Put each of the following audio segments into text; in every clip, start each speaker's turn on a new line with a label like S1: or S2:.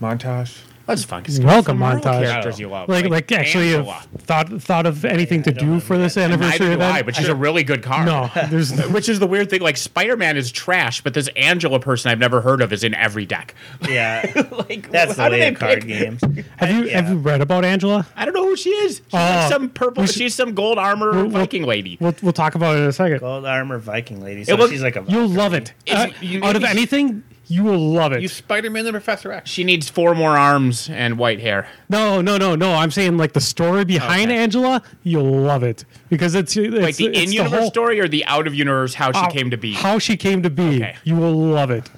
S1: montage?
S2: That's fine.
S3: It's welcome montage.
S2: Characters you love,
S3: Like, like, actually, you
S2: Angela.
S3: thought thought of anything to do for this
S2: Neither
S3: anniversary
S2: do I,
S3: event?
S2: but she's a really good card.
S3: no, there's
S2: Which is the weird thing. Like Spider Man is trash, but this Angela person I've never heard of is in every deck.
S4: Yeah,
S2: like
S4: that's the
S2: how do
S4: way
S2: they
S4: of card
S2: pick-
S4: games.
S3: have you have you read about Angela?
S2: I don't know who she is. She's
S3: Oh,
S2: like some purple.
S3: we should-
S2: she's some gold armor
S3: we'll-
S2: Viking lady.
S3: We'll we'll talk about it in a second.
S4: Gold armor Viking lady. So
S2: It looks-
S4: she's like a.
S3: You'll love it.
S2: It's-
S3: Uh,
S2: you-
S3: out of anything, you will love it.
S1: You Spider Man the Professor X.
S2: She needs four more arms and white hair.
S3: no, no, no, no. I'm saying like the story behind
S2: Okay.
S3: Angela, you'll love it because it's, it's
S2: Like the
S3: it's
S2: in-universe
S3: whole-
S2: story or the out-of-universe how she
S3: how-
S2: came to be.
S3: How she came to be.
S2: Okay.
S3: You will love it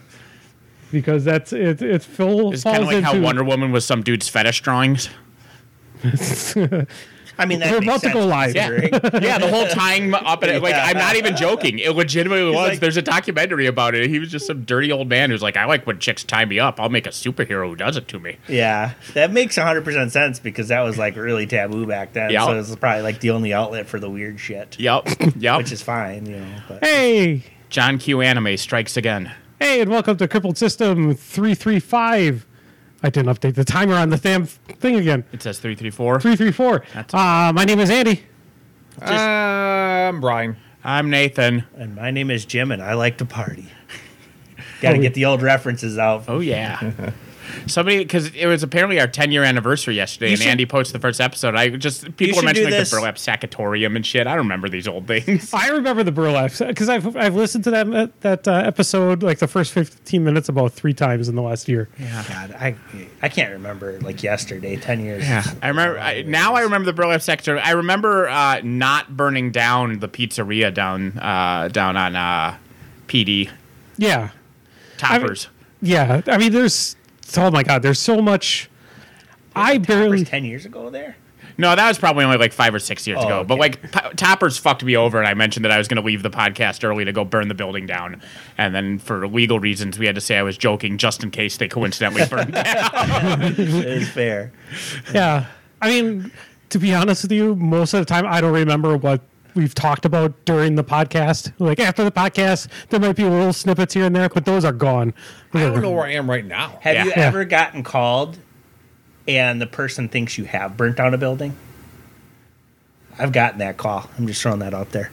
S3: because that's it. It full
S2: It's kind
S3: falls
S2: of like
S3: into.
S2: how Wonder Woman was some dude's fetish drawings.
S4: I mean, that
S3: We're
S4: makes
S3: about to
S4: sense
S3: go live.
S4: considering.
S2: Yeah, the whole tying up and like
S4: Yeah.
S2: I'm not even joking. It legitimately was.
S4: like-
S2: There's a documentary about it. He was just some dirty old man who's like, I like when chicks tie me up. I'll make a superhero who does it to me.
S4: Yeah, that makes 100% sense because that was like really taboo back then.
S2: Yeah.
S4: So it was probably like the only outlet for the weird shit,
S2: Yep, yep.
S4: which is fine, you know. But
S3: Hey,
S2: John Q anime strikes again.
S3: hey, and welcome to Crippled System three three five. I didn't update the timer on the damn thing again.
S2: It says three three four.
S3: Three three four.
S2: That's-
S3: Uh, my name is Andy.
S1: Um, Brian.
S2: I'm Nathan.
S4: and my name is Jim and I like to party. Got to get the old references out.
S2: Oh yeah. Somebody, because it was apparently our 10 year anniversary yesterday, and
S4: should-
S2: Andy posted the first episode. I just people were
S4: should
S2: mentioning
S4: do
S2: like,
S4: this.
S2: the burlap saccatorium and shit. I don't remember these old things.
S3: I remember the burlap because I've I've listened to that that uh, episode like the first fifteen minutes about three times in the last year.
S4: God, I I can't remember like yesterday, 10 years.
S2: I remember I, now. I remember the burlap sector. I remember uh, not burning down the pizzeria down uh, down on uh, PD
S3: Yeah,
S2: Toppers.
S3: yeah. I mean, there's oh my god, there's so much. I
S4: It was
S3: barely
S4: 10 years ago there?
S2: no, that was probably only like five or six years
S4: Oh,
S2: ago. But
S4: okay.
S2: like po- Toppers fucked me over, and I mentioned that I was going to leave the podcast early to go burn the building down, and then for legal reasons, we had to say I was joking just in case they coincidentally burned down.
S4: It is fair.
S3: yeah. I mean, to be honest with you, most of the time I don't remember what we've talked about during the podcast. Like after the podcast, there might be little snippets here and there, but those are gone.
S1: I don't know where I am right now.
S4: Have you
S2: Yeah.
S3: Yeah.
S4: ever gotten called and the person thinks you have burnt down a building? I've gotten that call. I'm just throwing that out there.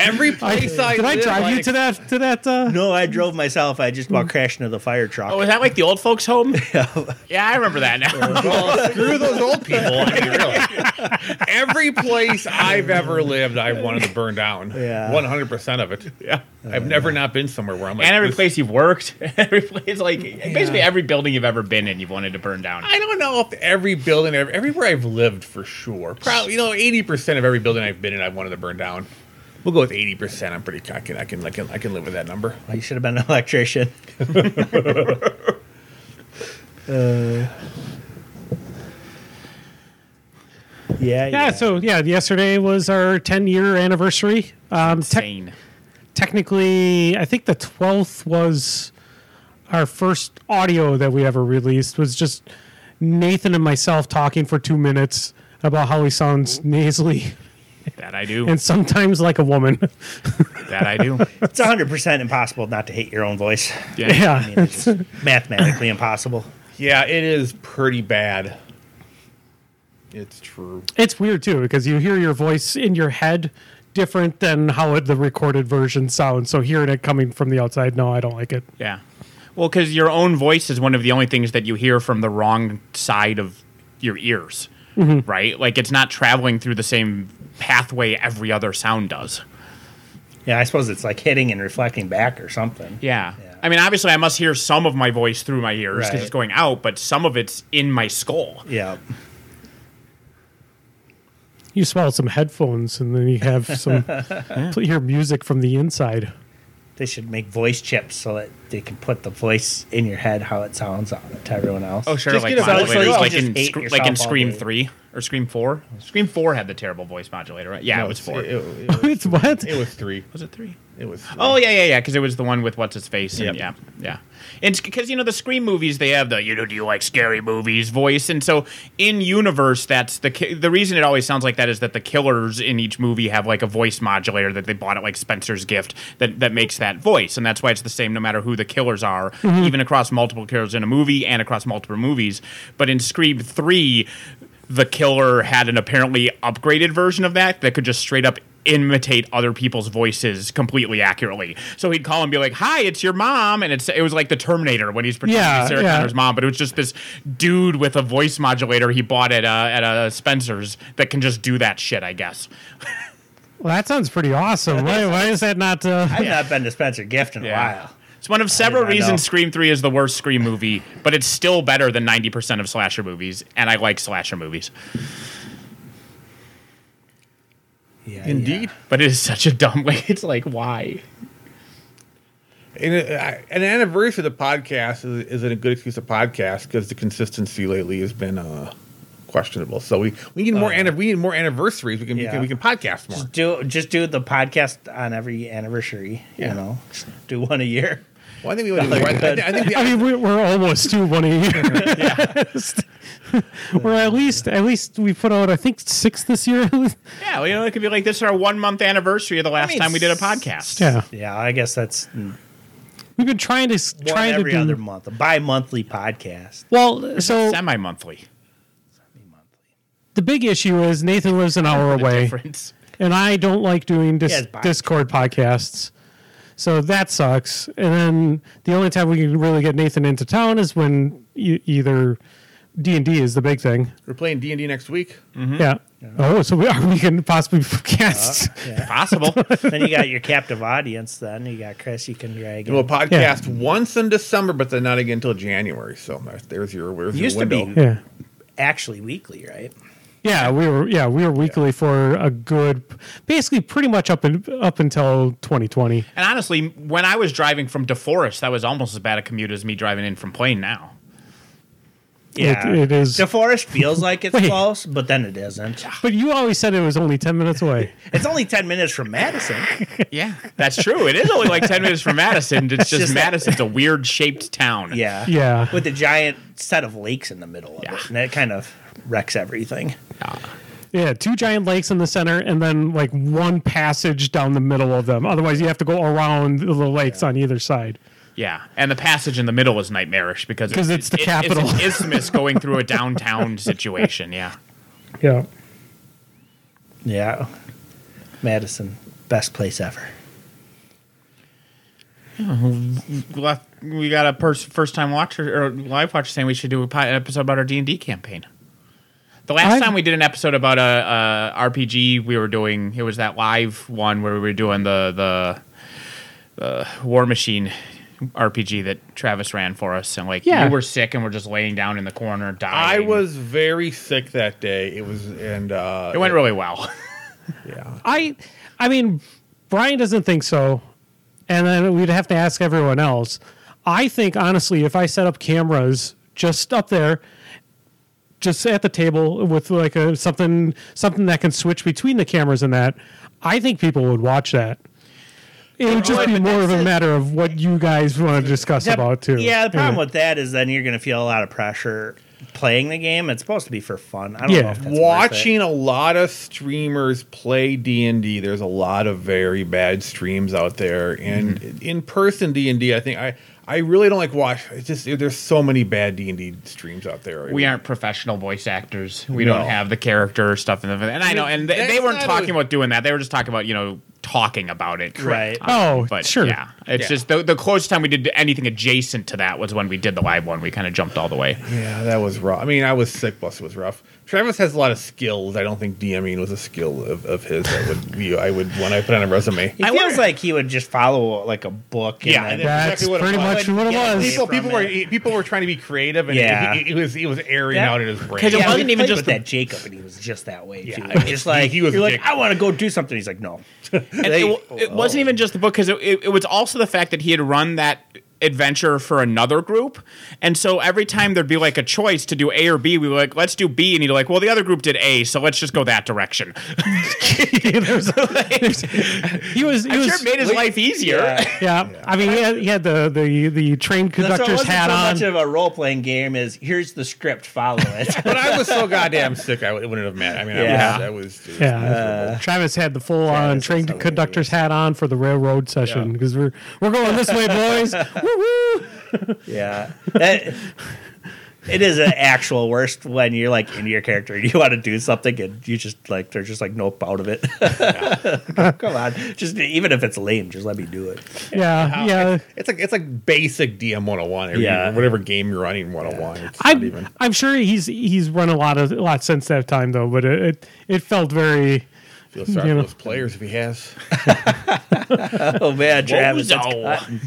S1: Every place I,
S3: Did I
S1: live,
S3: drive you
S1: like-
S3: to that? To that? Uh,
S4: No, I drove myself. I just about crashed into the fire truck.
S2: oh, was that like the old folks' home? Yeah, I remember that now.
S1: Well, screw those old people. I mean, really. Every place I've ever lived, I wanted to burn down.
S4: Yeah.
S1: one hundred percent of it. Yeah, I've never not been somewhere where I'm like.
S2: and every
S1: this-
S2: place you've worked, every place like basically every building you've ever been in, you've wanted to burn down.
S1: I don't know if every building, every- everywhere I've lived for sure. Probably, you know, eighty percent of every building I've been in, I wanted to burn down. We'll go with eighty percent. I'm pretty. I can. I can. I can. I can live with that number.
S4: Well, you should have been an electrician. uh, yeah,
S3: yeah. So yeah, yesterday was our 10 year anniversary. Um, tech
S2: Insane.
S3: technically i think the 12th was our first audio that we ever released was just nathan and myself talking for two minutes about how he sounds nasally
S2: That I do.
S3: and sometimes like a woman
S2: That I do.
S4: it's 100% impossible not to hate your own voice.
S2: Yeah.
S4: I mean, it's just mathematically impossible.
S1: Yeah, it is pretty bad. It's true.
S3: it's weird too because you hear your voice in your head different than how it, the recorded version sounds so hearing it coming from the outside no i don't like it
S2: Yeah. Well, because your own voice is one of the only things that you hear from the wrong side of your ears,
S1: Mm-hmm.
S2: right? Like it's not traveling through the same pathway every other sound does.
S4: Yeah, I suppose it's like hitting and reflecting back or something.
S2: Yeah.
S4: Yeah.
S2: I mean, obviously, I must hear some of my voice through my ears because
S4: Right.
S2: it's going out, but some of it's in my skull.
S4: Yeah.
S3: you swallow some headphones and then you have some hear music from the inside
S4: They should make voice chips so that they can put the voice in your head how it sounds on it to everyone else.
S2: Oh, sure.
S1: Just
S2: like
S1: get a
S2: modulators,
S1: voice like you
S2: like
S4: just
S2: in,
S4: ate
S2: Sc-
S4: yourself
S2: like in
S4: all
S2: Scream
S4: day.
S2: 3. or Scream Four. Scream Four had the terrible voice modulator, right? Yeah,
S1: No,
S2: it was four.
S1: It, it was,
S3: it's what?
S1: it was three.
S2: was it three?
S1: It was. Three.
S2: Oh yeah, yeah, yeah. Because it was the one with what's his face.
S1: Yep.
S2: And Yeah, yeah. It's because you know the Scream movies they have the you know do you like scary movies voice, and so in universe that's the ki- the reason it always sounds like that is that the killers in each movie have like a voice modulator that they bought at like Spencer's Gift that that makes that voice, and that's why it's the same no matter who the killers are, even across multiple killers in a movie and across multiple movies. But in Scream three. The killer had an apparently upgraded version of that that could just straight up imitate other people's voices completely accurately. So he'd call and be like, "Hi, it's your mom," and it's it was like the Terminator when he's pretending to
S3: Yeah,
S2: be Sarah
S3: yeah.
S2: Connor's mom, but it was just this dude with a voice modulator he bought at a, at a Spencer's that can just do that shit. I guess.
S3: Well, that sounds pretty awesome. Why, why is that not? Uh,
S4: I've not been to Spencer Gift in a while.
S2: It's one of several
S4: I know.
S2: reasons Scream 3 is the worst Scream movie, but it's still better than 90% of slasher movies, and I like slasher movies.
S4: Yeah,
S1: Indeed.
S2: But it is such a dumb way. It's like, why?
S1: And, uh, I- an anniversary of the podcast is, is a good excuse to podcast because the consistency lately has been uh, questionable. So we, we need more anni- we need more anniversaries. We can, we
S4: Yeah.
S1: can we can podcast more.
S4: Just do just do the podcast on every anniversary.
S1: Yeah.
S4: You know, Just do one a year.
S1: Well, I think we would. I, think- I think we,
S3: I mean, we- we're almost to one a year. Or at least, at least we put out, I think six this year.
S2: Yeah, well, you know, it could be like this is our one month anniversary of the last
S4: mean,
S2: time we did a
S4: s-
S2: podcast.
S3: yeah,
S4: Yeah, I guess that's one
S3: we've been trying to s trying to
S4: every
S3: do
S4: other month, a bi-monthly podcast.
S3: well. So
S2: Semi monthly.
S3: the big issue is Nathan lives an hour away,
S2: Difference.
S3: and I don't like doing dis-
S4: Yeah, it's bi-
S3: Discord podcasts. So that sucks. And then the only time we can really get Nathan into town is when e- either D and D is the big thing.
S1: we're playing D and D next week.
S3: Yeah. Uh, Oh, so we are we can possibly cast.
S2: Possible.
S4: then you got your captive audience. Then you got Chris. You can drag.
S1: We'll
S4: in.
S1: podcast once in December, but then not again until January. So there's- there's your where's your
S4: Used to be-
S1: window.
S3: Yeah.
S4: Actually, weekly, right?
S3: Yeah, we were yeah we were weekly for a good, basically pretty much up in, up until 2020.
S2: and honestly, when I was driving from DeForest, that was almost as bad a commute as me driving in from Plain now.
S4: Yeah,
S3: it is-
S4: DeForest feels like it's
S3: Wait.
S4: close, but then it isn't.
S3: But you always said it was only 10 minutes away.
S4: It's only ten minutes from Madison.
S2: Yeah, that's true. It is only like 10 minutes from Madison. It's, just,
S4: just-
S2: Madison's a weird shaped town.
S4: Yeah,
S3: Yeah.
S4: With a giant set of lakes in the middle of it, and that kind of wrecks everything.
S3: yeah, two giant lakes in the center, and then like one passage down the middle of them. Otherwise, you have to go around the lakes on either side.
S2: Yeah. And the passage in the middle is nightmarish because
S3: 'Cause it's the capital.
S2: It's an isthmus going through a downtown situation. Yeah.
S3: Yeah.
S4: Yeah, Madison, best place ever.
S2: Left, we got a pers- first time watcher or live watcher saying we should do a pi- an episode about our D&D campaign. The last
S3: I've-
S2: time we did an episode about a, a RPG, we were doing it was that live one where we were doing the the the uh, War Machine RPG that Travis ran for us, and like
S3: Yeah.
S2: you were sick and we're just laying down in the corner
S1: I
S2: dying.
S1: was very sick that day. It was and uh,
S2: It went really well.
S1: Yeah.
S3: I, I mean, Brian doesn't think so, and then we'd have to ask everyone else. I think honestly, if I set up cameras just up there, just at the table with like a something something that can switch between the cameras and that, I think people would watch that. It would just
S2: Right,
S3: be
S2: but
S3: more of
S2: that's
S3: a
S2: a-
S3: matter of what you guys want to discuss
S4: The-
S3: about too.
S4: Yeah, the problem with that is then you're going to feel a lot of pressure playing the game. It's supposed to be for fun. I don't know
S3: Yeah.
S4: if that's worth it.
S1: watching a lot of streamers play d&d there's a lot of very bad streams out there and in person d&d i think i i really don't like watch it's just there's so many bad d&d streams out there
S2: we aren't professional voice actors. We
S1: No.
S2: don't have the character stuff, and, and I know, and they,
S1: That's
S2: they weren't
S1: not
S2: talking
S1: a-
S2: about doing that. They were just talking about you know talking about it,
S4: Right.
S3: Oh,
S2: Um, but
S3: sure.
S2: yeah, it's
S1: Yeah.
S2: just the, the closest time we did anything adjacent to that was when we did the live one. We kind of jumped all the way.
S1: yeah that was rough i mean i was sick plus it was rough travis has a lot of skills i don't think dming was a skill of, of his that would be i would when i put on a resume
S4: He
S2: I
S4: feels
S2: wonder-
S4: like he would just follow like a book. And
S2: Yeah,
S4: then-
S1: and
S3: That's
S1: Exactly what it
S3: pretty
S1: was.
S3: much what it
S4: Yeah,
S3: was.
S1: people
S4: from
S1: people were e,
S4: it.
S1: people were trying to be creative and
S4: Yeah.
S1: he, he was he was airing
S4: Yeah.
S1: out in his brain
S2: Because it
S4: yeah,
S2: wasn't
S4: we
S2: even
S4: played
S2: just
S4: with
S2: the-
S4: that Jacob, and he was just that way.
S1: Yeah,
S4: too. Just like
S1: he was
S4: you're
S1: a
S4: like,
S1: dick.
S4: I want to go do something. He's like, no.
S2: And it, it wasn't even just the book because it, it, it was also the fact that he had run that adventure for another group. And so every time there'd be like a choice to do A or B, we were like, let's do B. And he'd be like, well, the other group did A, so let's just go that direction.
S3: There's- there's- he was. He
S2: I'm
S3: was
S2: sure it made his life easier.
S3: yeah. I mean, he had, he had the, the the train
S4: That's why it
S3: conductor's
S4: wasn't
S3: hat
S4: Uh, so
S3: on.
S4: much of a role playing game as here's the script, follow it.
S1: But I was so goddamn sick, I, it wouldn't have mattered. I mean,
S4: Yeah.
S1: I was, that was
S3: Yeah, Travis had the full on
S4: Travis
S3: train
S4: is hilarious.
S3: conductor's hat on for the railroad session
S1: Yeah.
S3: because we're we're going this way, boys. Woo-woo.
S4: Yeah. That- it is an actual worst when you're like in your character and you want to do something and you just like there's just like nope out of it. Come on. Just even if it's lame, just let me do it.
S3: Yeah, yeah.
S1: It's like it's like basic DM 101. Or
S4: Yeah.
S1: whatever game you're running 101. It's not even.
S3: I'm, I'm sure he's he's run a lot of a lot since that time though, but it it, it felt very
S1: Feel sorry
S3: you
S1: for
S3: know.
S1: those players if he has.
S4: Oh man, Travis. that's
S2: Wozo.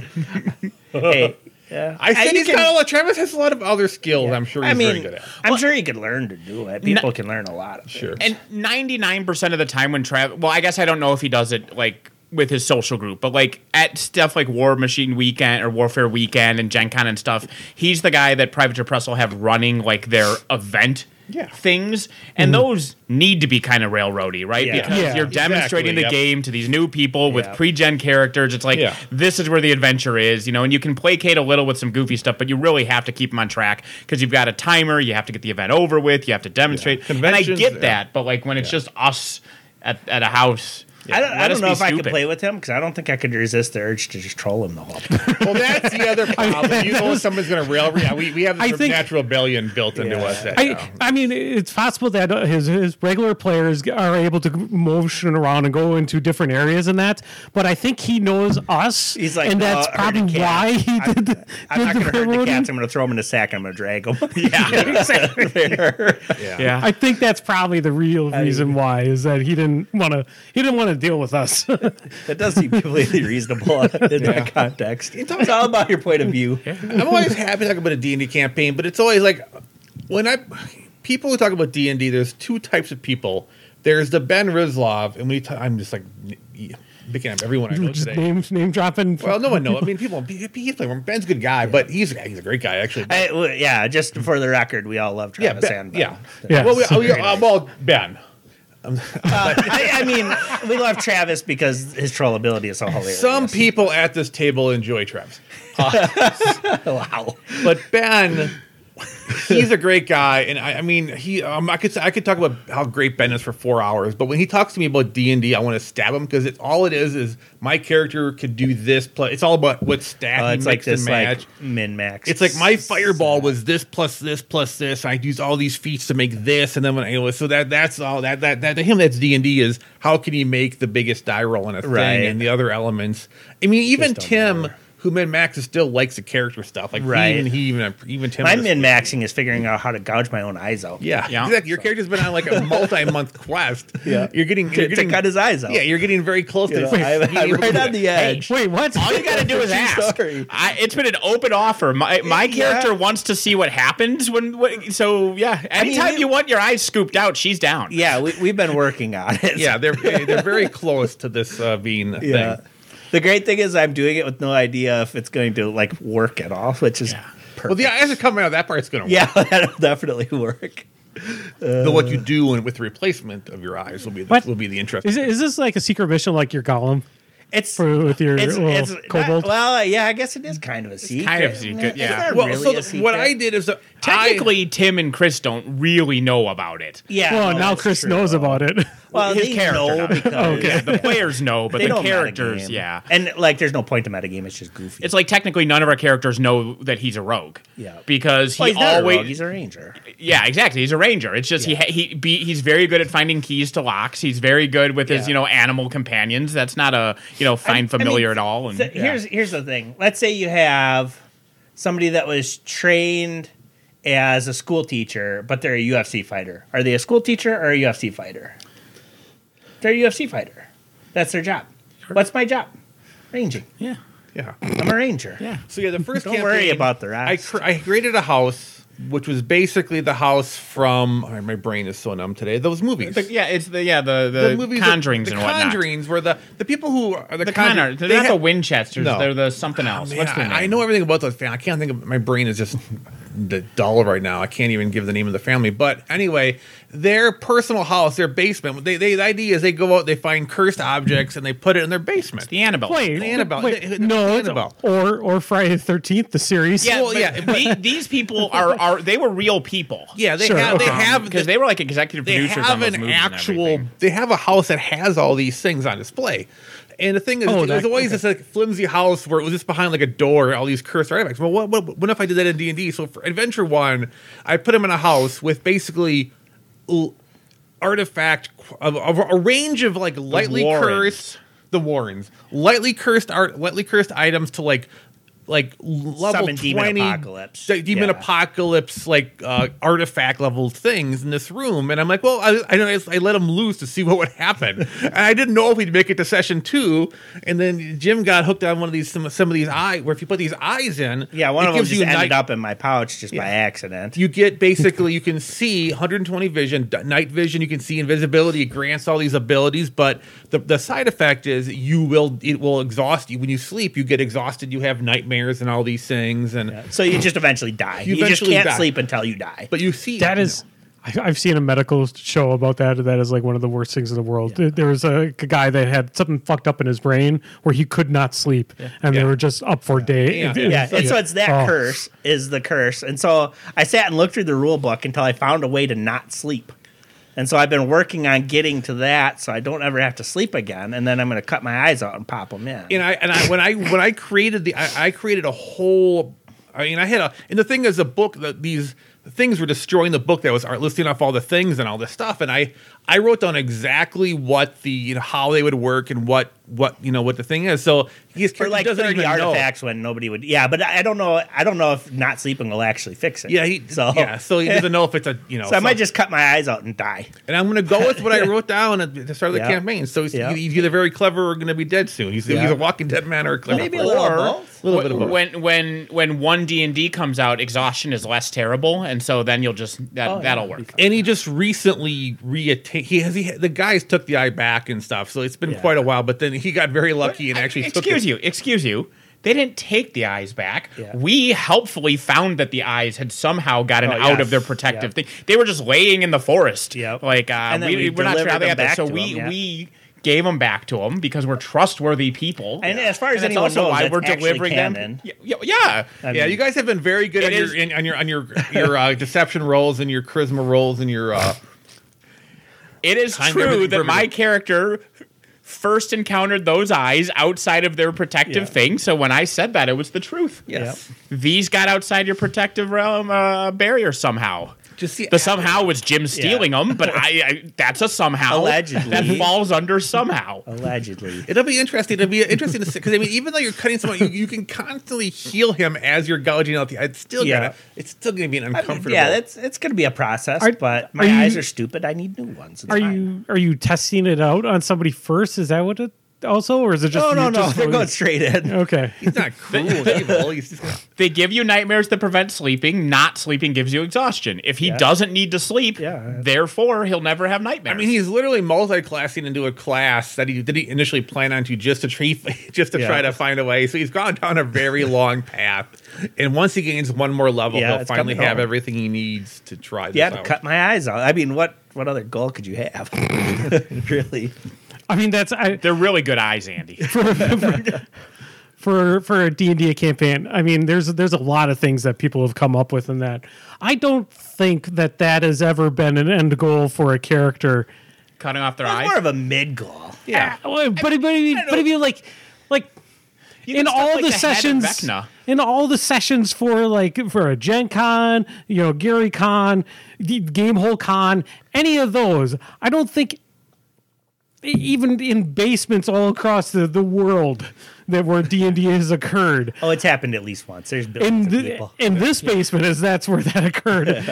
S4: cut. hey. Yeah.
S1: I said
S4: you
S1: he's
S4: can-
S1: got a lot. Travis has a lot of other skills. I'm sure he's
S4: I
S1: very
S4: mean,
S1: good at.
S4: I'm sure you could learn to do it. People can learn a lot. Of
S1: Sure.
S2: And 99% of the time when Trav, well, I guess I don't know if he does it like with his social group, but like at stuff like War Machine Weekend or Warfare Weekend and Gen Con and stuff, he's the guy that Privateer Press will have running like their event.
S1: Yeah.
S2: Things and
S1: Mm-hmm.
S2: those need to be kind of railroady, right?
S4: Yeah.
S2: Because
S3: Yeah.
S2: you're demonstrating
S1: Exactly,
S2: the
S1: yep.
S2: game to these new people with
S4: Yeah.
S2: pre-gen characters. It's like
S1: Yeah.
S2: this is where the adventure is, you know. And you can placate a little with some goofy stuff, but you really have to keep them on track because you've got a timer. You have to get the event over with. You have to demonstrate. And I
S1: Conventions,
S2: get
S1: yeah.
S2: that, but like when it's just us at, at a house,
S4: I don't, I
S2: let us
S4: don't know
S2: be
S4: if I could
S2: stupid.
S4: play with him because I don't think I could resist the urge to just troll him the whole time.
S1: Well, that's the other problem. You know, someone's going to rail. yeah, We, we have
S3: I
S1: this
S3: think-
S1: natural rebellion built into
S4: Yeah.
S1: us. That,
S3: I, I mean, it's possible that uh, his his regular players g- are able to motion around and go into different areas and that, but I think he knows us.
S4: He's like,
S3: and
S4: "No,
S3: that's
S4: I heard a
S3: probably
S4: cat.
S3: why he
S4: I'm-
S3: did. The,
S4: I'm
S3: did
S4: not going to hurt the
S3: railroading.
S4: cats. I'm going to throw them in a sack and I'm going to drag them. yeah, exactly. there.
S1: yeah.
S2: Yeah,
S3: I think that's probably the real reason why is that he didn't want to. He didn't want to deal with us.
S4: That does seem completely reasonable in
S1: Yeah.
S4: that context. It's all about your point of view.
S1: I'm always happy to talk about a D&D campaign, but it's always like when I people who talk about D&D, there's two types of people. There's the Ben Rizlov, and we t- I'm just like n- picking up everyone I know
S3: Just
S1: today.
S3: name name dropping.
S1: well, no one knows. I mean, people. he- He's like Ben's a good guy, but he's he's a great guy actually.
S4: I, well, yeah, just for the record, we all love
S1: yeah,
S4: Travis
S1: ben,
S4: and uh, Ben.
S1: yeah,
S3: Yeah.
S1: Well, we, we, uh, well, Ben.
S4: I, I mean, we love Travis because his trollability is so hilarious.
S1: Some people at this table enjoy Travis.
S4: wow.
S1: but Ben, he's a great guy, and I, I mean, he. Um, I could say- I could talk about how great Ben is for four hours, but when he talks to me about D and D, I want to stab him because it's all it is is my character could do this. Play. It's all about what stat
S4: Uh,
S1: he makes
S4: it's like this
S1: and match.
S4: like min max.
S1: it's like my fireball was this plus this plus this. I use all these feats to make this, and then when I so that that's all that that that to him that's D and D is how can he make the biggest die roll on a thing
S4: Right.
S1: and the other elements. I mean, even
S4: Just don't
S1: Tim,
S4: matter.
S1: who min maxes, still likes the character stuff. Like he
S4: Right.
S1: even he even even Tim.
S4: my
S1: understands-
S4: min maxing is figuring out how to gouge my own eyes out.
S1: Yeah,
S2: Yeah.
S1: exactly. Your character's been on like a multi-month quest.
S4: Yeah.
S1: you're getting
S4: to,
S1: you're
S4: to
S1: getting
S4: cut his eyes out.
S1: yeah, you're getting very close
S4: You
S1: to
S4: know, I'm,
S1: being
S4: I'm
S1: able to
S4: right
S1: do
S4: on
S1: that.
S4: the edge.
S3: Wait, what?
S2: all you got to do is
S4: True
S2: ask.
S4: story.
S2: I, it's been an open offer. My my
S4: Yeah.
S2: character wants to see what happens when. when so yeah,
S4: mean,
S2: anytime
S4: we-
S2: you want your eyes scooped out, she's down.
S4: Yeah, we, we've been working on it.
S1: Yeah, they're they're very close to this uh, being a
S4: Yeah.
S1: thing.
S4: The great thing is I'm doing it with no idea if it's going to like work at all, which is perfect.
S1: Well, the eyes are coming out. That part's gonna work.
S4: yeah, that'll definitely work.
S1: Though what you do and with the replacement of your eyes will be the,
S3: What?
S1: will be the interesting.
S3: Is, it, is this like a secret mission, like your golem,
S4: It's
S3: for with your little
S4: not-
S3: kobold?
S4: well, uh, yeah, I guess it is kind of a secret.
S2: kind of secret,
S4: It's
S2: yeah.
S4: not
S1: well,
S4: really a
S1: so the, what
S4: secret.
S1: I did is uh,
S2: Technically, Tim and Chris don't really know about it.
S4: yeah.
S3: well,
S4: no,
S3: now
S4: that's
S3: Chris
S4: true.
S3: knows about it.
S4: Well,
S2: Oh, His
S4: they
S2: character
S4: know
S2: does.
S4: because
S2: Yeah, the players know, but
S4: they
S2: the
S4: don't
S2: characters,
S4: metagame.
S2: yeah.
S4: and like there's no point to metagame. It's just goofy.
S2: It's like technically none of our characters know that he's a rogue.
S4: Yeah.
S2: Because
S4: well,
S2: he
S4: he's not a
S2: always
S4: rogue, he's a ranger.
S2: Yeah, exactly. He's a ranger. It's just he
S4: Yeah.
S2: he he be, he's very good at finding keys to locks. He's very good with his,
S4: Yeah.
S2: you know, animal companions. That's not a, you know, find
S4: I mean,
S2: familiar at all and
S4: So Here's here's the thing. Let's say you have somebody that was trained as a school teacher, but they're a UFC fighter. Are they a school teacher or a UFC fighter? They're a UFC fighter. That's their job. What's my job? Ranging.
S2: yeah.
S1: yeah.
S4: I'm a ranger.
S2: Yeah.
S1: So yeah, the first
S4: Don't
S1: campaign,
S4: worry about the
S1: I
S4: rest.
S1: cr- I created a house which was basically the house from. oh, my brain is so numb today. Those movies.
S2: The- yeah, it's the yeah the the,
S1: movies that-
S2: conjurings
S1: the
S2: and whatnot.
S1: Conjurings were the the people who are the,
S2: The con
S1: Conjur-
S2: artists. They're
S1: they
S2: not
S1: ha-
S2: the Winchesters.
S1: No. Oh,
S2: They're the something else.
S1: Man,
S2: What's their name?
S1: I, I know everything about those family. I can't think of my brain is just d- dull right now. I can't even give the name of the family. But anyway, their personal house, their basement. They, they the idea is they go out, they find cursed objects, and they put it in their basement.
S2: the Annabelle.
S3: Wait,
S1: The Annabelle.
S3: wait,
S1: The- the
S3: no, it's-
S1: Annabelle.
S3: or or Friday the Thirteenth, the series.
S2: Yeah,
S1: Well,
S2: but
S1: yeah, but-
S2: the- these people are are they were real people.
S1: yeah, they
S3: Sure,
S1: have they
S3: okay.
S1: have
S2: because they were like executive
S1: they
S2: producers.
S1: have
S2: on those
S1: an
S2: movies and
S1: actual
S2: everything.
S1: they have a house that has all these things on display and the thing is it
S3: Oh,
S1: was
S3: that-
S1: always
S3: okay.
S1: this like flimsy house where it was just behind like a door all these cursed artifacts well what, what, what if i did that in d&d so for adventure one i put him in a house with basically l- artifact qu- of, of a range of like lightly
S2: Warrens.
S1: cursed the warrens lightly cursed art lightly cursed items to like like level 20
S4: Summon demon apocalypse.
S1: de- demon
S4: Yeah.
S1: apocalypse like uh, artifact level things in this room and i'm like well i I, know I, I let him loose to see what would happen and i didn't know if he'd make it to session two and then jim got hooked on one of these some, some of these eyes where if you put these eyes in
S4: Yeah, one
S1: it
S4: of them
S1: gives
S4: just
S1: you
S4: ended
S1: night-
S4: up in my pouch just by accident.
S1: you get basically you can see 120 vision d- night vision you can see invisibility it grants all these abilities but the, the side effect is you will it will exhaust you when you sleep you get exhausted you have nightmares and all these things and
S4: so you just eventually die.
S1: You
S4: You, just
S1: eventually
S4: can't
S1: die.
S4: sleep until you die.
S1: but you see
S3: That is, I, I've seen a medical show about that. That is like one of the worst things in the world. There- There was a, guy that had something fucked up in his brain where he could not sleep, and
S1: Yeah.
S3: they were just up for day.
S1: Yeah.
S3: It- it-
S4: yeah, and so it's that
S3: Oh.
S4: curse is the curse. And so I sat and looked through the rule book until I found a way to not sleep. And so I've been working on getting to that so I don't ever have to sleep again. And then I'm going to cut my eyes out and pop them in.
S1: and I and I when I when I created the I, I created a whole. I mean, I had a and the thing is the book that these things were destroying the book that was art listing off all the things and all this stuff and I I wrote down exactly what the you know how they would work and what what you know what the thing is so he's
S4: for like 30 artifacts when nobody would. Yeah, but I I don't know. I don't know if not sleeping will actually fix it.
S1: yeah he
S4: so
S1: yeah so he doesn't know if it's a you know
S4: so I might
S1: some-
S4: just cut my eyes out and die.
S1: and I'm going to go with what I wrote down at the start of the
S4: Yeah.
S1: campaign so he's,
S4: Yeah.
S1: he's either very clever or going to be dead soon he's, he's
S4: Yeah.
S1: a walking dead man or a clever
S4: Maybe a
S1: person.
S4: little
S2: Or-
S4: both.
S1: Little bit of both.
S2: when when when one D and D comes out, exhaustion is less terrible, and so then you'll just that
S4: Oh,
S2: that'll work.
S1: and he just recently reattained. He has he, the guys took the eye back and stuff, so it's been
S4: Yeah.
S1: quite a while. But then he got very lucky and
S2: I-
S1: actually took
S2: excuse
S1: it.
S2: you, excuse you. They didn't take the eyes back.
S4: Yeah.
S2: We helpfully found that the eyes had somehow gotten
S4: Oh,
S2: out
S4: yeah.
S2: of their protective
S4: Yeah.
S2: thing. They were just laying in the forest.
S4: Yep.
S2: Like uh,
S4: And then
S2: we,
S4: we
S2: we are not sure how
S4: delivered
S2: they
S4: them
S2: got there.
S4: back
S2: So
S4: to
S2: we
S4: 'em, yeah.
S2: we gave them back to them because we're trustworthy people.
S4: And as far as
S2: that's
S4: anyone knows, that's actually
S2: them.
S4: canon.
S2: Yeah, yeah, yeah.
S4: I
S1: yeah,
S4: mean-
S1: you guys have been very good on
S2: It
S1: your,
S2: is-
S1: in, on your on your your uh, deception rolls and your charisma rolls and your uh,
S2: It is
S1: Kind of
S2: true
S1: everything
S2: that my
S1: primitive.
S2: character first encountered those eyes outside of their protective
S4: Yeah.
S2: thing. So when I said that, it was the truth.
S1: yes.
S2: These got outside your protective realm uh, barrier somehow.
S1: Just see
S2: The somehow was Jim stealing them, but I, I that's a somehow
S4: Allegedly.
S2: that falls under somehow.
S4: Allegedly.
S1: It'll be interesting. It'll be interesting to see because I mean, even though you're cutting someone, you, you can constantly heal him as you're gouging out the. It's still
S4: Yeah.
S1: gonna, it's still gonna be an uncomfortable.
S4: Yeah, that's it's going to be a process,
S3: Are-
S4: but my
S3: are you-
S4: eyes are stupid. I need new ones. It's
S3: Are
S4: fine.
S3: you are you testing it out on somebody first? Is that what it also, or is it just
S4: No, no,
S3: you
S4: no.
S3: just
S4: They're
S3: really-
S4: going straight in.
S3: Okay.
S1: he's not cruel and evil. He's just gonna,
S2: They give you nightmares that prevent sleeping. Not sleeping gives you exhaustion. If he doesn't need to sleep,
S4: Yeah.
S2: therefore he'll never have nightmares.
S1: I mean, he's literally multi-classing into a class that he did he initially plan on to just to treat, just to
S4: Yeah.
S1: try to find a way. So he's gone down a very long path, and once he gains one more level,
S4: Yeah,
S1: he'll
S4: it's
S1: finally
S4: coming
S1: have
S4: home.
S1: everything he needs to try. This
S4: Yeah, to
S1: out.
S4: cut my eyes out. I mean, what what other goal could you have? really?
S3: I mean, that's I,
S2: they're really good eyes, Andy.
S3: for for a D&D campaign. I mean, there's there's a lot of things that people have come up with in that. I don't think that that has ever been an end goal for a character.
S2: Cutting off their
S4: It's
S2: eyes.
S4: more of a mid goal.
S1: Yeah.
S3: Uh, well, but it- but it- but it'd be like like in
S2: stuff
S3: all
S2: like
S3: the,
S2: the head of
S3: sessions
S2: Vecna.
S3: in all the sessions for like for a Gen Con, you know, Gary Con, the Game Hole Con, any of those, I don't think e- even in basements all across the, the world that where D&D has occurred.
S4: Oh, it's happened at least once. There's billions
S3: In,
S4: of
S3: the,
S4: people.
S3: in this basement is that's where that occurred.
S2: and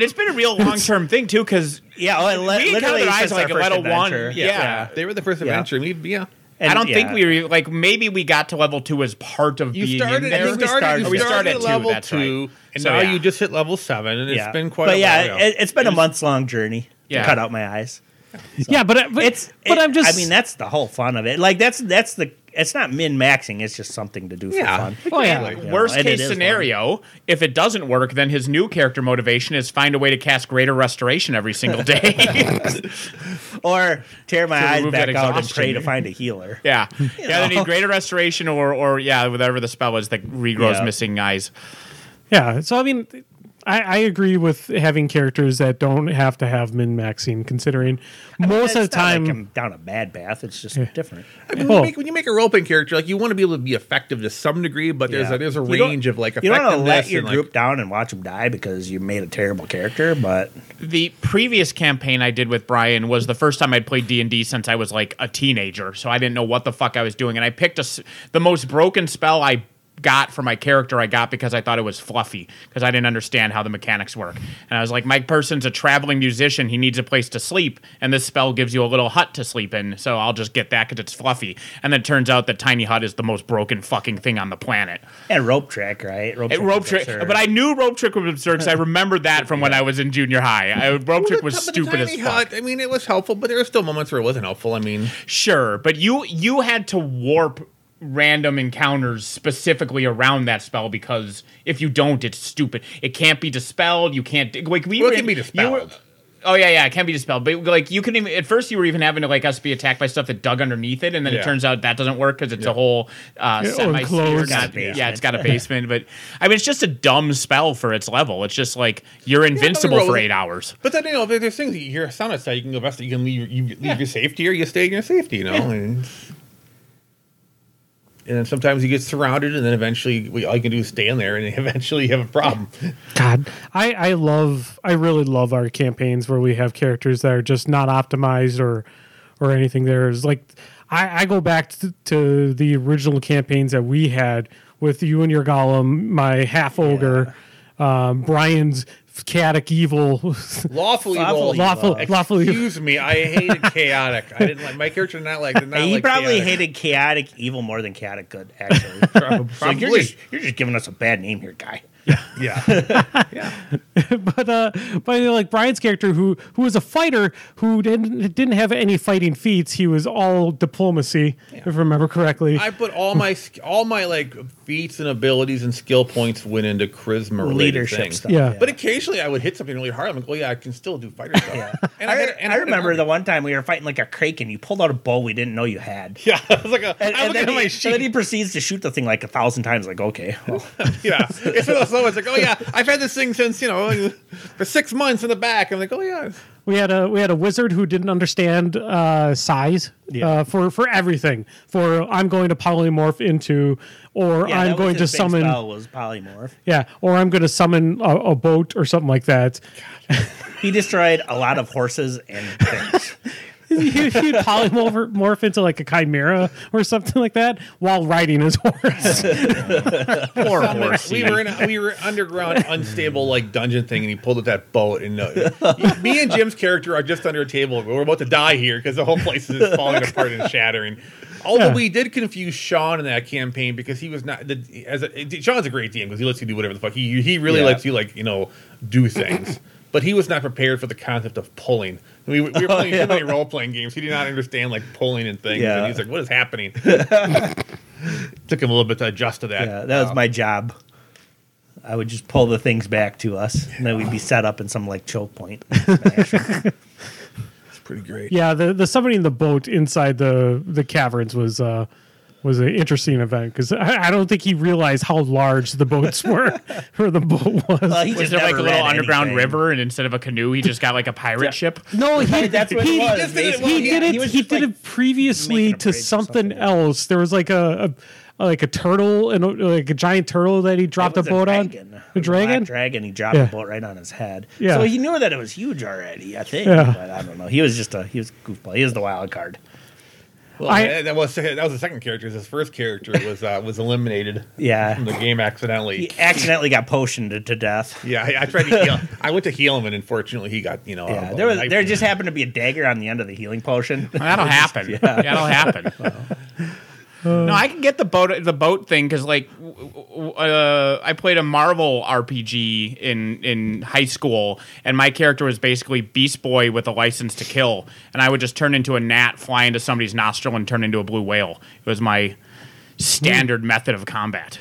S2: it's been a real long term thing too, because
S4: Yeah, oh, it le-
S2: we
S4: literally
S2: encountered eyes
S4: since our
S2: like a
S4: first
S2: level one.
S4: adventure.
S2: Yeah.
S1: they were the first adventure. I mean, yeah,
S4: And,
S2: I don't think
S4: yeah.
S2: we were like maybe we got to level two as part of
S1: You
S2: being in
S1: started.
S2: there.
S1: You
S4: think we
S1: started.
S4: started
S1: You
S2: we
S1: started
S2: started at
S1: at
S2: two,
S1: level
S2: that's
S1: two,
S2: right.
S1: and
S2: So,
S1: now
S2: yeah.
S1: you just hit level seven, and
S4: Yeah.
S1: it's been quite.
S4: But
S1: a
S4: yeah,
S1: while.
S4: it, it's been a month's long journey
S2: Yeah.
S4: to cut out my eyes.
S3: Yeah, but, I- but
S4: It's,
S3: it's but
S4: it-
S3: I'm just
S4: I mean, that's the whole fun of it. Like that's that's the. It's not min maxing. It's just something to do for
S1: Yeah.
S4: fun.
S3: oh yeah.
S1: Exactly.
S2: Worst
S4: Yeah, and it
S2: case
S4: is
S2: scenario, if it doesn't work, then his new character motivation is find a way to cast greater restoration every single day.
S4: Or tear my
S2: To
S4: eyes
S2: remove
S4: back
S2: that
S4: out and
S2: exhaustion.
S4: pray to find a healer.
S2: yeah. Yeah, they need greater restoration or or yeah, whatever the spell is that regrows
S4: Yeah.
S2: missing eyes.
S3: Yeah. So I mean, I, I agree with having characters that don't have to have min maxing. Considering most of the
S4: It's not like
S3: time,
S4: I'm down a bad path. It's just different.
S1: I mean, when,
S3: Oh.
S1: you make, when you make a role playing character, like you want to be able to be effective to some degree, but there's
S4: Yeah.
S1: a, there's a
S4: You don't-
S1: range of like
S4: You
S1: effectiveness.
S4: don't want to let your
S1: and, like,
S4: group down and watch them die because you made a terrible character. But
S2: the previous campaign I did with Brian was the first time I'd played D and D since I was like a teenager, so I didn't know what the fuck I was doing, and I picked a s the most broken spell I got for my character. I got because I thought it was fluffy because I didn't understand how the mechanics work, and I was like, my person's a traveling musician, he needs a place to sleep, and this spell gives you a little hut to sleep in, so I'll just get that because it's fluffy, and then it turns out that tiny hut is the most broken fucking thing on the planet.
S4: and rope trick, right? Rope
S2: It rope
S4: was
S2: trick,
S4: absurd.
S2: but I knew rope trick was absurd because I remembered that from when I was in junior high. I, rope
S1: Well,
S2: trick
S1: the
S2: was
S1: top of the
S2: stupid as
S1: tiny
S2: fuck.
S1: hut, I mean, it was helpful, but there were still moments where it wasn't helpful. I mean,
S2: Sure, but you you had to warp random encounters specifically around that spell because if you don't, it's stupid. It can't be dispelled. You can't like we
S1: Well, it
S2: were-
S1: can be
S2: you were-
S1: dispelled.
S2: Oh yeah, yeah, it can be dispelled. But like you can even at first you were even having to like us be attacked by stuff that dug underneath it, and then
S1: Yeah.
S2: it turns out that doesn't work because it's a whole uh,
S3: Yeah,
S2: semi
S3: enclosed.
S2: not-
S4: Basement.
S2: Yeah, it's got a basement, but I mean it's just a dumb spell for its level. It's just like you're invincible
S1: roll
S2: for
S1: it.
S2: eight hours.
S1: but then you know, there, there's things that you hear a sound outside. You can go best. You can leave. You leave your safety, or you stay in your safety. You know. And, and then sometimes you get surrounded, and then eventually we, all you can do is stay in there, and eventually you have a problem.
S3: God, I, I love, I really love our campaigns where we have characters that are just not optimized or, or anything. There's like, I, I go back to, to the original campaigns that we had with you and your golem, my half ogre, um, Brian's chaotic evil.
S1: Lawfully, evil.
S4: Lawfully uh,
S3: Lawful,
S4: Evil.
S3: lawful evil.
S1: Excuse me, I hated chaotic. I didn't like my character. Did not like. Did not
S4: he
S1: like
S4: probably
S1: chaotic.
S4: hated chaotic evil more than chaotic good. Actually,
S1: Prob-
S4: It's like,
S1: Probably.
S4: you're just you're just giving us a bad name here, guy.
S1: yeah. yeah.
S3: but uh, but you know, like Brian's character, who who was a fighter, who didn't didn't have any fighting feats. He was all diplomacy, if I remember correctly.
S1: I put all my sk- all my like feats and abilities and skill points went into charisma related
S4: Leadership
S1: things.
S4: stuff.
S3: Yeah.
S1: But occasionally I would hit something really hard. I'm like, oh yeah, I can still do fighter stuff.
S4: Yeah.
S1: And
S4: I,
S1: had-
S4: I
S1: had an
S4: remember
S1: army.
S4: the one time we were fighting like a crake and you pulled out a bow we didn't know you had.
S1: Yeah, I was like, a,
S4: And,
S1: I'm looking
S4: and then,
S1: at my
S4: he, and then he
S1: sheet.
S4: proceeds to shoot the thing like a thousand times. Like, okay, well,
S1: yeah, it's one of those moments like, oh yeah, I've had this thing since you know for six months in the back. I'm like, oh yeah,
S3: We had a we had a wizard who didn't understand uh, size uh, for for everything. For I'm going to polymorph into, or
S4: yeah, that
S3: I'm
S4: was
S3: going to
S4: his big
S3: summon,
S4: spell was polymorph.
S3: yeah, or I'm going to summon a, a boat or something like that.
S4: He destroyed a lot of horses and things.
S3: He- He'd polymorph morph into like a chimera or something like that while riding his horse.
S2: Poor
S1: we
S2: horsey.
S1: were in a, we were underground unstable like dungeon thing, and he pulled at that boat. And uh, me and Jim's character are just under a table. We're about to die here because the whole place is just falling apart and shattering. Although
S3: Yeah.
S1: we did confuse Sean in that campaign because he was not the, as a, Sean's a great DM because he lets you do whatever the fuck he he really
S4: Yeah.
S1: lets you like you know do things. But he was not prepared for the concept of pulling. We, we were playing too many role playing games. He did not understand like pulling and things.
S4: Yeah.
S1: And he's like, "What is happening?" Took him a little bit to adjust to that.
S4: Yeah, that was my job. I would just pull the things back to us, and then we'd be set up in some like choke point.
S1: It's pretty great.
S3: yeah, the the summoning the boat inside the the caverns was. Uh, was an interesting event because I, I don't think he realized how large the boats were, or the boat was.
S4: Well, he
S2: Was
S4: just
S2: there like
S4: never
S2: a little
S4: read
S2: underground
S4: anything.
S2: river, and instead of a canoe, he just got like a pirate ship?
S3: No, he,
S4: That's what
S3: he,
S4: it was.
S1: just did it
S4: basically.
S1: while
S3: he did it.
S4: was
S3: he
S4: just,
S3: did
S4: like,
S3: it previously
S4: making a
S3: to
S4: bridge or
S3: something
S4: something.
S3: else. There was like a, a like a turtle and a, like a giant turtle that he dropped
S4: It was
S3: a boat on.
S4: dragon.
S3: A
S4: It was black
S3: dragon.
S4: dragon. He dropped
S3: Yeah.
S4: the boat right on his head.
S3: Yeah.
S4: So he knew that it was huge already. I think.
S3: Yeah.
S4: But I don't know. He was just a he was a goofball. He was the wild card.
S1: Well,
S3: I-
S1: that- that was that was the second character. His first character was uh, was eliminated from
S4: Yeah.
S1: the game accidentally.
S4: He accidentally got potioned to- to death.
S1: Yeah, I, I tried to heal. I went to heal him, and unfortunately, he got you know.
S4: Yeah,
S1: a-
S4: there
S1: a
S4: was
S1: knife.
S4: there just happened to be a dagger on the end of the healing potion.
S2: That'll happen. That'll happen. no, I can get the boat the boat thing because like w- w- uh, I played a Marvel RPG in in high school, and my character was basically Beast Boy with a license to kill, and I would just turn into a gnat, fly into somebody's nostril, and turn into a blue whale. It was my standard method of combat.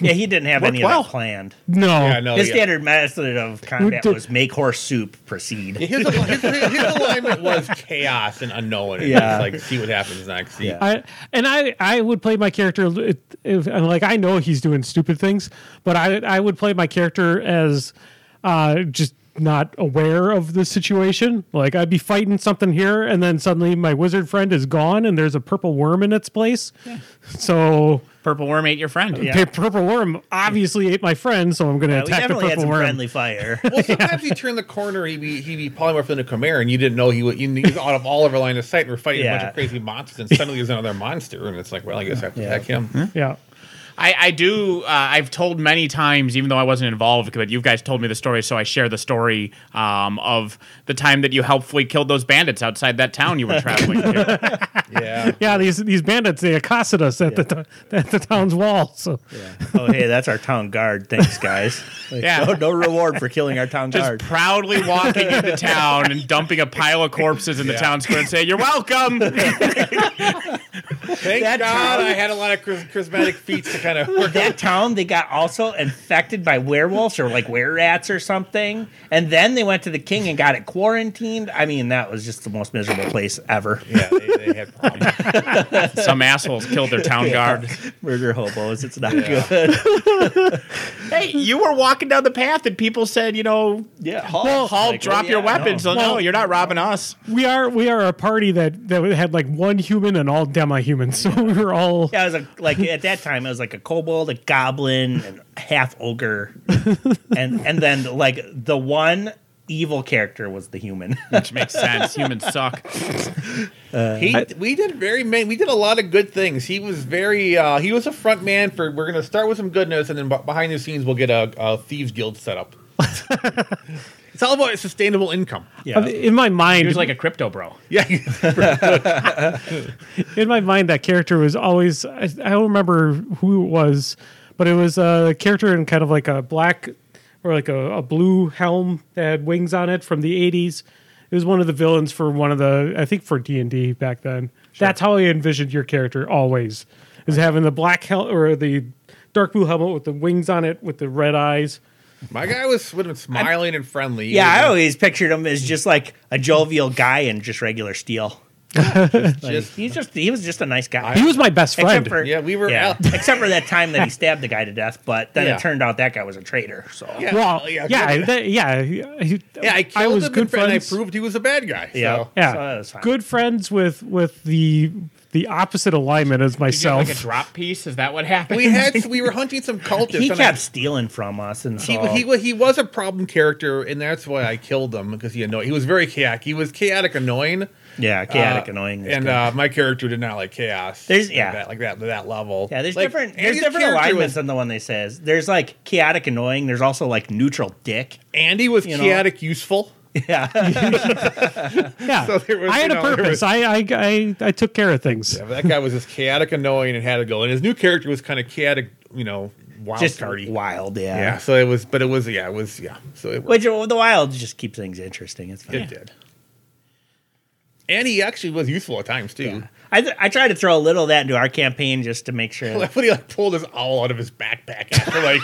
S4: Yeah, he didn't have
S2: Worked
S4: any
S2: well.
S4: of that planned.
S3: No.
S1: Yeah, no,
S4: His
S1: yeah.
S4: standard method of combat
S3: did-
S4: was make horse soup. Proceed.
S1: His, his, his alignment was chaos and unknown. And
S4: Yeah.
S1: yeah. like, see what happens next. See.
S4: Yeah.
S3: I and I I would play my character if, if- and like I know he's doing stupid things, but I I would play my character as uh just not aware of the situation. Like I'd be fighting something here and then suddenly my wizard friend is gone and there's a purple worm in its place. So
S2: Purple worm ate your friend.
S4: Yeah.
S3: the purple worm obviously ate my friend, so I'm going to
S4: we
S3: attack the
S4: definitely had
S3: purple
S4: some
S3: worm.
S4: friendly fire.
S1: Well, sometimes he turned the corner, he'd be, he'd be polymorphed into Khmer, and you didn't know he was, he was out of all of our line of sight, and we're fighting a bunch
S4: Yeah.
S1: of crazy monsters, and suddenly there's another monster, and it's like, well, I guess I have to
S4: Yeah.
S1: attack him.
S3: yeah.
S2: I, I do. Uh, I've told many times, even though I wasn't involved, but you guys told me the story, so I share the story um, of the time that you helpfully killed those bandits outside that town you were traveling to.
S1: Yeah.
S3: Yeah, these these bandits they accosted us at the the at the town's wall. So
S4: oh, hey, that's our town guard. Thanks, guys. Like,
S2: Yeah.
S4: no, no reward for killing our town
S2: Just
S4: guard.
S2: proudly walking into town and dumping a pile of corpses in the
S1: Yeah.
S2: town square and say, "You're welcome."
S1: Thank
S4: That
S1: God
S4: time-
S1: I had a lot of chris- charismatic feats to kind of work out.
S4: that town they got also infected by werewolves or like were rats or something and then they went to the king and got it quarantined i mean that was just the most miserable place ever
S1: Yeah, they, they had problems.
S2: Some assholes killed their town guard.
S4: murder hobos it's not
S1: Yeah.
S4: good
S2: Hey, you were walking down the path and people said, "You know,
S4: yeah
S2: halt, drop your weapons."
S4: no.
S2: oh, No. no, you're not robbing us.
S3: We are we are a party that that had like one human and all demi humans, so we were all
S4: yeah, it was a, like at that time it was like a kobold a goblin and a half ogre and and then like the one evil character was the human
S2: Which makes sense. Humans suck.
S1: He, we did very many. We did a lot of good things. He was very. Uh, he was a front man for. We're gonna start with some goodness, and then b- behind the scenes, we'll get a, a thieves guild set up. it's all about sustainable income.
S4: yeah
S3: in my
S2: He
S3: mind.
S2: was like a crypto bro.
S1: Yeah,
S3: in my mind, that character was always I, I don't remember who it was, but it was a character in kind of like a black or like a, a blue helm that had wings on it from the '80s. It was one of the villains for one of the I think for D and D back then. That's how I envisioned your character always is having the black helm or the dark blue helmet with the wings on it with the red eyes.
S1: my guy was would have been smiling and friendly. He
S4: yeah i
S1: was
S4: always pictured him as just like a jovial guy in just regular steel
S1: just-
S4: He's just he was just a nice guy.
S3: He was my best friend.
S4: except for
S1: Yeah, we were out.
S4: except for that time that he stabbed the guy to death, but then
S1: Yeah.
S4: it turned out that guy was a traitor. So
S1: Yeah.
S3: Well,
S1: Oh, Yeah,
S3: yeah,
S1: good.
S3: yeah, that- yeah. he- he-
S1: yeah, I killed
S3: was
S1: him
S3: good
S1: and friend, I
S3: friends.
S1: proved Oh, he was a bad guy.
S4: Yeah.
S1: so.
S3: yeah,
S4: So that was fine.
S3: good friends with with the the opposite alignment as
S2: Did you have,
S3: myself.
S2: like a drop piece? Is that what happened?
S1: we had we were hunting some cultists.
S4: he
S1: and I-
S4: kept stealing from us, and so
S1: he, he, wa- he was a problem character, and that's why I killed him because he annoyed. He was very chaotic. He was chaotic, annoying.
S4: yeah, chaotic,
S1: Uh,
S4: annoying. is
S1: And
S4: good.
S1: uh, my character did not like chaos.
S4: There's-
S1: like
S4: yeah.
S1: that, like that to that level.
S4: yeah, there's
S1: Like,
S4: different there's
S1: Andy's
S4: different
S1: character
S4: alignments
S1: Was,
S4: than the one they says. There's like chaotic, annoying. There's also like neutral dick.
S1: Andy was
S4: you know.
S1: chaotic, useful.
S3: yeah,
S1: so there was,
S3: I had
S1: you
S3: a
S1: know, there
S3: purpose.
S1: was-
S3: I, I I I took care of things.
S1: Yeah, but that guy was just chaotic, annoying, and had to go. And his new character was kind of chaotic, you know, wild
S4: Just
S1: cardy.
S4: wild, yeah.
S1: Yeah, so it was, but it was, yeah, it was, yeah. So it,
S4: Which well, the wild just keeps things interesting. It's fine.
S1: it did. And he actually was useful at times too.
S4: I, th- I tried to throw a little of that into our campaign just to make sure.
S1: But he like pulled his owl out of his backpack after like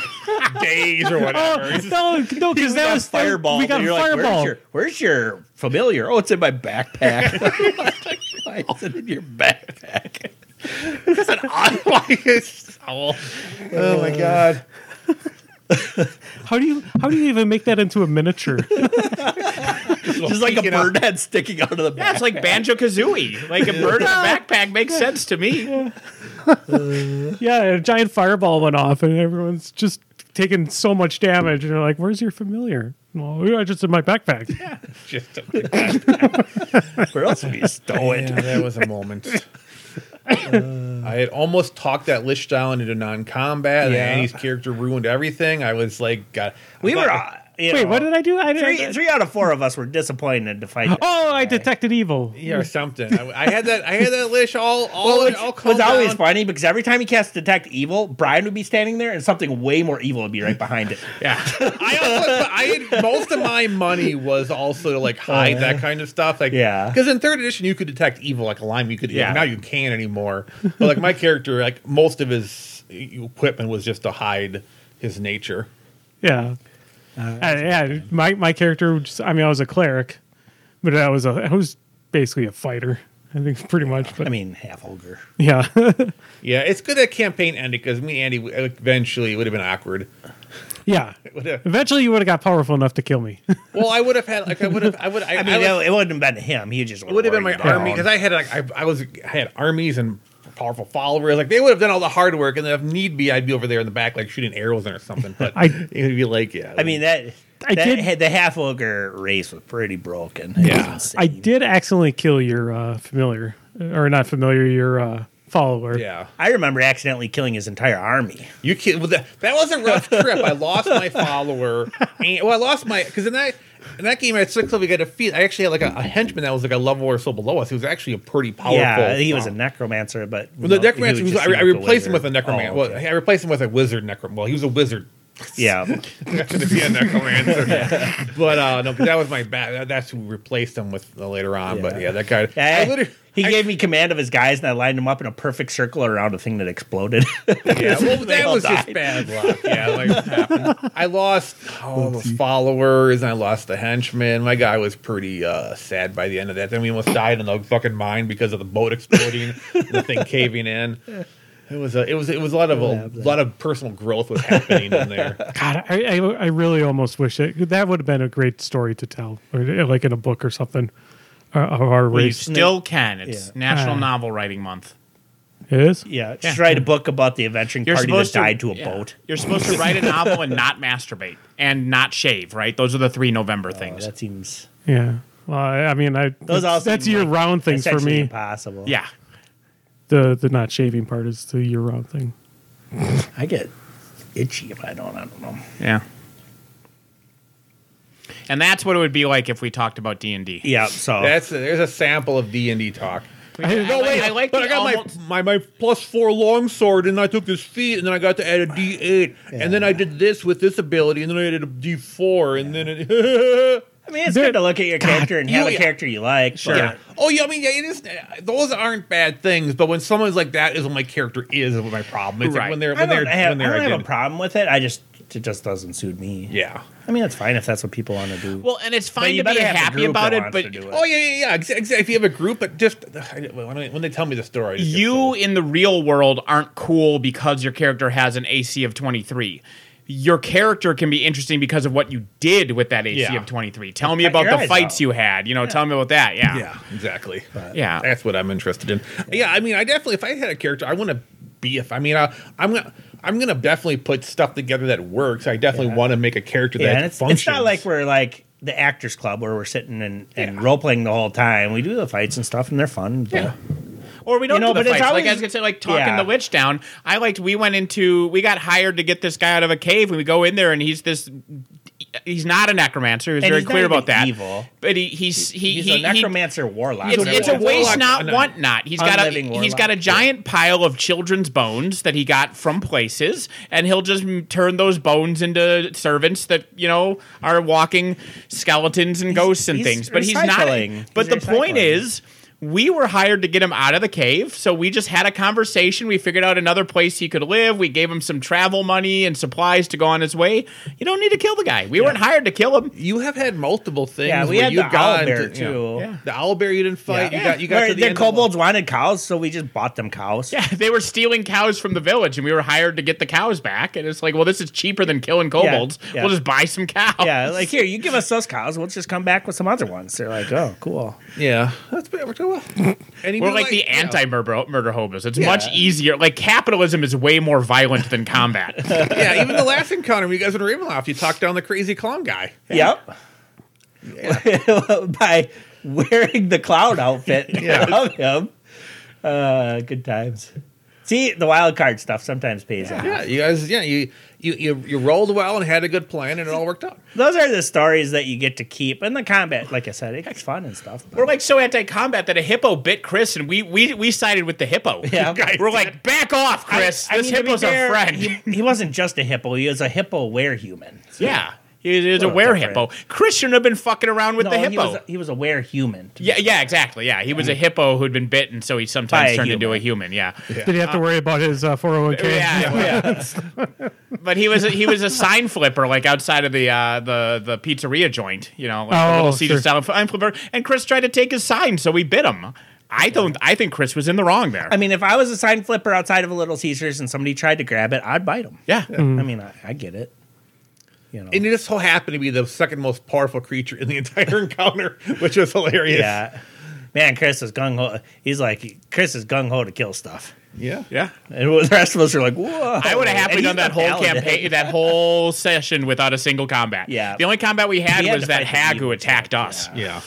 S1: days or whatever. He's just-
S3: Oh, No, no, because that was that was-
S4: fireball.
S3: We got a
S4: and you're like,
S3: fireball.
S4: where's, your, where's your familiar? Oh, it's in my backpack. Why is it in your backpack?
S1: owl. Oh my god.
S3: how do you how do you even make that into a miniature?
S4: Just like a
S1: Peeking out.
S4: bird head sticking out of the
S2: Yeah,
S4: back.
S2: it's like Banjo Kazooie. Like a bird in a backpack makes sense to me.
S3: yeah, a giant fireball went off, and everyone's just taking so much damage. And they're like, "Where's your familiar?" Well, yeah, just in my backpack.
S1: Just
S4: Where else would you stow it?
S1: Yeah, that was a moment. Uh, I had almost talked that Lish down into non-combat,
S4: Yeah.
S1: and Annie's character ruined everything. I was like, God,
S4: We
S1: I
S4: were
S1: thought-
S4: uh, you
S3: Wait,
S4: know,
S3: what did I do? I did.
S4: Three, three out of four of us were disappointed to find.
S3: Oh, I detected evil.
S1: Yeah, or something. I, I had that. I had that lish all all
S4: Which
S1: all calmed
S4: was always
S1: down.
S4: funny because every time he cast detect evil, Brian would be standing there and something way more evil would be right behind it.
S1: Yeah, I also I had, most of my money was also to like hide that kind of stuff. Like,
S4: Oh, Yeah.
S1: because in third edition you could detect evil like a lime. You could
S2: Yeah.
S1: Now you can't anymore. But like my character, like most of his equipment was just to hide his nature.
S3: Yeah. Uh, yeah, my my character. was- I mean, I was a cleric, but I was a I was basically a fighter. I think pretty much. But
S4: I mean, half ogre.
S3: yeah,
S1: Yeah, it's good that campaign ended because me and Andy eventually it would have been awkward.
S3: yeah.
S1: Would've-
S3: Eventually, you would have got powerful enough to kill me.
S1: Well, I would have had like I would have I would I,
S4: I mean,
S1: I was-
S4: it wouldn't have been him. He just
S1: It would have been my army because I had like I, I was I had armies and powerful followers. Like they would have done all the hard work, and then if need be, I'd be over there in the back like shooting arrows in or something. But
S3: I-
S1: it would be like, yeah.
S4: I mean that.
S3: I
S4: that
S3: did-
S4: had- the half ogre race was pretty broken. It
S1: Yeah.
S4: was insane.
S3: I did accidentally kill your uh, familiar, or not familiar, your uh, follower.
S1: yeah,
S4: I remember accidentally killing his entire army.
S1: you kid. Well, that, that was a rough trip. I lost my follower. And, well, I lost my because in that in that game at six level, we got a feat. I actually had like a, a henchman that was like a level or so below us. He was actually a pretty powerful.
S4: Yeah, he was a
S1: um,
S4: necromancer, but
S1: Well, the necromancer. was- I, I replaced him with a necromancer.
S4: Oh, okay.
S1: Well, I replaced him with a wizard necromancer. Well, he was a wizard
S4: yeah,
S1: to be a necromancer. but uh, no, but that was my bad. that- That's who replaced him with uh, later on. But yeah, that guy.
S4: Yeah,
S1: I literally-
S4: he
S1: I-
S4: gave me command of his guys, and I lined them up in a perfect circle around a thing that exploded.
S1: yeah, well,
S4: they
S1: that
S4: all
S1: was just
S4: died.
S1: bad luck. Yeah, like it happened. I lost all those followers. I lost the henchman. My guy was pretty uh, sad by the end of that. Then we almost died in the fucking mine because of the boat exploding, and the thing caving in. It was a, it was, it was a lot of a lot of personal growth was happening in there.
S3: God, I, I, I really almost wish it that would have been a great story to tell, or eh, like in a book or something. Or, or our
S2: Well, you
S3: race
S2: still can. It's
S4: Yeah.
S2: National
S3: Uh,
S2: Novel Writing Month.
S3: it is.
S4: yeah, just
S2: Yeah.
S4: write a book about the adventuring party that died to a
S2: yeah.
S4: boat.
S2: You're supposed to write a novel and not masturbate and not shave. Right? Those are the three November
S4: Oh,
S2: things.
S4: that seems
S3: Yeah. Well, I, I mean, I
S4: Those all
S3: that's, that's
S4: seem
S3: year
S4: like
S3: round things for
S4: essentially
S3: me.
S4: impossible.
S2: yeah.
S3: The the not shaving part is the year round thing.
S4: I get itchy if I don't. I don't know.
S2: Yeah. And that's what it would be like if we talked about D and D.
S4: Yeah, so
S1: That's there's a sample of D and D talk.
S3: I-
S1: No,
S2: like-
S1: wait,
S2: I like
S1: but
S2: the
S1: I got
S2: almost-
S1: my, my my plus four longsword, and I took this feat, and then I got to add a D eight, and then I did this with this ability, and then I added a D four, and then it.
S4: I mean, it's
S3: There-
S4: good to look at your character and have
S1: you-
S4: a character you like. Sure.
S1: Yeah. Oh yeah, I mean yeah, it is. Those aren't bad things, but when someone's like that is what my character is, is what my problem. It's like
S2: Right.
S1: when they're
S4: I
S1: when
S4: don't,
S1: they're
S4: have,
S1: when they're
S4: I don't have a
S1: ident-
S4: problem with it. I just it just doesn't suit me.
S1: Yeah.
S4: I mean, it's fine if that's what people want to do.
S2: Well, and it's
S4: But
S2: fine
S4: you
S2: to be
S4: better have a
S2: happy
S4: group
S2: about
S4: that
S2: it,
S4: wants
S2: but
S4: to do it.
S1: Oh yeah, yeah, yeah. Exactly. If you have a group, but just I- when I- when they tell me the story, I just get so-
S2: you in the real world aren't cool because your character has an AC of 23. Your character can be interesting because of what you did with that AC
S1: Yeah.
S2: of 23. Tell me
S4: Cut
S2: about
S4: your
S2: the
S4: eyes
S2: fights
S4: out.
S2: you had. You know, tell me about that. Yeah.
S1: Yeah, exactly.
S2: Yeah.
S1: that's what I'm interested in. Yeah, I mean, I definitely, if I had a character, I want to be. If I mean, I, I'm gonna, I'm gonna definitely put stuff together that works. I definitely
S4: Yeah.
S1: want to make a character
S4: yeah, and
S1: that
S4: it's,
S1: functions.
S4: it's not like we're like the actors club where we're sitting and, and
S1: Yeah.
S4: role playing the whole time. We do the fights and stuff, and they're fun. But
S1: Yeah.
S2: Or we don't
S4: You know,
S2: do the
S4: but it's
S2: fights. like
S4: always-
S2: I was gonna say, like talking
S4: Yeah.
S2: the witch down. I liked. We went into. We got hired to get this guy out of a cave, and we go in there, and he's this. He's not a necromancer. He was
S4: And
S2: very
S4: he's not
S2: clear about
S4: even
S2: that.
S4: evil.
S2: But he, he's he,
S4: he's
S2: he,
S4: a
S2: he-
S4: necromancer warlock.
S2: It's,
S4: whatever
S2: it's
S4: that
S2: a
S4: is.
S2: waste
S1: Warlock,
S2: not,
S1: uh,
S2: want not. He's got a
S4: Unliving
S2: he's got a
S4: warlock.
S2: giant pile of children's bones that he got from places, and he'll just m- turn those bones into servants that you know are walking skeletons and ghosts and
S4: he's
S2: things. But he's not.
S4: recycling.
S2: But
S4: He's
S2: the point
S4: recycling.
S2: is. We were hired to get him out of the cave, so we just had a conversation. We figured out another place he could live. We gave him some travel money and supplies to go on his way. You don't need to kill the guy. We weren't hired to kill him.
S1: You have had multiple things.
S4: Yeah, we
S1: where
S4: had
S1: you've
S4: the
S1: gone
S4: owlbear,
S1: to- you know,
S4: too.
S1: yeah. The owlbear you didn't fight. You got you got
S4: Where
S1: to the
S4: the
S1: end of one.
S4: kobolds wanted cows, so we just bought them cows.
S2: Yeah, they were stealing cows from the village, and we were hired to get the cows back. And it's like, well, this is cheaper than killing kobolds.
S4: yeah.
S2: We'll just buy some cows.
S4: Yeah, like here, you give us those cows, we'll just come back with some other ones. They're like, oh, cool.
S1: Yeah, that's pretty much well. And even
S2: we're like, the
S1: yeah.
S2: anti-murder murder hobos. It's much
S4: Yeah.
S2: easier. Like capitalism is way more violent than combat.
S1: Yeah, even the last encounter when you guys were in Ravenloft, you talked down the crazy clown guy.
S4: Yep. By wearing the clown outfit
S1: Yeah.
S4: of him. Uh, good times. See, the wild card stuff sometimes pays off.
S1: Yeah, you guys. Yeah, you you you, you rolled well and had a good plan, and it all worked out.
S4: Those are the stories that you get to keep, and the combat, like I said, it gets fun and stuff. but-
S2: We're like so anti-combat that a hippo bit Chris, and we we, we sided with the hippo.
S4: Yeah.
S2: we're like, back off, Chris.
S4: I
S2: this
S4: mean, to be
S2: hippo's our
S4: fair,
S2: friend.
S4: He, he wasn't just a hippo; he was a hippo were human.
S2: yeah, he was, he was a
S4: Well,
S2: were
S4: different.
S2: hippo. Chris shouldn't have been fucking around with
S4: No,
S2: the
S4: he
S2: hippo.
S4: was he was a were human.
S2: yeah, yeah, exactly. Yeah, he was a hippo who'd been bitten, so he sometimes
S4: By a
S2: turned into
S4: human.
S2: a human. Yeah, yeah.
S3: Did he have to worry about his uh, 401k?
S2: yeah. but he was a, he was a sign flipper, like outside of the uh, the the pizzeria joint. You know, like a
S3: Oh,
S2: little Caesar
S3: sure.
S2: salad sign flipper. And Chris tried to take his sign, so we bit him. I don't. I think Chris was in the wrong there.
S4: I mean, if I was a sign flipper outside of a Little Caesars and somebody tried to grab it, I'd bite them.
S2: yeah.
S4: I mean, I, I get it. You know.
S1: And it just so happened to be the second most powerful creature in the entire encounter, which was hilarious.
S4: yeah. Man, Chris is gung ho. He's like, Chris is gung ho to kill stuff.
S1: yeah,
S2: Yeah.
S4: And the rest of us are like, whoa.
S2: I would have happily
S4: And he's
S2: done that
S4: the
S2: whole
S4: paladin.
S2: campaign, that whole session without a single combat.
S4: Yeah.
S2: The only combat we had
S4: He had
S2: was
S4: to
S2: that
S4: fight the
S2: hag who
S4: evil
S2: attacked us.
S1: yeah.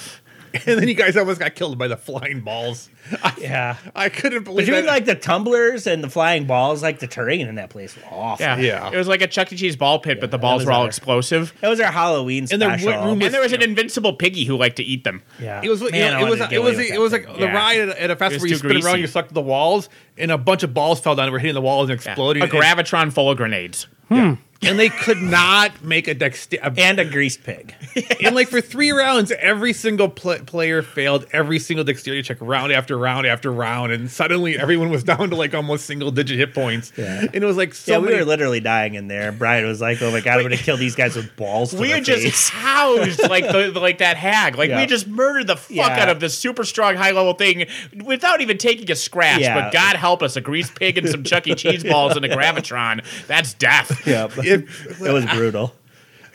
S1: And then you guys almost got killed by the flying balls. I,
S4: Yeah.
S1: I couldn't believe
S4: Between
S1: that.
S4: like the tumblers and the flying balls, like the terrain in that place was awful.
S2: Yeah.
S1: Yeah.
S2: It was like a Chuck E. Cheese ball pit, but the balls
S4: was
S2: were all
S4: our-
S2: explosive.
S4: That was our Halloween
S1: And the
S4: special.
S1: room
S2: And there was an invincible piggy who liked to eat them.
S4: yeah.
S1: it was
S4: Man, I
S1: yeah, it
S4: wanted
S1: was
S4: to
S1: it
S4: get
S1: was
S4: away with
S1: it
S4: that
S1: was
S4: thing.
S1: like the
S2: Yeah.
S1: ride at a, at a
S2: was
S1: festival where you
S2: too
S1: spin around,
S2: greasy.
S1: you stuck to the walls, and a bunch of balls fell down and were hitting the walls and
S2: Yeah.
S1: exploding.
S2: A gravitron full of grenades.
S4: Hmm.
S1: and, and they could not make a dexterity.
S4: and a greased pig.
S1: and like for three rounds, every single pl- player failed every single dexterity check, round after round after round, and suddenly everyone was down to like almost single digit hit points.
S4: Yeah.
S1: And it was like so
S4: yeah, we
S1: many.
S4: were literally dying in there. Brian was like, "Oh my god, I'm gonna kill these guys with balls." To
S2: We
S4: their
S2: had just
S4: face.
S2: housed like the, the- like that hag. Like
S4: Yeah.
S2: we just murdered the fuck
S4: Yeah.
S2: out of this super strong high level thing without even taking a scratch.
S4: Yeah.
S2: But God help us, a greased pig and some Chuck E. Cheese balls and a gravitron. That's death.
S4: yeah, it, was brutal.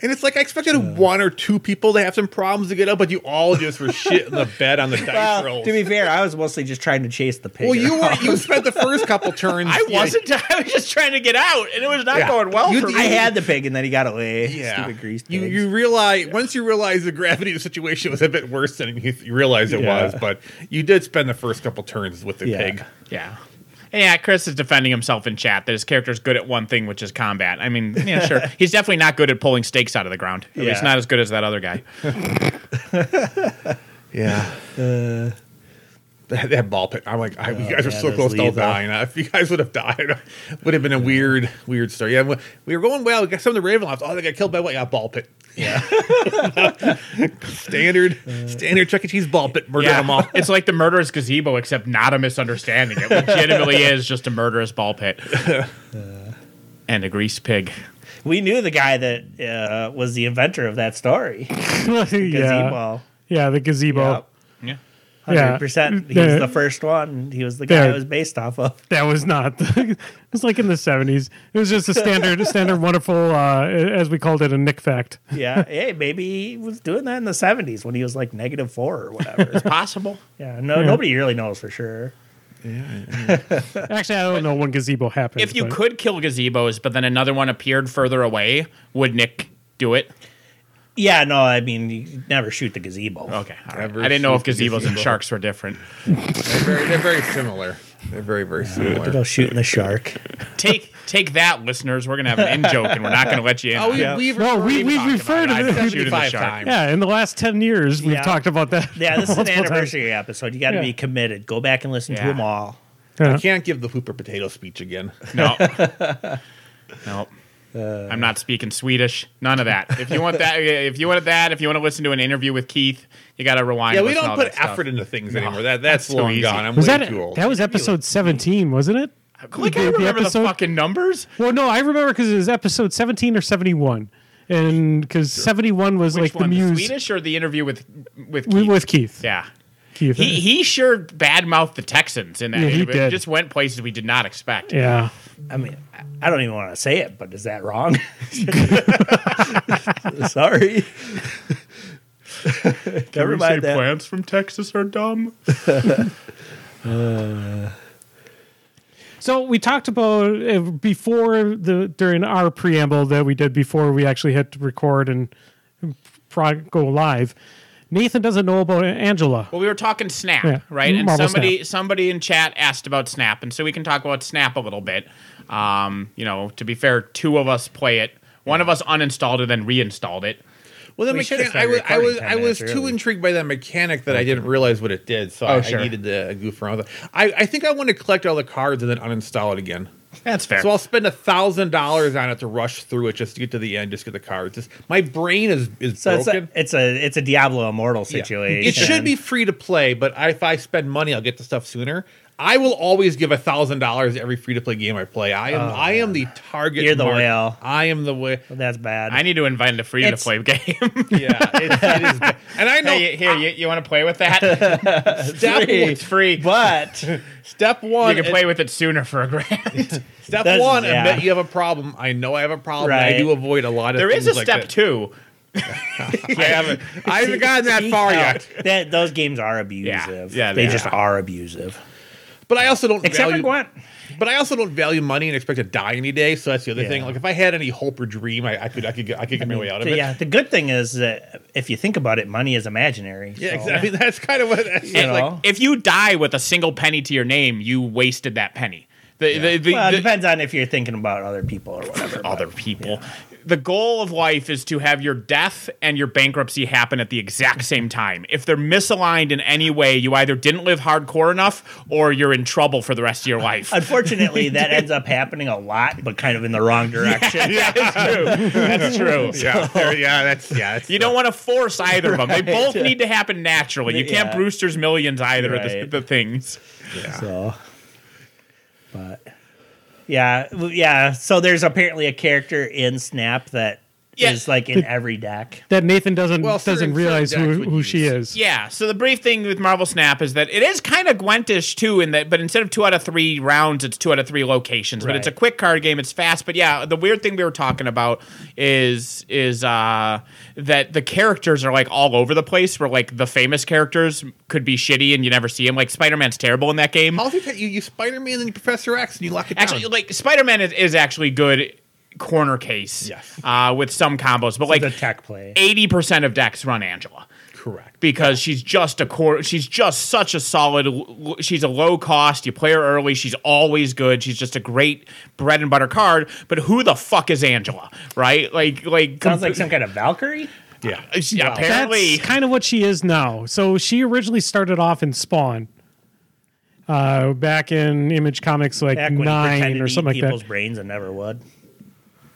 S1: and it's like I expected one or two people to have some problems to get up, but you all just were shit in the bed on the dice
S4: Well,
S1: rolls.
S4: to be fair, I was mostly just trying to chase the pig.
S1: well, you were
S4: around.
S1: you spent the first couple turns.
S2: I
S1: yeah,
S2: wasn't. I was just trying to get out, and it was not
S1: Yeah.
S2: going
S3: Oh,
S2: well
S1: You
S2: for
S1: did-
S2: me.
S4: I had the pig, and then he got away.
S1: Yeah,
S4: Stupid greased
S1: you
S4: pigs.
S1: you realize once you realize the gravity of the situation was a bit worse than you, you realized it
S4: Yeah.
S1: was, but you did spend the first couple turns with the
S4: Yeah.
S1: pig.
S2: Yeah. Yeah, Chris is defending himself in chat that his character's good at one thing, which is combat. I mean, yeah, sure. He's definitely not good at pulling stakes out of the ground. At least
S4: Yeah.
S2: not as good as that other guy.
S1: Yeah. that, that ball pit. I'm like, I, you guys are
S4: yeah,
S1: so
S4: those
S1: close to all
S4: lethal.
S1: dying. If you guys would have died, would have been a weird, weird story. Yeah, we- we were going well. We got some of the Ravenlofts. Oh, they got killed by what? Yeah, ball pit. Yeah. standard, standard Chuck E. Cheese ball pit murder
S2: Yeah.
S1: them all.
S2: It's like the murderous gazebo, except not a misunderstanding. It legitimately is just a murderous ball pit. and a grease pig.
S4: we knew the guy that uh, was the inventor of that story.
S3: yeah.
S4: Gazebo.
S3: yeah, the gazebo.
S2: Yeah.
S3: Yeah.
S4: Hundred percent. He
S3: Yeah.
S4: was the first one. He was the guy
S3: Yeah.
S4: it was based off of.
S3: That was not. it was like in the 70s. It was just a standard, a standard wonderful, uh, as we called it, a Nick fact.
S4: Yeah. hey, maybe he was doing that in the seventies when he was like negative four or whatever.
S2: Possible.
S4: yeah. No, nobody really knows for sure.
S3: Actually, I don't know when gazebo happened.
S2: If you
S3: but-
S2: could kill gazebos, but then another one appeared further away, would Nick do it?
S4: Yeah, no, I mean, you never shoot the gazebo.
S2: Okay. all right.
S1: Ever
S2: I didn't know if
S1: shoot the
S2: gazebos and
S1: gazebo.
S2: sharks were different.
S1: They're very, they're very similar. They're very, very
S4: Go
S1: similar.
S4: shooting the shark.
S2: take take that, listeners. We're gonna have an in joke, and we're not gonna let you in.
S1: Oh, we,
S4: Yeah.
S1: we've
S3: No, we-
S1: we've
S3: we
S1: talked
S3: referred
S1: about
S3: to
S1: it.
S3: this-
S2: Shooting the
S1: 75
S2: shark.
S1: times.
S3: Yeah, in the last 10 years, we've
S4: Yeah.
S3: talked about that.
S4: Yeah, this is an
S3: multiple times.
S4: anniversary episode. You got to
S3: Yeah.
S4: be committed. Go back and listen to
S2: Yeah.
S4: them all.
S1: I can't give the Hooper potato speech again.
S2: No, no.
S3: Uh.
S2: I'm not speaking Swedish. None of that. If you want that, if you want that, if you want to listen to an interview with Keith, you got to rewind.
S1: Yeah,
S2: and
S1: we
S2: listen to
S1: don't
S2: all
S1: put
S2: that stuff.
S1: effort into things anymore. That that's,
S2: so
S1: long
S2: easy.
S1: gone. I'm
S3: Was
S1: way
S3: that
S1: too old.
S3: that was episode 17, wasn't it?
S2: Like I
S3: The- the
S2: remember the,
S3: episode-
S2: fucking numbers.
S3: Well, no, I remember because it was episode 17 or 71. And because 71 was
S2: Which
S3: like the
S2: one, the
S3: muse
S2: Swedish or the interview with with
S3: wi-
S2: Keith?
S3: with Keith.
S2: yeah.
S3: Keith.
S2: He, he sure badmouthed the Texans in that.
S3: Yeah, he
S2: interview. It
S3: did.
S2: just went places we did not expect.
S3: yeah.
S4: I mean, I- I don't even want to say it, but is that wrong? Sorry. Never mind that.
S2: plants from Texas are dumb.
S3: So we talked about uh, before the during our preamble that we did before we actually hit record and pro- go live. Nathan doesn't know about Angela.
S2: Well, we were talking Snap,
S3: Yeah,
S2: right? And
S3: Marvel
S2: somebody somebody in chat asked about Snap, and so we can talk about Snap a little bit. Um, you know, to be fair, two of us play it. One of us uninstalled it and reinstalled it.
S1: Well, the
S4: We should've
S1: mechanic, I
S4: started
S1: was, I was,
S4: recording 10
S1: I was
S4: minutes
S1: too
S4: early.
S1: intrigued by that mechanic that I didn't realize what it Oh, did, so I,
S2: sure.
S1: I needed to goof around with it. I, I think I want to collect all the cards and then uninstall it again.
S2: That's fair.
S1: So I'll spend a thousand dollars on it to rush through it just to get to the end, just get the cards. Just, my brain is is
S4: So it's a,
S1: broken.
S4: it's a it's a Diablo Immortal
S1: Yeah.
S4: situation.
S1: It should be free to play, but I, if I spend money, I'll get the stuff sooner. I will always give a thousand dollars every free to play game I play. I am I am the target.
S4: Oh, You're the
S1: mark.
S4: whale.
S1: I am the whale.
S4: That's bad.
S2: I need to invite a free to play game.
S1: Yeah, it's, it is. ba- And I know
S2: hey, here, you, you want to play with that?
S1: step
S4: Free.
S1: one,
S2: it's free.
S4: but
S1: step one.
S2: you can
S1: ad-
S2: play with it sooner for a grand.
S1: step
S4: That's-
S1: one.
S4: yeah.
S1: Admit you have a problem. I know I have a problem. I
S4: Right.
S1: do avoid a lot of.
S2: there is
S1: things
S2: a
S1: like
S2: step
S1: that.
S2: two.
S1: I haven't. I haven't gotten that far yet.
S4: That, those games are abusive.
S2: Yeah,
S4: they
S2: they
S4: just
S2: are.
S4: are abusive.
S1: But I also don't.
S4: Except for
S1: value-
S4: Gwent.
S1: But I also don't value money and expect to die any day. So that's the other
S4: Yeah.
S1: thing. Like if I had any hope or dream, I, I could, I could, get- I could get my way out of it.
S4: Yeah, the good thing is that if you think about it, money is imaginary.
S1: Yeah,
S4: so-
S1: exactly. That's kind of what. That's
S4: You
S1: like,
S4: know?
S2: If you die with a single penny to your name, you wasted that penny. The, the, the,
S4: Well, it
S2: the-
S4: depends on if you're thinking about other people or whatever.
S2: other people. The goal of life is to have your death and your bankruptcy happen at the exact same time. If they're misaligned in any way, you either didn't live hardcore enough or you're in trouble for the rest of your life.
S4: Unfortunately, that ends up happening a lot, but kind of in the wrong direction.
S2: that is true. That's true.
S1: yeah, there- yeah, that's yeah. That's,
S2: You don't want to force either of them. They both need to happen naturally. You can't
S4: Yeah.
S2: Brewster's Millions either of
S4: Right.
S2: the, the things.
S1: yeah.
S4: So, but yeah, w- yeah. So there's apparently a character in Snap that is
S2: Yeah.
S4: like in every deck.
S3: That Nathan doesn't
S1: Well, certain-
S3: doesn't realize
S1: certain decks
S3: who,
S1: would
S3: who she
S1: use-
S3: is.
S2: Yeah. So the brief thing with Marvel Snap is that it is kind of Gwentish too, in that, but instead of two out of three rounds, it's two out of three locations. But it's a
S4: Right.
S2: quick card game. It's fast. But yeah, the weird thing we were talking about is is uh, that the characters are like all over the place. Where like the famous characters could be shitty and you never see them. Like Spider Man's terrible in that game.
S1: How if you you, you Spider Man and you Professor X and you lock it down.
S2: Actually, like Spider Man is, is actually good corner case.
S1: Yes.
S2: Uh, with some combos, but like
S4: the tech play.
S2: eighty percent of decks run Angela
S1: correct.
S2: because she's just a core. She's just such a solid. l- She's a low cost. You play her early. She's always good. She's just a great bread and butter card. But who the fuck is Angela? Right? Like, like
S4: Sounds like some kind of Valkyrie.
S1: Yeah.
S2: she-
S1: Wow.
S2: apparently.
S3: That's kind of what she is now. So she originally started off in Spawn, uh, back in Image Comics, like
S4: Back when you
S3: nine
S4: pretended
S3: or
S4: to eat
S3: something like
S4: people's
S3: that.
S4: brains and never would.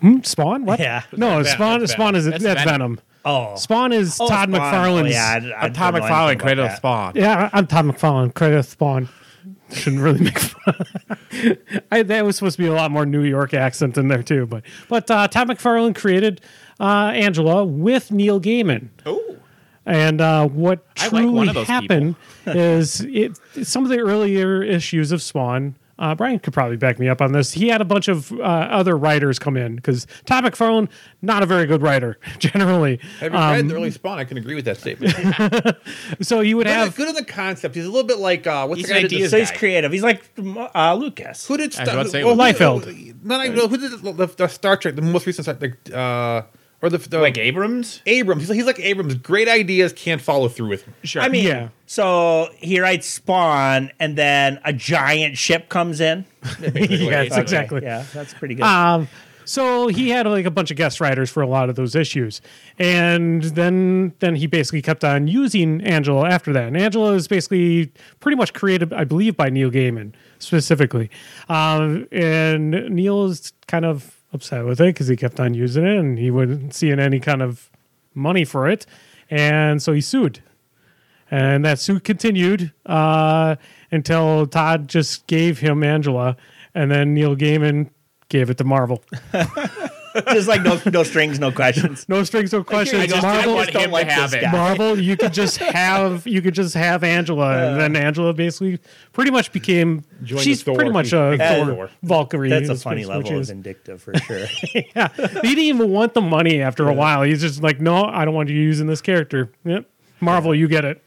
S3: Hmm? Spawn? What?
S4: Yeah.
S3: No,
S1: That's
S3: Spawn.
S1: Venom.
S3: Spawn is
S2: That's
S3: that's, Venom.
S2: Venom.
S4: Oh,
S3: Spawn is
S4: Oh,
S3: Todd
S4: Spawn.
S3: McFarlane's.
S4: Oh, yeah, I'd- I'd
S2: Tom
S4: don't know
S2: McFarlane
S4: anything
S2: created
S4: about
S2: a spawn.
S3: Yeah, I- I'm Todd McFarlane. Credit Spawn. Shouldn't really make fun. I, that was supposed to be a lot more New York accent in there too, but but uh, Todd McFarlane created uh, Angela with Neil Gaiman.
S2: Ooh.
S3: And uh, what
S2: I like one
S3: truly
S2: of those
S3: happened is it, some of the earlier issues of Swan. Uh, Brian could probably back me up on this. He had a bunch of uh, other writers come in because Todd McFarlane, not a very good writer generally. Uh,
S1: Have you
S4: Um,
S1: read the early Spawn? I can agree with that statement. He's
S3: So you would have
S1: good in the concept. He's a little bit like uh, what's
S2: He's
S1: the guy
S2: an
S1: that did the
S2: ideas
S4: So
S1: same?
S4: he's creative. He's like uh, Lucas.
S1: Who did
S2: I was about to say,
S1: who-
S3: Liefeld.
S1: No, I know who did the, the, the Star Trek, the most recent Star Trek, uh, or the, the
S2: Like Abrams.
S1: Abrams. He's like, he's like Abrams. Great ideas can't follow through with. Him.
S2: Sure.
S4: I mean,
S3: Yeah.
S4: so he writes Spawn, and then a giant ship comes in.
S3: yes,
S2: Okay.
S3: exactly.
S4: Yeah, that's pretty good.
S3: Um, so he had like a bunch of guest writers for a lot of those issues, and then then he basically kept on using Angela after that. And Angela is basically pretty much created, I believe, by Neil Gaiman specifically. Um, and Neil is kind of upset with it because he kept on using it, and he wasn't seeing any kind of money for it, and so he sued. And that suit continued uh, until Todd just gave him Angela, and then Neil Gaiman gave it to Marvel.
S4: Just like no, no strings, no questions.
S3: No strings, no questions.
S2: I just I
S3: Marvel,
S2: want
S4: don't
S2: him
S4: like
S2: to have
S4: this
S2: it.
S4: guy.
S3: Marvel, you could just have you could just have Angela, and then Angela basically pretty much became
S1: Joined
S3: she's
S1: the Thor.
S3: pretty much a
S1: Big
S3: Thor,
S1: Thor.
S3: Valkyrie.
S4: That's a
S3: is
S4: funny
S3: basically what she
S4: level of
S3: is.
S4: vindictive for sure.
S3: Yeah, he didn't even want the money after a while. He's just like, no, I don't want you using this character. Yep, Marvel, you get it.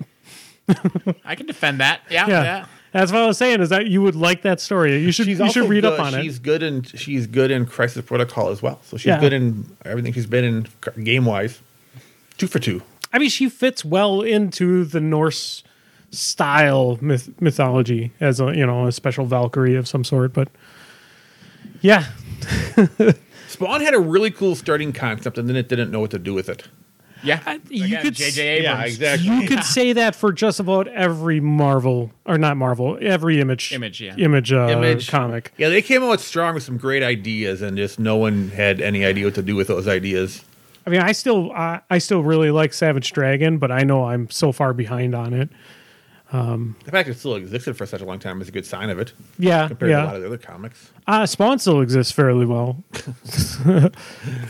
S2: I can defend that. Yeah.
S3: Yeah.
S2: Yeah.
S3: That's what I was saying. Is that you would like that story? You should. you should read
S1: good,
S3: up on
S1: She's
S3: it.
S1: good in she's good in Crisis Protocol as well. So she's
S3: Yeah.
S1: good in everything she's been in game wise. Two for two.
S3: I mean, she fits well into the Norse style myth- mythology as a you know a special Valkyrie of some sort. But yeah,
S1: Spawn had a really cool starting concept, and then it didn't know what to do with it.
S2: Yeah,
S3: you
S2: Again,
S3: could
S2: JJ
S3: s-
S2: Abrams.
S1: Yeah, exactly.
S3: you could say that for just about every Marvel or not Marvel, every image
S2: Image, yeah.
S3: image, uh,
S1: Image.
S3: comic.
S1: Yeah, they came out strong with some great ideas, and just no one had any idea what to do with those ideas.
S3: I mean, I still I, I still really like Savage Dragon, but I know I'm so far behind on it.
S1: The fact it still existed for such a long time is a good sign of it
S3: Yeah,
S1: compared
S3: yeah.
S1: to a lot of the other comics.
S3: Uh, Spawn still exists fairly well,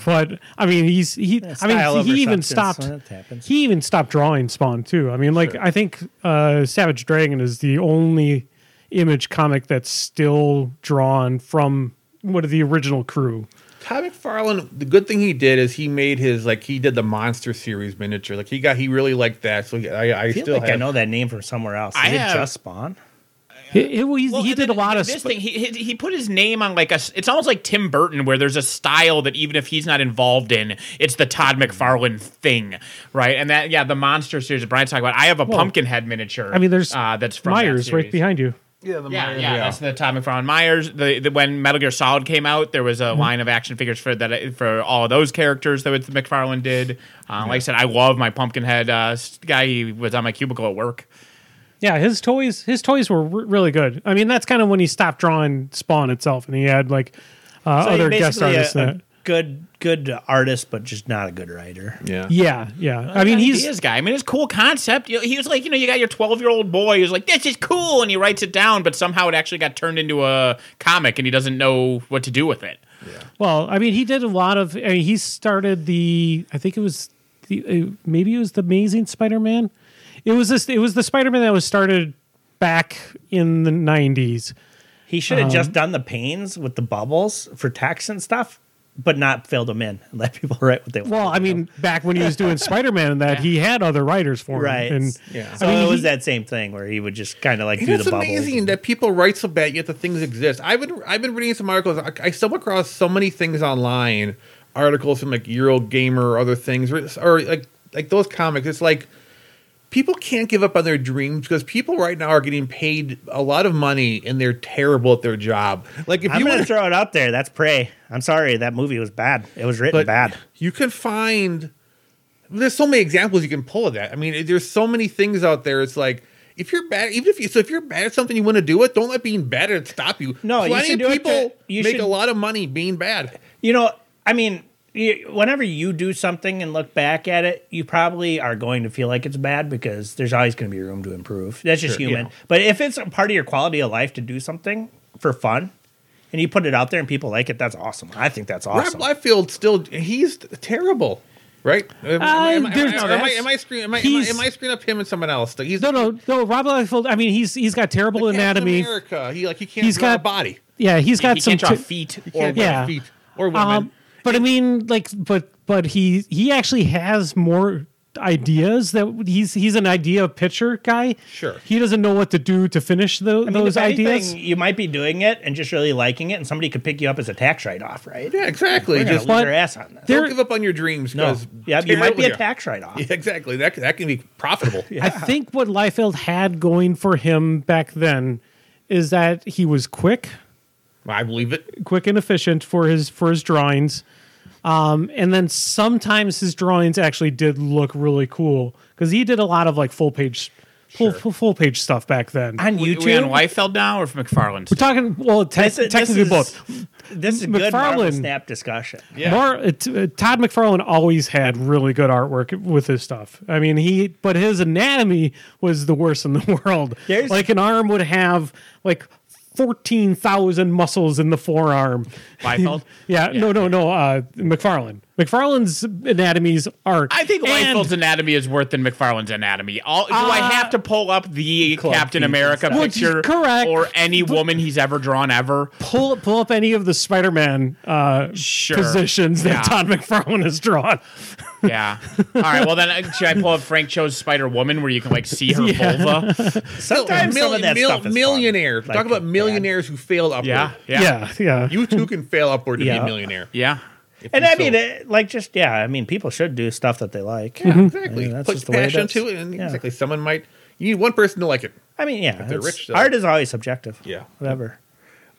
S3: but I mean, he's he. I
S4: style
S3: mean,
S4: over
S3: he even
S4: substance,
S3: stopped.
S4: well, that happens.
S3: He even stopped drawing Spawn too. I mean, like I think uh, Savage Dragon is the only image comic that's still drawn from what are the original crew.
S1: Todd McFarlane, the good thing he did is he made his like he did the monster series miniature. Like he got he really liked that. So he, I, I,
S4: I feel
S1: still
S4: like
S1: have,
S4: I know that name from somewhere else. Is
S2: I
S4: it
S2: have-
S4: just Spawn?
S3: He, he- well, he-
S2: Well,
S3: he
S2: and
S3: did a
S2: then
S3: lot of
S2: this
S3: sp-
S2: thing. He, he he put his name on like a. s- It's almost like Tim Burton, where there's a style that even if he's not involved in, it's the Todd McFarlane thing, right? And that yeah, the monster series that Brian's talking about. I have a pumpkin head miniature.
S3: I mean, there's
S2: uh, that's from that
S3: Myers right
S2: series.
S3: behind you.
S1: Yeah, the
S2: Yeah,
S1: Myers,
S2: yeah, that's the Todd McFarlane Myers. The, the when Metal Gear Solid came out, there
S3: Mm-hmm.
S2: was a line of action figures for that for all of those characters that McFarlane did. Uh, Like I said, I love my Pumpkinhead uh, s- guy. He was on my cubicle at work.
S3: Yeah, his toys his toys were r- really good. I mean, that's kind of when he stopped drawing Spawn itself, and he had like uh,
S4: So
S3: other
S4: you're
S3: guest
S4: basically a-
S3: artists. in
S4: a
S3: it.
S4: good, good artist, but just not a good writer.
S1: yeah.
S3: Yeah, yeah. I mean, he's
S2: this guy. I mean, it's a cool concept. You know, He was like, you know, you got your twelve year old boy who's like, this is cool, and he writes it down, but somehow it actually got turned into a comic, and he doesn't know what to do with it.
S3: well. I mean, he did a lot of. I mean, he started the. I think it was the uh, maybe it was the Amazing Spider-Man. It was this. It was the Spider-Man that was started back in the '90s.
S4: He should have
S3: Um,
S4: just done the pains with the bubbles for text and stuff, but not filled them in and let people write what they want.
S3: Well, I mean, back when he was doing Spider-Man, and that he had other writers for him.
S4: right.
S3: And
S1: Yeah.
S4: So
S3: I mean,
S4: it was
S3: he-
S4: that same thing where he would just kind of like
S1: And
S4: do
S1: it's
S4: the bubbles.
S1: amazing that people write so bad, yet the things exist. I've been I've been reading some articles. I, I stumble across so many things online, articles from like Eurogamer or other things, or, or like like those comics. It's like people can't give up on their dreams because people right now are getting paid a lot of money and they're terrible at their job. Like if
S4: I'm
S1: you
S4: going to
S1: want
S4: throw it out there. That's Prey. I'm sorry. That movie was bad. It was written
S1: but
S4: bad.
S1: You can find there's so many examples you can pull of that. I mean, there's so many things out there. It's like if you're bad, even if you so if you're bad at something you want to do it, don't let being bad at it stop you.
S4: No, you
S1: plenty
S4: should
S1: of
S4: do it
S1: people
S4: to- you
S1: make
S4: should-
S1: a lot of money being bad.
S4: You know, I mean, you, whenever you do something and look back at it, you probably are going to feel like it's bad because there's always going to be room to improve. That's just human.
S1: yeah.
S4: But if it's a part of your quality of life to do something for fun and you put it out there and people like it, that's awesome. I think that's awesome.
S1: Rob Liefeld still he's terrible. Right?
S4: Uh,
S1: Am, I- am I- am I-
S3: there's-
S1: am I am I screen am I, am I,
S3: he's-
S1: am I screen up him and someone else? Like, He's
S3: no, no, no. Rob Liefeld. I mean, he's he's got terrible
S1: Captain
S3: anatomy.
S1: America. He like he can't
S3: He's
S1: draw
S3: got-
S1: a body.
S3: Yeah, he's got
S2: he
S3: some
S2: can't draw
S3: t-
S2: feet.
S1: Or
S2: Or,
S3: yeah.
S1: feet or women.
S3: Um, but I mean, like, but but he he actually has more ideas that he's he's an idea pitcher guy.
S1: Sure.
S3: he doesn't know what to do to finish tho-
S4: I mean,
S3: those
S4: if anything,
S3: ideas.
S4: you might be doing it and just really liking it, and somebody could pick you up as a tax write-off, right?
S1: yeah, exactly.
S4: They're gonna
S1: Just
S4: lose
S3: But
S4: their ass on this.
S3: there-
S1: don't give up on your dreams.
S4: No,
S1: 'cause
S4: yeah, you might be a
S1: terrible-
S4: tax write-off.
S1: Yeah, exactly. That that can be profitable.
S3: I think what Liefeld had going for him back then is that he was quick,
S1: I believe it.
S3: quick and efficient for his for his drawings. Um, and then sometimes his drawings actually did look really cool because he did a lot of like full page, full, full, full page stuff back then.
S4: On
S2: we,
S4: YouTube,
S2: we on Liefeld now or from McFarlane?
S3: We're talking well, te-
S4: This is- this
S3: technically
S4: is-
S3: both.
S4: This is a good Marvel
S3: McFarlane.
S4: snap discussion.
S1: Yeah.
S3: Mar- uh, t- uh, Todd McFarlane always had really good artwork with his stuff. I mean, he but his anatomy was the worst in the world.
S4: There's-
S3: like an arm would have like fourteen thousand muscles in the forearm.
S2: Liefeld?
S3: yeah, no, no, no. Uh, McFarlane. McFarlane's anatomies are.
S2: I think
S3: and-
S2: Liefeld's anatomy is worse than McFarlane's anatomy. All, do I
S3: Uh,
S2: have to pull up the
S4: Club
S2: Captain
S4: feet and
S2: America
S4: stuff.
S3: Which is
S2: picture
S3: correct.
S2: or any woman he's ever drawn ever?
S3: Pull, pull up any of the Spider-Man uh,
S2: Sure.
S3: positions that
S2: Yeah.
S3: Todd McFarlane has drawn.
S2: Yeah. All right. Well, then uh, should I pull up Frank Cho's Spider Woman where you can like see her vulva?
S4: Sometimes some of that stuff is
S1: millionaire.
S4: fun.
S1: Talk
S4: Like,
S1: about millionaires who fail upward.
S2: Yeah. Yeah.
S3: Yeah, yeah.
S1: You too can fail upward to be
S4: Yeah.
S1: a millionaire.
S2: Yeah.
S1: If
S4: And
S1: you
S4: I
S1: so-
S4: mean, it, like, just yeah. I mean, people should do stuff that they like.
S1: Yeah, exactly.
S4: I mean, Mm-hmm. that's
S1: Put
S4: just the way
S1: passion
S4: that's-
S1: to it, and
S4: yeah.
S1: exactly, someone might. You need one person to like it.
S4: I mean, yeah.
S1: they're
S4: it's-
S1: rich, they'll-
S4: art is always subjective.
S1: Yeah.
S4: Whatever.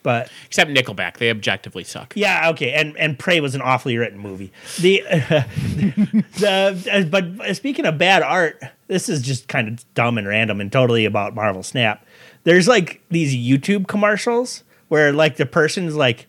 S4: But
S2: Except Nickelback, they objectively suck.
S4: yeah, okay. And and Prey was an awfully written movie. The the uh, but speaking of bad art, this is just kind of dumb and random and totally about Marvel Snap. There's like these YouTube commercials where like the person's like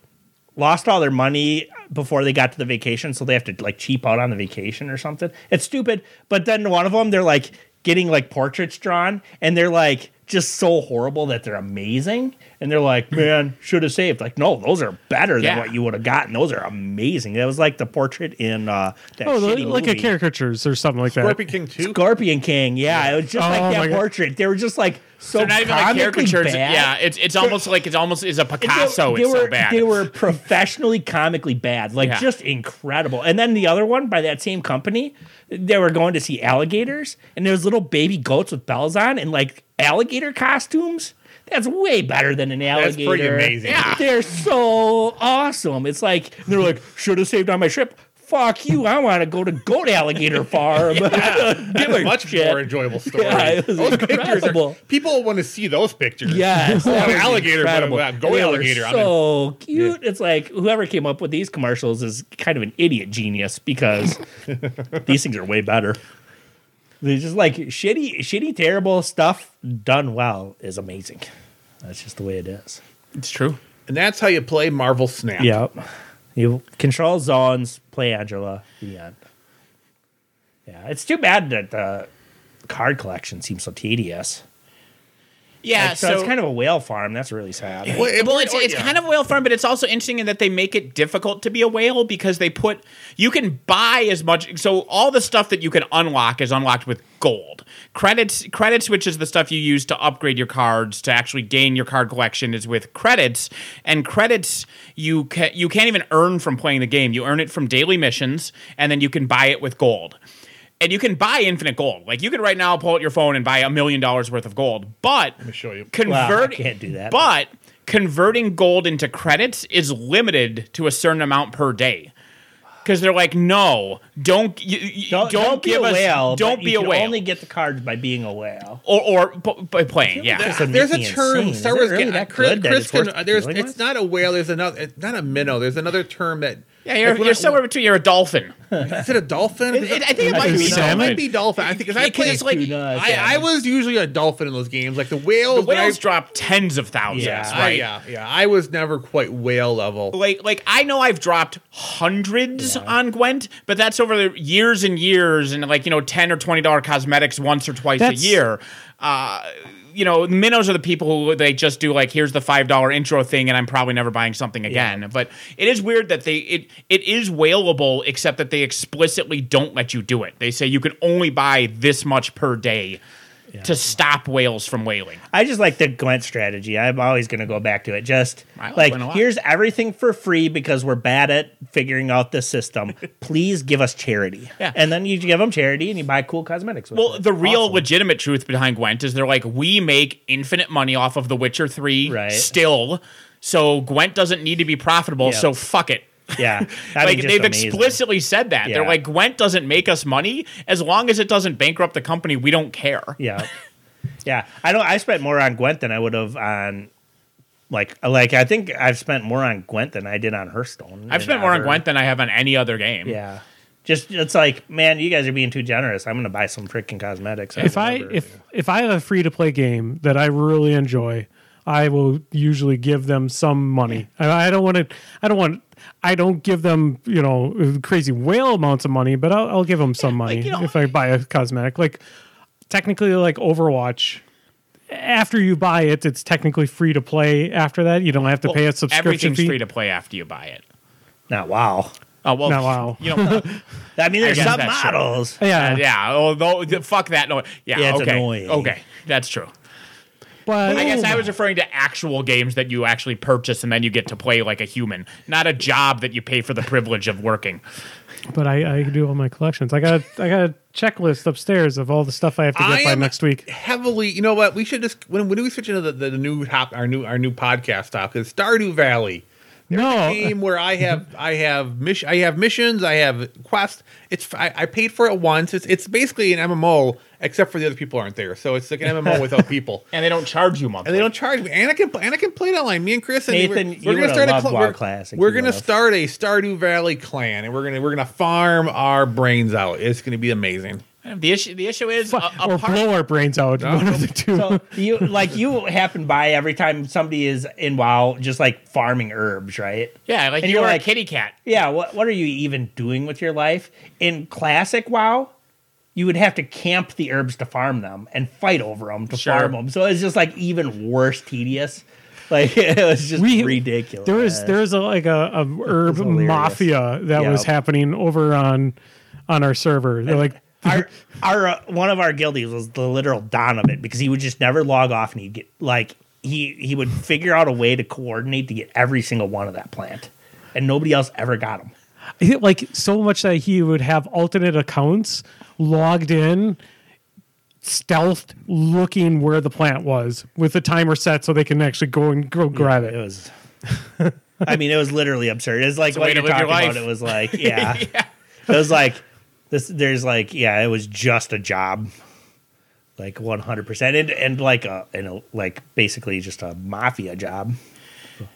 S4: lost all their money before they got to the vacation, so they have to like cheap out on the vacation or something. It's stupid. But then one of them, they're like getting like portraits drawn, and they're like just so horrible that they're amazing. And they're like, man, should have saved. Like, no, those are better than
S2: Yeah.
S4: what you would have gotten. Those are amazing. That was like the portrait in uh, that
S3: Oh,
S4: shitty
S3: like a
S4: movie.
S3: caricatures or something like that.
S1: Scorpion King too.
S4: Scorpion King. Yeah, it was just
S3: Oh,
S4: like
S3: my
S4: that
S3: God.
S4: portrait. They were just like so
S2: They're not even like caricatures. Yeah, it's it's almost like it's almost is a Picasso.
S4: they
S2: it's
S4: were,
S2: so bad.
S4: They were professionally comically bad, like
S2: Yeah.
S4: just incredible. And then the other one by that same company, they were going to see alligators, and there was little baby goats with bells on and like alligator costumes. That's way better than an
S1: That's
S4: alligator.
S1: pretty amazing.
S2: Yeah.
S4: They're so awesome. It's like they're like, should have saved on my trip. Fuck you! I want to go to goat alligator farm. Give a
S1: Much
S4: shit.
S1: more enjoyable story.
S4: Yeah, it was
S1: those pictures are,
S4: incredible.
S1: people want to see those pictures.
S4: Yes, that was
S1: alligator, but
S4: incredible.
S1: without go
S4: They were
S1: alligator, I'm in.
S4: So cute. It's like whoever came up with these commercials is kind of an idiot genius because these things are way better. They're just like shitty, shitty, terrible stuff done well is amazing. That's just the way it is.
S2: it's true.
S1: and that's how you play Marvel Snap.
S4: Yep. You control zones, play Angela. The end. Yeah, it's too bad that the card collection seems so tedious.
S2: Yeah,
S4: Like, so, it's kind of a whale farm. That's really sad.
S1: Well, it-
S2: well, it's,
S1: oh,
S2: it's
S1: yeah.
S2: kind of whale farm, but it's also interesting in that they make it difficult to be a whale because they put you can buy as much. So all the stuff that you can unlock is unlocked with gold credits. Credits, which is the stuff you use to upgrade your cards to actually gain your card collection, is with credits. And credits you can you can't even earn from playing the game. You earn it from daily missions, and then you can buy it with gold. And you can buy infinite gold. Like you could right now pull out your phone and buy a million dollars worth of gold. But Let me
S1: show you.
S4: Wow, I
S2: Convert
S4: can't do that.
S2: But converting gold into credits is limited to a certain amount per day. Because they're like, no, don't you, you-
S4: Don't,
S2: don't,
S4: don't,
S2: give
S4: be a
S2: us,
S4: whale. but
S2: don't
S4: you
S2: be a
S4: can
S2: whale,
S4: Only get the cards by being a whale.
S2: or or b- by playing, yeah.
S4: That's a
S1: There's a
S4: Mickey
S1: term
S4: insane.
S1: Star
S4: Is it
S1: Wars
S4: really
S1: game.
S4: that
S1: Chris,
S4: good that
S1: Chris
S4: it's
S1: can-
S4: worth
S1: there's
S4: dealing
S1: it's
S4: with?
S1: not a whale. There's another. It's not a minnow. There's another term that.
S2: yeah, you're,
S1: like when
S2: you're
S1: I-
S2: somewhere between you're a dolphin.
S1: Is it a dolphin?
S2: It- it- I think it might
S3: be
S1: be
S3: salmon.
S1: It might be dolphin. I think because I
S2: Yeah, 'cause
S1: played.
S2: it's like-
S1: I,
S4: Tuna,
S1: I
S4: salmon.
S1: was usually a dolphin in those games. Like the whales. when I-
S2: Whales drop tens of thousands,
S4: Yeah.
S1: I-
S2: right?
S1: yeah, yeah. I was never quite whale level.
S2: like like I know I've dropped hundreds on Gwent, but that's over the years and years, and like you know, ten or twenty dollar cosmetics once or twice
S3: That's-
S2: a year. Uh, you know, minnows are the people who they just do like, here's the five dollar intro thing, and I'm probably never buying something again. But it is weird that they it it is whaleable, except that they explicitly don't let you do it. They say you can only buy this much per day. To stop whales from whaling,
S4: I just like the Gwent strategy. I'm always going to go back to it. Just
S2: I like
S4: like
S2: Gwent a lot.
S4: here's everything for free because we're bad at figuring out the system. Please give us charity.
S2: Yeah.
S4: And then you give them charity and you buy cool cosmetics. With
S2: Well,
S4: it.
S2: the real
S4: Awesome.
S2: legitimate truth behind Gwent is they're like, we make infinite money off of The Witcher 3
S4: Right.
S2: still, so Gwent doesn't need to be profitable,
S4: Yeah.
S2: so fuck it.
S4: yeah, I
S2: like
S4: mean, just
S2: they've
S4: amazing.
S2: explicitly said that. They're
S4: Yeah.
S2: like, Gwent doesn't make us money. As long as it doesn't bankrupt the company, we don't care.
S4: Yeah. yeah. I don't I spent more on Gwent than I would have on like like I think I've spent more on Gwent than I did on Hearthstone.
S2: I've
S4: in
S2: spent more on
S4: ever.
S2: Gwent than I have on any other game.
S4: Yeah. Just it's like, man, you guys are being too generous. I'm gonna buy some freaking cosmetics.
S3: if I
S4: whatever.
S3: if if I have a free to play game that I really enjoy, I will usually give them some money. And I don't want to. I don't want. I don't give them you know crazy whale amounts of money, but I'll, I'll give them some money
S2: you know,
S3: if I buy a cosmetic. Like technically, like Overwatch. After you buy it, it's technically free to play. After that, you don't have to
S2: Well,
S3: pay a subscription
S2: Everything's
S3: fee.
S2: free to play after you buy it.
S4: not wow.
S2: Oh well,
S3: No, wow.
S2: you know,
S4: I mean there's
S2: guess
S4: some
S2: that's true.
S4: models.
S3: yeah,
S2: yeah. Although, fuck that noise. Yeah,
S4: Yeah, it's
S2: okay,
S4: annoying.
S2: okay, that's true.
S3: but
S2: I guess I was referring to actual games that you actually purchase and then you get to play like a human, not a job that you pay for the privilege of working.
S3: but I, I do all my collections. I got I got a checklist upstairs of all the stuff I have to get by
S1: am
S3: next week.
S1: Heavily, you know what? We should just when when do we switch into the, the, the new top our new our new podcast top is Stardew Valley.
S4: Oh.
S3: no,
S1: game where I have I have mission I have missions I have quests. It's I, I paid for it once. It's it's basically an MMO except for the other people aren't there. So it's like an MMO without people.
S2: and they don't charge you monthly.
S1: And they don't charge me. And I can and I can play it online. Me and Chris and
S4: Nathan,
S1: we're,
S4: you
S1: we're
S4: would've
S1: gonna start a
S4: loved
S1: cl-
S4: WoW
S1: we're,
S4: Classic,
S1: we're
S4: you
S1: gonna
S4: would've.
S1: start a Stardew Valley clan, and we're gonna we're gonna farm our brains out. It's gonna be amazing.
S2: The issue, the issue is a, a
S3: or
S2: part-
S3: blow our brains out. One of the two.
S4: So you like you happen by every time somebody is in WoW, just like farming herbs, right?
S2: Yeah, like
S4: And
S2: you
S4: you're
S2: are
S4: like-
S2: a kitty cat.
S4: Yeah. What What are you even doing with your life? In classic WoW, you would have to camp the herbs to farm them and fight over them to
S2: Sure.
S4: farm them. So it's just like even worse tedious. Like it was just
S3: We-
S4: ridiculous.
S3: There is there is a, like a, a herb
S4: hilarious.
S3: mafia that
S4: Yeah.
S3: was happening over on on our server. They're like
S4: our our uh, one of our guildies was the literal don of it because he would just never log off and he'd get like he he would figure out a way to coordinate to get every single one of that plant and nobody else ever got him
S3: I think, like so much that he would have alternate accounts logged in, stealthed, looking where the plant was with the timer set so they can actually go and go grab
S4: it
S3: it.
S4: was i mean it was literally absurd it's like
S2: a
S4: what
S2: way to
S4: you're
S2: live
S4: talking
S2: your
S4: about
S2: life.
S4: it was like yeah. it was like this there's like yeah it was just a job like 100% and, and like a and a, like basically just a mafia job
S2: So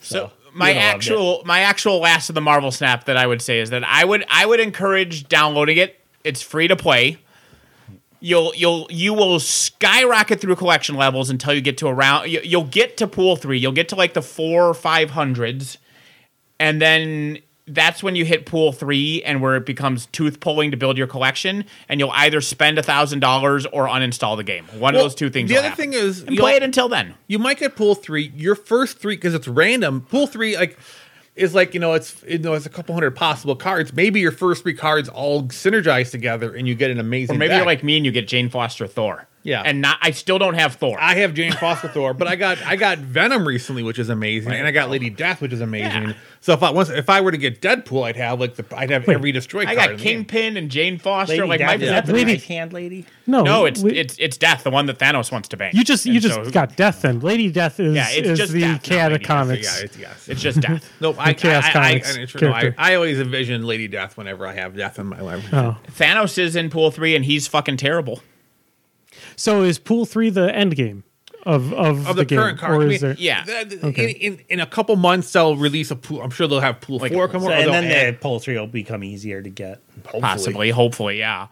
S4: So,
S2: my
S4: you know, I've got-
S2: actual my actual last of the Marvel snap that I would say is that I would I would encourage downloading it. It's free to play. You'll you'll you will skyrocket through collection levels until you get to around you, you'll get to pool 3. You'll get to like the 4 or 500s and then that's when you hit pool three and where it becomes tooth pulling to build your collection and you'll either spend $1000 or uninstall the game one
S1: Well,
S2: of those two things
S1: The
S2: will
S1: other
S2: happen.
S1: thing is
S2: and
S1: you'll-
S2: play it until then
S1: you might get pool three. Your first three because it's random. Pool three like is like you know it's you know it's a couple hundred possible cards. Maybe your first three cards all synergize together and you get an amazing.
S2: Or maybe
S1: deck.
S2: you're like me and you get Jane Foster Thor.
S1: Yeah.
S2: And not I still don't have Thor.
S1: I have Jane Foster Thor, but I got I got Venom recently, which is amazing, and I got Lady Death, which is amazing.
S2: Yeah.
S1: So if I once if I were to get Deadpool, I'd have like the I'd have every destroy
S2: I
S1: card.
S2: got
S1: in the game.
S2: Kingpin and Jane Foster.
S4: Lady
S2: like
S4: Death,
S2: my
S4: is that the
S3: Lady-
S4: knife hand lady
S3: No,
S2: No, it's
S3: we-
S2: it's it's Death, the one that Thanos wants to bang.
S3: you just you
S2: And
S3: just
S2: so-
S3: got death then. Lady Death is
S2: Yeah, it's
S3: is
S2: just
S3: the
S2: death, not
S3: cat
S2: Lady
S3: of
S2: Death. So,
S1: Yeah,
S3: comics.
S1: it's, yes.
S2: It's just Death.
S1: no, I,
S3: Chaos
S1: I, I,
S3: Comics
S1: I, I, no, I,
S3: character.
S1: I always envision Lady Death whenever I have Death in my life.
S3: Oh.
S2: Thanos is in pool three and he's fucking terrible.
S3: So is pool three the end game of of,
S1: of the,
S3: game,
S1: current card.
S3: or
S1: I
S3: is
S1: mean,
S3: there?
S2: Yeah.
S1: the- the-
S3: Okay.
S1: in, in, in a couple months, they'll release a pool. I'm sure they'll have pool
S2: Like,
S1: four come
S4: So-
S1: out. or
S4: and then
S1: they'll add-
S4: the pull three will become easier to get.
S1: hopefully.
S2: Possibly, hopefully, yeah.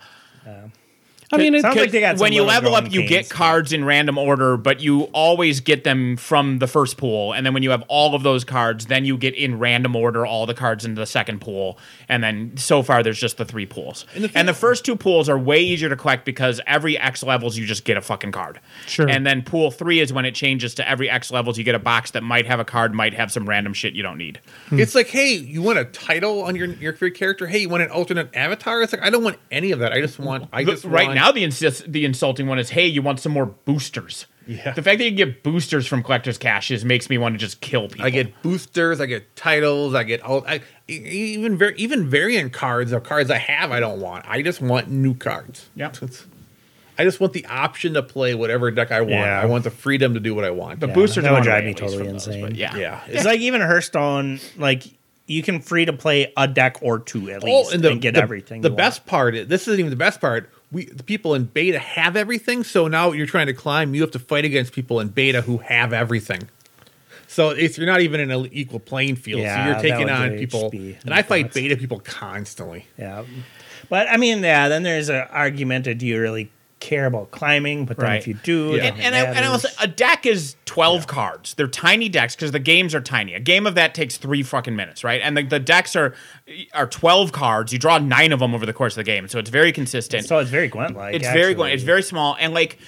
S3: I mean, it,
S4: Sounds like they got some
S2: when you
S4: little
S2: level up,
S4: growing
S2: you
S4: pains.
S2: get cards in random order, but you always get them from the first pool. And then when you have all of those cards, then you get in random order all the cards into the second pool. And then so far, there's just the three pools. And the, first two pools are way easier to collect because every X levels, you just get a fucking card.
S3: Sure.
S2: And then pool three is when it changes to every X levels, you get a box that might have a card, might have some random shit you don't need.
S3: Hmm.
S1: It's like, hey, you want a title on your your favorite character? Hey, you want an alternate avatar? It's like I don't want any of that. I just want. I
S2: The-
S1: just
S2: right
S1: want-
S2: now the insist, the insulting one is hey you want some more boosters
S1: Yeah.
S2: the fact that you can get boosters from collectors caches makes me want to just kill people
S1: I get boosters, I get titles, I get all I, e- even var- even variant cards or cards I have I don't want. I just want new cards.
S2: Yep.
S1: It's- I just want the option to play whatever deck I want.
S4: Yeah.
S1: I want the freedom to do what I want.
S2: the
S1: Yeah.
S2: boosters
S4: that would
S2: are
S4: drive
S2: away,
S4: me
S2: at least,
S4: totally
S2: from those,
S4: insane.
S2: but yeah
S1: yeah.
S4: It's like even Hearthstone, like you can free to play a deck or two at least and, get everything.
S1: Oh, The
S4: you
S1: best part, is- this isn't even the best part. We the people in beta have everything, so now you're trying to climb. You have to fight against people in beta who have everything. So it's you're not even in an equal playing field.
S4: Yeah,
S1: so
S4: that
S1: you're taking on
S4: would be
S1: people,
S4: HP.
S1: and I fight beta people constantly.
S4: want. Yeah, but I mean, yeah. Then there's an argument: that do you really care about climbing? But then
S2: Right.
S4: if you do,
S1: Yeah.
S2: and,
S4: then it
S2: and I, and I will
S4: matters.
S2: say a deck is 12 cards they're tiny decks because the games are tiny a game of that takes three fucking minutes right and the, the decks are are 12 cards you draw nine of them over the course of the game so it's very consistent
S4: so it's very Gwent like.
S2: it's very going. It's very small, and like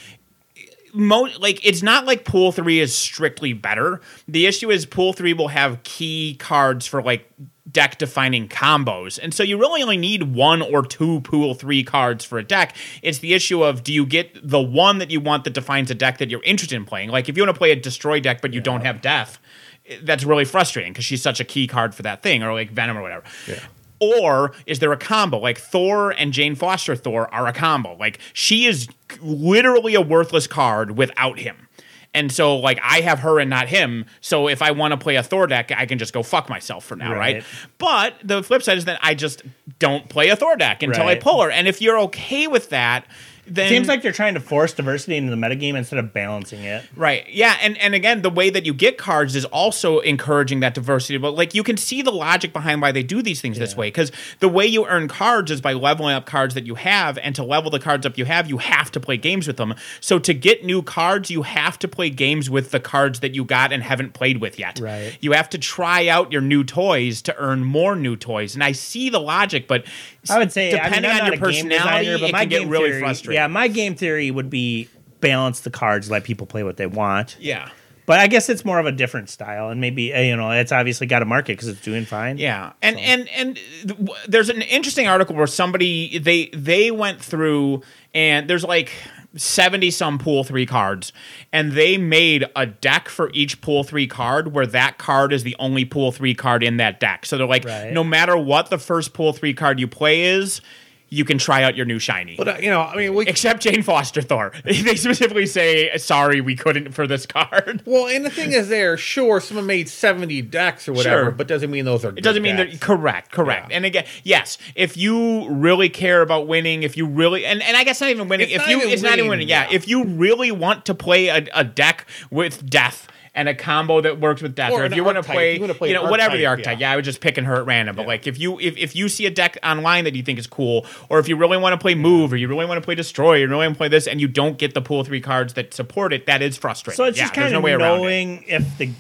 S2: mo like it's not like pool three is strictly better. The issue is pool three will have key cards for like deck defining combos, and so you really only need one or two pool three cards for a deck. It's the issue of do you get the one that you want that defines a deck that you're interested in playing? Like if you want to play a destroy deck but you don't have death. i- That's really frustrating because she's such a key card for that thing, or like Venom or whatever or is there a combo like Thor and Jane Foster Thor are a combo? Like she is literally a worthless card without him. And so like I have her and not him. So if I want to play a Thor deck, I can just go fuck myself for now, right?
S4: Right.
S2: But the flip side is that I just don't play a Thor deck until I
S4: Right.
S2: pull her. And if you're okay with that, then
S4: Seems like they're trying to force diversity into the metagame instead of balancing it.
S2: Right. Yeah. And and again, the way that you get cards is also encouraging that diversity. But like you can see the logic behind why they do these things this way. Because the way you earn cards is by leveling up cards that you have, and to level the cards up you have, you have to play games with them. So to get new cards, you have to play games with the cards that you got and haven't played with yet.
S4: Right.
S2: You have to try out your new toys to earn more new toys. And I see the logic, but
S4: I would say I mean,
S2: depending
S4: I'm
S2: on
S4: not
S2: your
S4: a game
S2: personality,
S4: designer,
S2: it can get
S4: game
S2: really
S4: theory-
S2: frustrating.
S4: Yeah, my game theory would be balance the cards, let people play what they want.
S2: yeah.
S4: But I guess it's more of a different style, and maybe uh, you know it's obviously got a market because it's doing fine.
S2: Yeah, and and and uh, w- there's an interesting article where somebody they they went through and there's like. 70 some pool 3 cards and they made a deck for each pool 3 card where that card is the only pool 3 card in that deck. So they're like
S4: Right.
S2: no matter what the first pool 3 card you play is, you can try out your new shiny.
S1: But uh, you know, I mean, we
S2: Except Jane Foster Thor. they specifically say sorry we couldn't for this card.
S1: Well, and the thing is, there sure someone made seventy decks or whatever,
S2: Sure.
S1: but doesn't mean those are.
S2: It doesn't mean they're correct, correct.
S1: Yeah.
S2: And again, yes, if you really care about winning, if you really and, and I guess not even winning,
S1: It's
S2: if
S1: not
S2: you
S1: even
S2: it's not even
S1: winning,
S2: winning, yeah.
S1: yeah.
S2: If you really want to play a, a deck with death and a combo that works with death, or,
S1: Or
S2: if
S1: an
S2: you want to
S1: archetype.
S2: play,
S1: You
S2: you,
S1: wanna play
S2: know,
S1: an
S2: whatever the
S1: archetype,
S2: archetype. Yeah.
S1: yeah.
S2: I was just picking her at random, but like if you if, if you see a deck online that you think is cool, or if you really want to play move, or you really want to play destroy, you really want to play this, and you don't get the pool of three cards that support it, that is frustrating.
S4: So it's
S2: yeah,
S4: just
S2: there's
S4: kind of
S2: no way around it.
S4: knowing if the.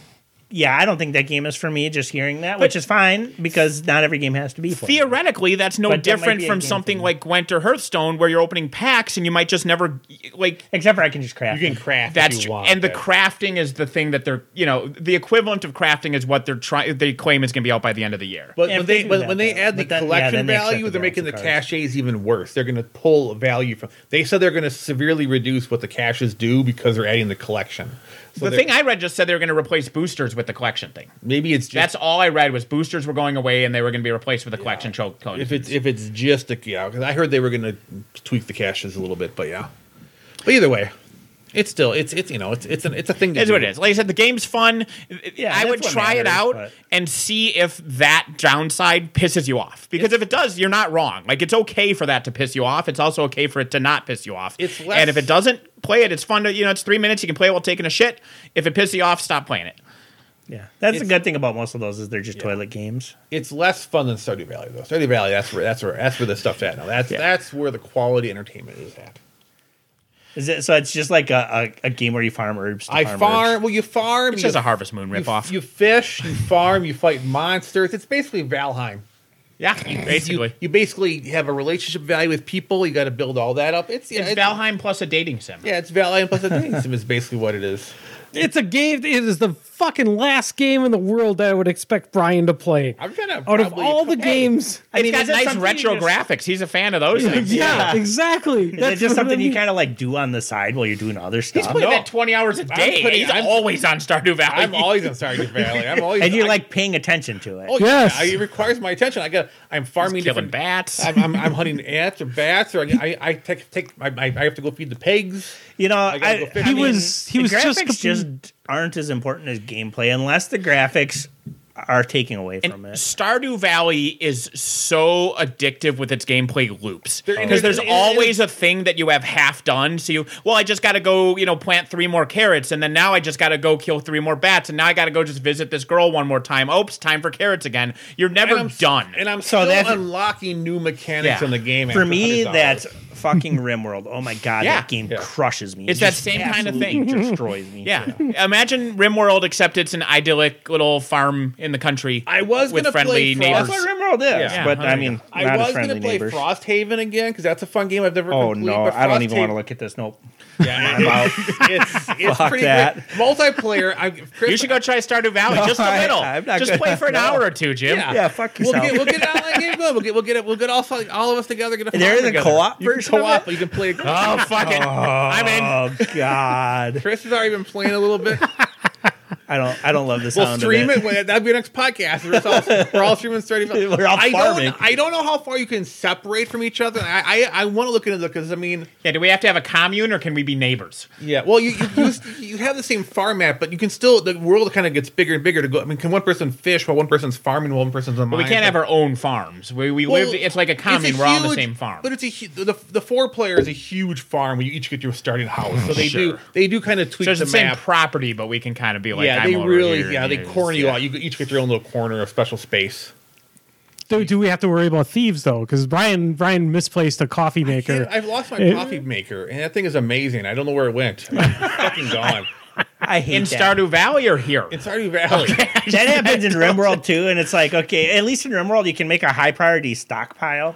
S4: Yeah, I don't think that game is for me. Just hearing that, which is fine because not every game has to be for me.
S2: theoretically that's no
S4: But that might
S2: different
S4: be a
S2: from
S4: game
S2: something
S4: thing.
S2: like gwent or hearthstone where you're opening packs and you might just never like
S4: Except for I can just craft.
S1: You can
S4: them.
S1: craft.
S2: that's
S1: if
S2: tr-
S1: you want
S2: and the
S1: it.
S2: crafting is the thing that they're you know the equivalent of crafting is what they're trying they claim is going to be out by the end of the year
S1: But
S4: Yeah,
S1: when
S4: if they
S1: they
S4: do
S1: when,
S4: that,
S1: when they
S4: though.
S1: add the
S4: But then- yeah,
S1: collection
S4: then they accept
S1: value,
S4: the
S1: they're making the
S4: balance of cards.
S1: caches even worse. They're going to pull value from. They said they're going to severely reduce what the caches do because they're adding the collection. So
S2: the
S1: they're-
S2: thing i read just said they were going to replace boosters with the collection thing
S1: maybe it's just
S2: that's all i read was boosters were going away and they were going to be replaced with a collection cho- code
S1: if it's if it's just a yeah. Because I heard they were going to tweak the caches a little bit, but yeah. But either way, it's still it's it's you know it's it's an it's a thing. To
S2: It is
S1: do.
S2: what it is. Like I said, the game's fun.
S4: Yeah,
S2: I
S4: that's
S2: would
S4: what
S2: try it
S4: matters,
S2: out
S4: but-
S2: and see if that downside pisses you off. Because if it does, you're not wrong. Like it's okay for that to piss you off. It's also okay for it to not piss you off.
S1: It's
S2: and
S1: less-
S2: if it doesn't, play it. It's fun to you know. It's three minutes. You can play it while taking a shit. If it pisses you off, stop playing it.
S4: Yeah, that's the good thing about most of those is they're just toilet games.
S1: it's less fun than Stardew Valley though. Stardew Valley, that's where that's where that's where the stuff's at now. That's that's where the quality entertainment is at.
S4: Is it? So it's just like a, a, a game where you farm herbs. to
S1: I
S4: herbs.
S1: farm. Well, you farm.
S2: It's
S1: you,
S2: just a Harvest Moon
S1: you,
S2: ripoff.
S1: You fish. You farm. You fight monsters. It's basically Valheim.
S2: yeah, basically.
S1: You, you basically have a relationship value with people. You got to build all that up. It's, yeah,
S2: it's
S1: it's
S2: Valheim plus a dating sim.
S1: Yeah, it's Valheim plus a dating sim is basically what it is.
S3: It's a game. It is the fucking last game in the world that I would expect Brian to play.
S1: I'm gonna
S3: Out of
S1: probably-
S3: all the
S1: Hey,
S3: games.
S4: I mean,
S2: it's
S4: is
S2: got
S4: it
S2: nice
S4: something you
S2: retro
S4: just-
S2: graphics. He's a fan of those things.
S3: Yeah, exactly.
S4: Is it just
S3: what I
S4: something you
S3: mean.
S4: kind of like do on the side while you're doing other stuff?
S2: Play
S1: No.
S2: that twenty hours a day.
S1: putting-
S2: He's
S1: I'm-
S2: always on Stardew Valley.
S1: I'm always on Stardew Valley. I'm always.
S4: and you're
S1: I-
S4: like paying attention to it.
S1: oh
S3: Yes.
S1: yeah, it requires my attention. I got. I'm farming
S2: killing
S1: different
S2: bats.
S1: I'm, I'm, I'm hunting ants or bats, or I, I, I take take my, my, I have to go feed the pigs.
S4: You know,
S1: I gotta
S4: I,
S1: go
S4: I
S1: fishing.
S3: He
S4: mean,
S3: was- he
S4: the
S3: was just
S4: graphics just aren't as important as gameplay unless the graphics are taking away from it.
S2: Stardew Valley is so addictive with its gameplay loops
S1: There-
S2: because there's
S1: there- there-
S2: always a thing that you have half done. So you, well, I just got to go, you know, plant three more carrots, and then now I just got to go kill three more bats, and now I got to go just visit this girl one more time. Oops, time for carrots again. You're never
S1: I'm s-
S2: done.
S1: And I'm
S4: So
S1: still
S4: that's-
S1: unlocking new mechanics
S2: Yeah.
S1: in the game.
S4: For
S1: after
S4: me,
S1: $100.
S4: that's fucking RimWorld. Oh my god,
S2: Yeah.
S4: that game
S1: Yeah.
S4: crushes me.
S2: It's
S4: It
S2: that
S4: just
S2: same kind of
S4: absolutely
S2: thing.
S4: Destroys me.
S2: yeah. imagine RimWorld except it's an idyllic little farm in the country.
S1: I was
S2: with
S1: gonna
S2: friendly
S1: play Frost-
S2: neighbors.
S4: that's what RimWorld is.
S2: Yeah.
S4: but
S2: Yeah.
S4: I mean,
S1: I
S4: not as
S1: was
S4: friendly
S1: gonna play
S4: neighbors.
S1: Frosthaven again because that's a fun game I've never.
S4: oh
S1: complete,
S4: no,
S1: but
S4: I don't even
S1: Frosthaven-
S4: want to look at this. Nope.
S1: Yeah,
S4: I'm out.
S1: it's it's
S4: Fuck
S1: pretty
S4: that.
S1: great. multiplayer. I, Chris,
S2: You should go try Stardew Valley just a
S4: I-
S2: little.
S4: I'm not
S2: just
S4: gonna-
S2: play for an
S4: no.
S2: hour or two, Jim.
S1: Yeah.
S4: Yeah, fuck
S1: We'll
S4: yourself.
S1: get, we'll get an online game going. We'll get we'll get it. We'll get all all of us together. Get a
S4: There is
S1: farm
S4: a
S1: together.
S4: co-op
S1: You can
S4: version of
S1: Co-op.
S4: it?
S1: You can play. a-
S2: Oh fuck it! I'm in.
S4: oh god.
S1: Chris has already been playing a little bit.
S4: I don't. I don't love the
S1: We'll
S4: sound.
S1: stream
S4: of it.
S1: it. Well, That'd be our next podcast. We're all, we're all streaming starting.
S4: We're all
S1: I
S4: farming.
S1: don't. I don't know how far you can separate from each other. I I, I want to look into it because I mean,
S2: Yeah, do we have to have a commune or can we be neighbors?
S1: yeah. Well, you you, you you have the same farm map, but you can still the world kind of gets bigger and bigger to go. I mean, can one person fish while one person's farming while one person's on?
S2: But we can't have our own farms. We, we live. It's like a commune. We're all on the same farm.
S1: But it's a hu- the the four player is a huge farm where you each get your starting house. So they do
S2: Mm, Sure.
S1: they do kind of tweak
S2: so it's
S1: the,
S2: the, same
S1: map.
S2: property, but we can kind of be like,
S1: yeah,
S2: I'm
S1: they
S2: over
S1: really
S2: here,
S1: yeah
S2: and
S1: they
S2: it's-
S1: corner you
S2: yeah.
S1: out. You each get your own little corner of special space.
S3: Do, do we have to worry about thieves though? Because Brian Brian misplaced a coffee maker.
S1: I've lost my
S3: It-
S1: coffee maker, and that thing is amazing. I don't know where it went. It's fucking gone.
S4: I hate
S2: in
S4: that.
S2: Stardew Valley or here.
S1: It's Stardew Valley.
S4: that happens in RimWorld too, and it's like okay, at least in RimWorld you can make a high priority stockpile,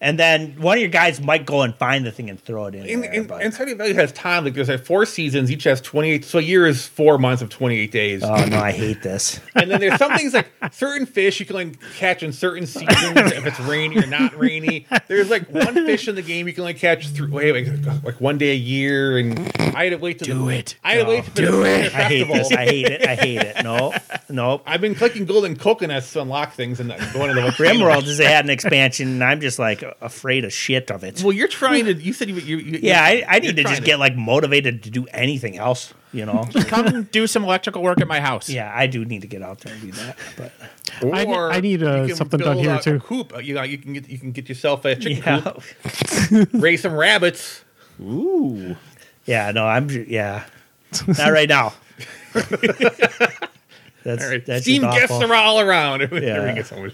S4: and then one of your guys might go and find the thing and throw it in.
S1: And,
S4: there,
S1: and,
S4: but-
S1: and Stardew Valley has time. Like there's like four seasons. Each has 28. So a year is four months of 28 days.
S4: oh no, I hate this.
S1: and then there's some things like certain fish you can like catch in certain seasons if it's rainy or not rainy. There's like one fish in the game you can like catch through wait, like, like one day a year. And I had to wait to do
S2: it.
S1: I had to wait for the Winter
S4: I hate
S1: festival.
S4: this. I hate it. I hate it. No, no.
S1: I've been collecting golden coconuts to unlock things and going to the volcano.
S4: RimWorld has had an expansion, and I'm just like afraid of shit of it.
S1: Well, you're trying to. You said you. you, you
S4: Yeah, I, I
S1: you're
S4: need to
S1: trying
S4: just get like motivated to do anything else. You know.
S2: Come do some electrical work at my house.
S4: Yeah, I do need to get out there and do that. But
S3: I ne-
S1: Or
S3: I need, uh,
S1: you can
S3: something done
S1: build
S3: here,
S1: a- a
S3: too.
S1: Coop. You know, you can get you can get yourself a chicken
S4: yeah,
S1: coop, raise some rabbits.
S2: Ooh.
S4: yeah, no, I'm j- yeah, not right now. that's
S1: All right,
S4: that's
S1: Steam
S4: just
S1: gifts
S4: awful.
S1: are all around. There we
S4: Yeah.
S1: go, someone-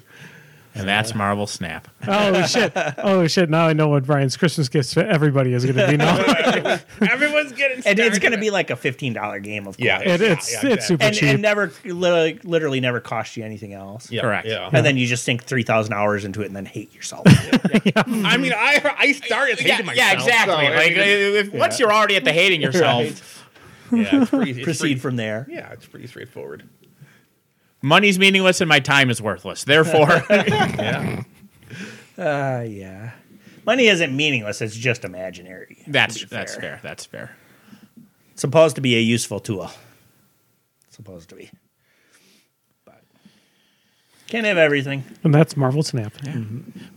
S2: And that's Marvel Snap.
S3: oh shit! Oh shit! Now I know what Brian's Christmas gifts for everybody is going to be. Now
S1: Everyone's getting.
S4: and it's
S1: started.
S4: gonna be like a fifteen dollar game, of course.
S1: Yeah,
S3: it, it's
S1: yeah,
S3: it's super
S4: and
S3: cheap.
S4: and never literally, literally never cost you anything else.
S1: Yeah,
S2: Correct.
S1: Yeah.
S4: And then you just sink three thousand hours into it and then hate yourself.
S1: I mean, I I started
S2: Yeah,
S1: hating myself.
S2: yeah, exactly.
S1: so, I
S2: like,
S1: mean, it's-
S2: if, once you're already at the hating yourself,
S1: yeah, it's pretty, it's pretty-
S4: Proceed from there.
S1: Yeah, it's pretty straightforward.
S2: money's meaningless and my time is worthless. Therefore,
S1: Yeah.
S4: Uh, yeah. Money isn't meaningless; it's just imaginary. to
S2: that's
S4: be
S2: that's fair. That's fair.
S4: It's supposed to be a useful tool. It's supposed to be. But can't have everything.
S3: And that's Marvel Snap.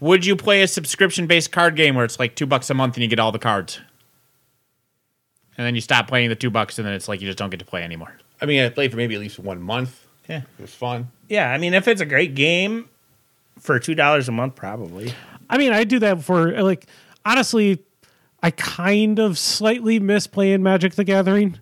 S2: Would you play a subscription-based card game where it's like two bucks a month and you get all the cards, and then you stop playing the two bucks, and then it's like you just don't get to play anymore?
S1: I mean, I played for maybe at least one month.
S2: Yeah.
S1: It was fun.
S4: Yeah, I mean, if it's a great game for two dollars a month, probably.
S3: I mean, I do that for like honestly, I kind of slightly miss playing Magic the Gathering,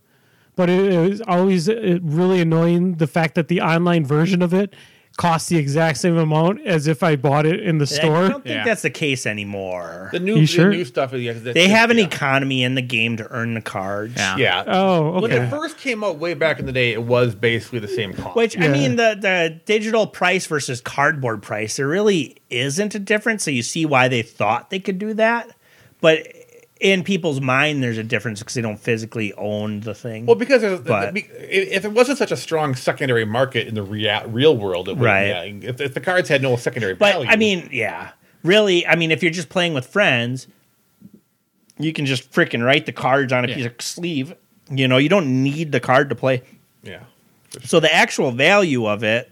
S3: but it, it was always uh really annoying the fact that the online version of it costs the exact same amount as if I bought it in the
S4: I
S3: store.
S4: don't think
S2: Yeah.
S4: that's the case anymore.
S1: The new
S3: You
S1: the
S3: sure?
S1: new stuff. Yeah, 'cause that's-
S4: they have an
S1: yeah.
S4: economy in the game to earn the cards.
S2: Yeah.
S1: Yeah.
S3: Oh,
S1: When
S3: okay.
S1: it first came out way back in the day, it was basically the same cost.
S4: Which I
S3: Yeah.
S4: mean, the the digital price versus cardboard price, there really isn't a difference. So you see why they thought they could do that, but in people's mind, there's a difference because they don't physically own the thing.
S1: Well, because of,
S4: But-
S1: be- if it wasn't such a strong secondary market in the rea- real world, it would,
S4: Right.
S1: yeah, if, if the cards had no secondary
S4: But
S1: value,
S4: I mean, yeah, really. I mean, if you're just playing with friends, you can just freaking write the cards on a
S2: Yeah.
S4: piece of sleeve. You know, you don't need the card to play.
S1: yeah,
S4: So the actual value of it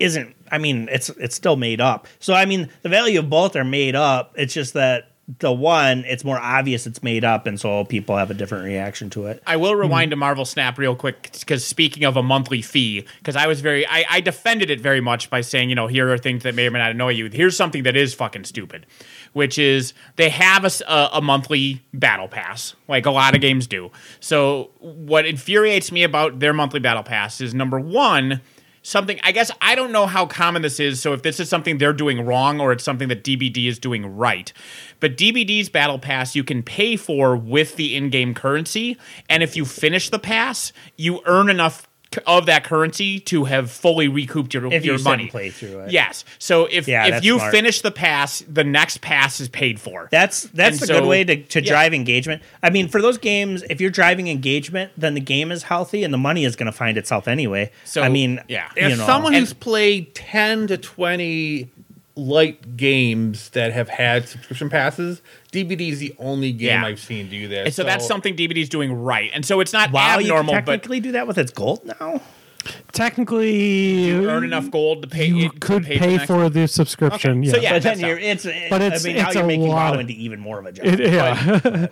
S4: isn't. I mean, it's it's still made up. So I mean, the value of both are made up. It's just that the one, it's more obvious it's made up, and so people have a different reaction to it.
S2: I will rewind to Marvel Snap real quick because speaking of a monthly fee, because I was very, I, I defended it very much by saying, you know, here are things that may or may not annoy you. Here's something that is fucking stupid, which is they have a, s- a- a monthly battle pass, like a lot of games do. So what infuriates me about their monthly battle pass is number one, something i guess i don't know how common this is so if this is something they're doing wrong or it's something that dbd is doing right but dbd's battle pass you can pay for with the in-game currency and if you finish the pass you earn enough c- of that currency to have fully recouped your,
S4: If you
S2: your
S4: sit
S2: money
S4: and play through it.
S2: yes so if
S4: Yeah,
S2: if
S4: that's
S2: you
S4: smart.
S2: finish the pass the next pass is paid for
S4: That's
S2: And
S4: that's a
S2: so-
S4: good way to, to
S2: yeah.
S4: drive engagement. I mean, for those games, if you're driving engagement, then the game is healthy and the money is going to find itself anyway.
S2: So,
S4: So I mean,
S2: yeah.
S4: you
S1: if
S4: know,
S1: someone
S4: and
S1: who's played ten to twenty light games that have had subscription passes, DVD is the only game
S2: Yeah.
S1: I've seen do that.
S2: And so, that's something DVD's doing right. And so it's not
S4: Wow, you can
S2: abnormal, but
S4: technically do that with its gold now.
S3: Technically,
S2: you earn enough gold to pay.
S3: you
S2: to
S3: could
S2: the
S3: pay
S2: next-
S3: for the subscription.
S2: Okay,
S3: Yeah.
S2: so yeah.
S4: but
S2: that's
S4: then you're, it's,
S3: But
S4: I
S3: it's-
S4: mean, now
S3: it's
S4: you're
S3: a
S4: making
S3: lot
S4: WoW
S3: of-
S4: into even more of a job.
S3: It- yeah.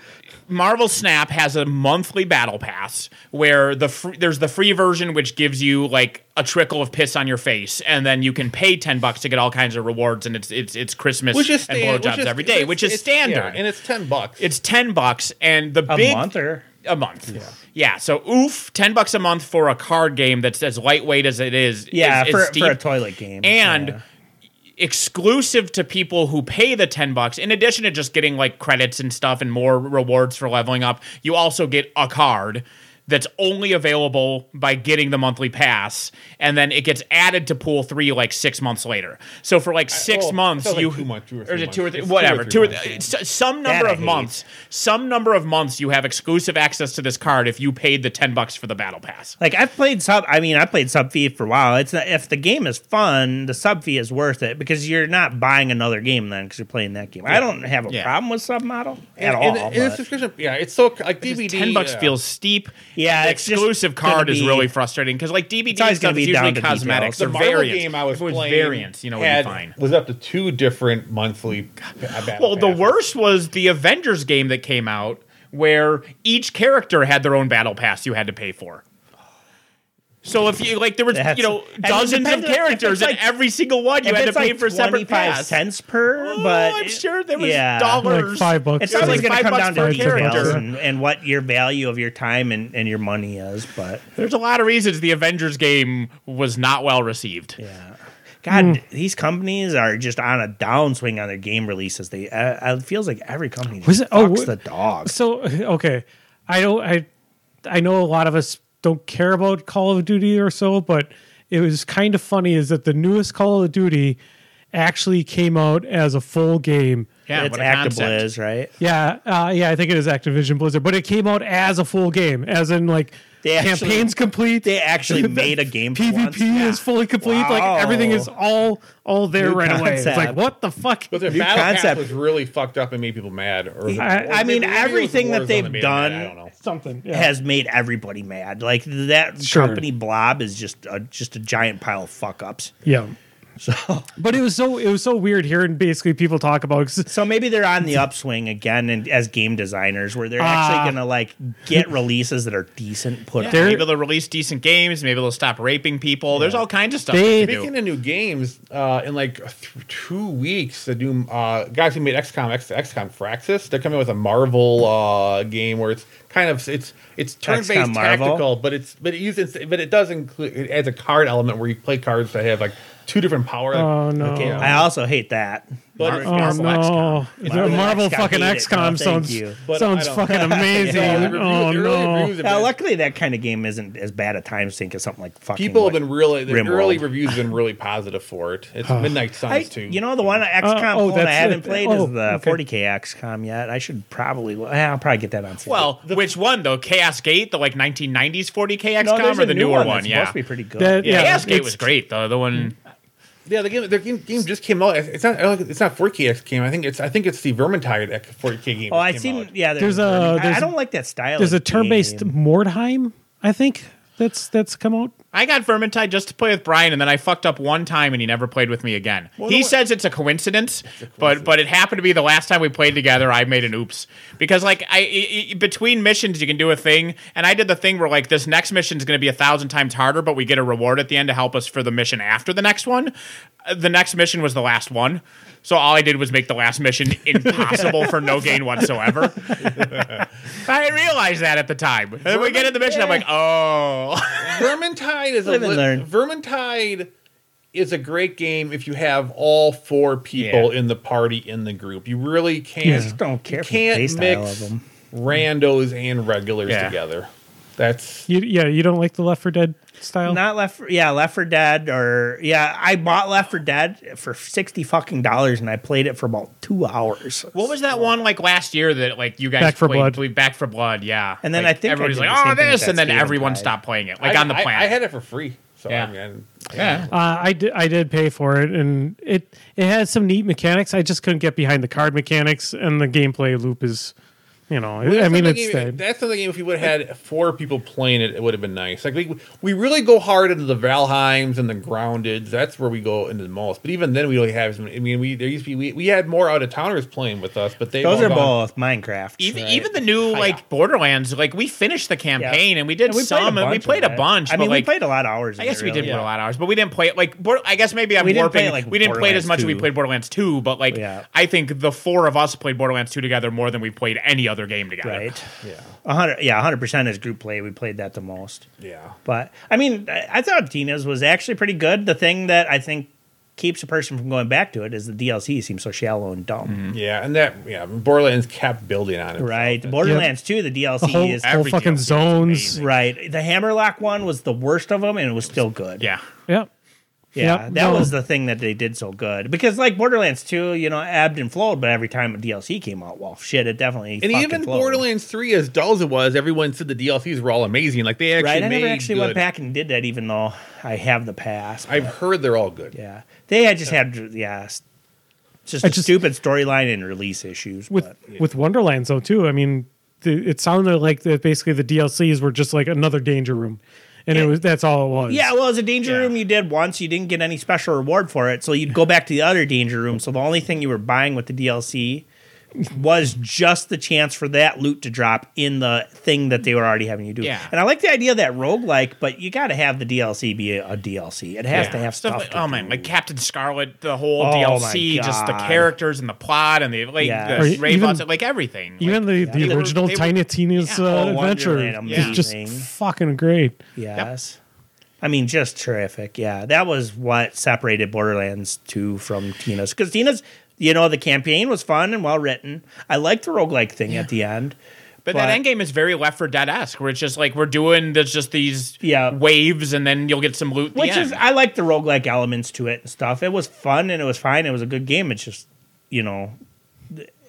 S2: Marvel Snap has a monthly battle pass where the fr- there's the free version which gives you like a trickle of piss on your face, and then you can pay ten bucks to get all kinds of rewards, and it's it's it's Christmas
S1: which is
S2: and
S1: stand-
S2: blowjobs
S1: which is-
S2: every day,
S1: it's-
S2: which is
S1: it's-
S2: standard.
S1: yeah, and it's ten bucks.
S2: it's ten bucks, and the
S4: a
S2: big
S4: month or
S2: a month. Yeah. So oof, ten bucks a month for a card game that's as lightweight as it is.
S4: yeah
S2: is, is
S4: for,
S2: steep.
S4: for a toilet game
S2: and
S4: yeah.
S2: exclusive to people who pay the 10 bucks in addition to just getting like credits and stuff and more rewards for leveling up you also get a card that's only available by getting the monthly pass and then it gets added to pool 3 like 6 months later so for like 6
S1: oh,
S2: months
S1: sounds like
S2: you
S1: too much, two or
S2: is
S1: three
S2: it two or
S1: months.
S2: three
S1: It's
S2: whatever two
S1: two
S2: or
S1: or
S2: th-
S1: three months,
S2: s- some
S4: That
S2: number
S4: I
S2: of
S4: hate.
S2: months some number of months you have exclusive access to this card if you paid the 10 bucks for the battle pass
S4: like I've played sub. I mean, I played sub fee for a while. It's not, if the game is fun, the sub fee is worth it because you're not buying another game then because you're playing that game. I don't have a
S2: Yeah.
S4: problem with submodel
S1: and,
S4: at all.
S1: and- and the
S4: but-
S1: subscription, yeah, it's so like DVD.
S2: ten bucks
S1: yeah.
S2: feels steep.
S4: Yeah,
S2: the
S4: it's just
S2: exclusive
S4: gonna
S2: card is
S4: be-
S2: really frustrating because like DVD
S4: always
S2: stuff
S4: gonna be
S2: is
S4: down
S2: usually
S4: to detail.
S2: cosmetics
S4: The
S2: or
S1: The Marvel
S2: variants.
S1: game I was
S2: If it
S1: playing
S2: variants, you know, would
S1: had-
S2: be fine.
S1: Was up to two different monthly.
S2: Well, the worst was the Avengers game that came out where each character had their own battle pass you had to pay for. So if you like, there was
S4: That's-
S2: you know
S4: and it
S2: dozens
S4: depends
S2: of
S4: on- if
S2: characters,
S4: it's
S2: and
S4: like-
S2: every single one you
S4: if
S2: had to
S4: it's
S2: pay
S4: like
S2: for a separate
S4: 25
S2: pass.
S4: cents per,
S2: Oh,
S4: but
S2: I'm
S4: it-
S2: sure there was
S4: yeah.
S2: dollars.
S3: Like five bucks.
S4: It's
S2: It was
S4: always going to
S2: like
S4: come
S2: five
S4: down
S2: bucks
S4: to
S2: per
S4: details
S2: character.
S4: and, and what your value of your time and, and your money is. But
S2: There's a lot of reasons the Avengers game was not well received.
S4: yeah, God,
S3: Hmm.
S4: these companies are just on a downswing on their game releases. They uh, it feels like every company
S3: Was
S4: just
S3: it- oh,
S4: fucks
S3: wh-
S4: the dog.
S3: So okay, I don't. I I know a lot of us don't care about Call of Duty or so, but it was kind of funny is that the newest Call of Duty actually came out as a full game.
S2: Yeah,
S4: it's
S2: what a
S4: actable
S2: concept.
S4: is right.
S3: Yeah, uh, yeah, I think it is Activision Blizzard, but it came out as a full game, as in like
S4: They actually-
S3: campaigns complete.
S4: They actually made a game. for
S3: PvP
S4: once.
S3: is fully complete. Like everything
S4: Wow.
S3: is all all there
S4: New
S3: right away. It's like
S4: concept.
S3: what the fuck?
S1: But their
S4: New
S1: battle
S4: concept.
S1: concept was really fucked up and made people mad. Or
S3: I-
S1: or
S4: I mean,
S1: maybe- maybe it was
S4: everything that
S1: Warzone made
S4: they've
S1: them mad,
S4: done-
S1: I don't know.
S3: Something. Yeah.
S4: has made everybody mad. Like that
S3: Sure.
S4: company blob is just a, just a giant pile of fuck ups.
S3: Yeah. So, but it was so it was so weird hearing basically people talk about 'cause
S4: So maybe they're on the upswing again, and as game designers, where they're actually
S3: Ah.
S4: gonna like get releases that are decent put out.
S3: They're-
S2: maybe they'll release decent games. Maybe they'll stop raping people. There's all kinds of stuff.
S3: They-
S2: They, they
S1: Speaking
S2: do.
S1: of new games, uh, in like th- two weeks, the new uh, guys who made XCOM, X, XCOM Fraxis, they're coming out with a Marvel uh, game where it's kind of it's it's turn-based
S4: XCOM Marvel?
S1: tactical, but it's but it uses but it does include it adds a card element where you play cards that have like two different power.
S3: Oh, no.
S1: Okay,
S4: I also hate that.
S1: but
S2: Mar-
S1: it's-
S2: Oh, Marvel
S3: Oh no!
S2: XCOM.
S3: Marvel, Marvel
S4: XCOM,
S3: fucking
S4: hate it. No,
S3: XCOM
S4: thank
S3: sounds
S4: you.
S1: But I
S3: sounds
S1: don't-
S3: fucking amazing.
S1: Yeah, the reviews-
S3: oh
S1: the early
S3: no!
S1: reviews have
S4: Now,
S1: been-
S4: luckily, that kind of game isn't as bad a time sink as something like fucking.
S1: People have
S4: what-
S1: been really the
S4: Rimworld.
S1: early reviews have been really positive for it. It's Midnight Suns
S4: I,
S1: too.
S4: you know the one XCOM
S3: Uh, oh,
S4: one I
S3: that's
S4: haven't
S3: it.
S4: played
S3: Oh,
S4: is the
S3: okay.
S4: 40k XCOM yet. I should probably. eh, I'll probably get that on. Sale.
S2: well, which one though? Chaos Gate, the like 1990s 40k
S4: No,
S2: XCOM,
S4: there's
S2: or
S4: a
S2: the
S4: new
S2: newer one?
S4: that's
S2: yeah.
S4: supposed to be Mm. pretty good.
S3: That-
S2: yeah,
S3: Yeah,
S2: Chaos Gate
S3: it's-
S2: was great though. The one
S1: Yeah, the game, their game, game just came out. It's not. I don't think- It's not 4KX game. I think it's. I think it's the Vermintide 4K game.
S4: Oh,
S1: that
S4: I
S1: came
S4: seen.
S1: out.
S4: Yeah,
S3: There's a-
S4: I- I,
S3: there's-
S4: don't like that style.
S3: There's a
S4: of
S3: turn-based
S4: game.
S3: Mordheim, I think that's that's come out.
S2: I got Vermintide just to play with Brian, and then I fucked up one time, and he never played with me again.
S1: no,
S2: he
S1: what-
S2: says it's a coincidence, but but it happened to be the last time we played together. I made an oops because like I, I I- between missions you can do a thing, and I did the thing where like this next mission is going to be a thousand times harder, but we get a reward at the end to help us for the mission after the next one. Uh, The next mission was the last one. So all I did was make the last mission impossible for no gain whatsoever. I didn't realize that at the time. And then we get in the mission, I'm like, oh.
S1: Vermintide is a
S4: Live and
S1: li-
S4: learn.
S1: Vermintide is a great game if you have all four people in the party in the group. You really can't.
S4: I just don't care
S1: You
S4: for the play
S1: can't
S4: style
S1: mix
S4: of them.
S1: randos and regulars
S2: Yeah.
S1: together. That's
S3: You, yeah, you don't like the Left 4 Dead style?
S4: Not left, for, yeah, Left for Dead, or yeah, I bought Left for Dead for sixty fucking dollars, and I played it for about two hours.
S2: What was that one like last year that like you guys
S3: Back for
S2: played,
S3: Blood.
S2: played Back for Blood? Yeah,
S4: And then
S2: Like,
S4: I think I
S2: everybody's
S4: did
S2: like,
S4: the same
S2: "Oh,
S4: thing with
S2: this,"
S4: that
S2: and then
S4: Steven
S2: everyone
S4: guy.
S2: stopped playing it, like
S1: I-
S2: on the
S1: I-
S2: planet.
S1: I, had it for free. So
S2: Yeah.
S1: I mean,
S2: Yeah.
S3: Uh, I did. I did pay for it, and it it had some neat mechanics. I just couldn't get behind the card mechanics, and the gameplay loop is, you know, I mean,
S1: That's
S3: it's
S1: something
S3: dead.
S1: that's something. If you would have had four people playing it, it would have been nice. Like we, we really go hard into the Valheims and the Groundeds. That's where we go into the most. But even then, we only have. Some, I mean, we there used to be we, we had more out of towners playing with us, but they
S4: Those
S1: all
S4: are
S1: gone.
S4: both Minecraft.
S2: Even, even the new
S4: Oh,
S2: like Borderlands, like we finished the campaign and we did
S4: we played a
S2: some and we
S4: bunch
S2: played
S4: of
S2: a
S4: it.
S2: bunch.
S4: I mean,
S2: but, like,
S4: we played a lot of hours.
S2: I
S4: in it,
S2: guess we did
S4: really.
S2: put a lot of hours, but we didn't play it like. Bor- I guess maybe I'm
S4: We didn't
S2: warping.
S4: play it like
S2: we didn't play it as
S4: Borderlands
S2: much as we
S4: 2.
S2: played Borderlands 2, but like
S4: Yeah.
S2: I think the four of us played Borderlands 2 together more than we played any other game together.
S4: Right.
S1: Yeah,
S4: A hundred. Yeah, hundred percent is group play. We played that the most.
S1: yeah.
S4: But I mean, I I thought Tina's was actually pretty good. The thing that I think keeps a person from going back to it is the DLC seems so shallow and dumb.
S2: Mm-hmm.
S1: Yeah, and that yeah, Borderlands kept building on it.
S4: Right. Borderlands 2, the DLC
S3: The whole,
S4: is
S3: whole
S2: Every
S3: fucking
S2: DLC is
S3: zones.
S2: amazing.
S4: right. The Hammerlock one was the worst of them and it was still good.
S2: Yeah.
S3: Yep.
S4: Yeah.
S3: Yep.
S4: that
S3: No.
S4: was the thing that they did so good. Because like Borderlands 2, you know, ebbed and flowed, but every time a DLC came out, well shit, it definitely
S1: And
S4: fucking
S1: even
S4: flowed.
S1: Borderlands Three, as dull as it was, everyone said the DLCs were all amazing. Like they actually
S4: Right. I
S1: made
S4: never actually went
S1: good-
S4: back and did that even though I have the pass.
S1: I've heard they're all good.
S4: yeah. They had just had yeah. s- Just,
S3: I
S4: a
S3: just-
S4: stupid storyline and release issues.
S3: with
S4: but.
S3: with Wonderlands though too. I mean, the, it sounded like that basically the DLCs were just like another danger room, and it was that's all it was.
S4: Yeah, well, as a danger
S2: Yeah.
S4: room, you did once, you didn't get any special reward for it, so you'd go back to the other danger room. So the only thing you were buying with the DLC was just the chance for that loot to drop in the thing that they were already having you do.
S2: Yeah.
S4: And I like the idea of that roguelike, but you got to have the DLC be a, a DLC. It has
S2: Yeah.
S4: to have stuff.
S2: like,
S4: to
S2: oh
S4: do.
S2: man, like Captain Scarlet, the whole
S4: Oh,
S2: DLC,
S4: my
S2: just the
S4: God.
S2: characters and the plot and the like
S4: Yeah.
S2: the
S3: Or
S2: rave
S3: even-
S2: bots, like everything. Like,
S3: Even the, the
S2: they were-
S3: original
S2: they were-
S3: Tiny Tina's
S2: yeah.
S3: uh,
S4: Oh,
S3: adventure
S4: Wonderland,
S3: is just
S4: amazing.
S3: fucking great.
S4: Yes. I mean, just terrific. Yeah, that was what separated Borderlands 2 from Tina's. Because Tina's, you know, the campaign was fun and well written. I liked the roguelike thing at the end.
S2: But, that
S4: But-
S2: end game is very Left for Dead esque, where it's just like we're doing there's just these
S4: Yeah.
S2: waves, and then you'll get some loot. at the
S4: Which is,
S2: end.
S4: I like the roguelike elements to it and stuff. It was fun and it was fine. It was a good game. It's just, you know,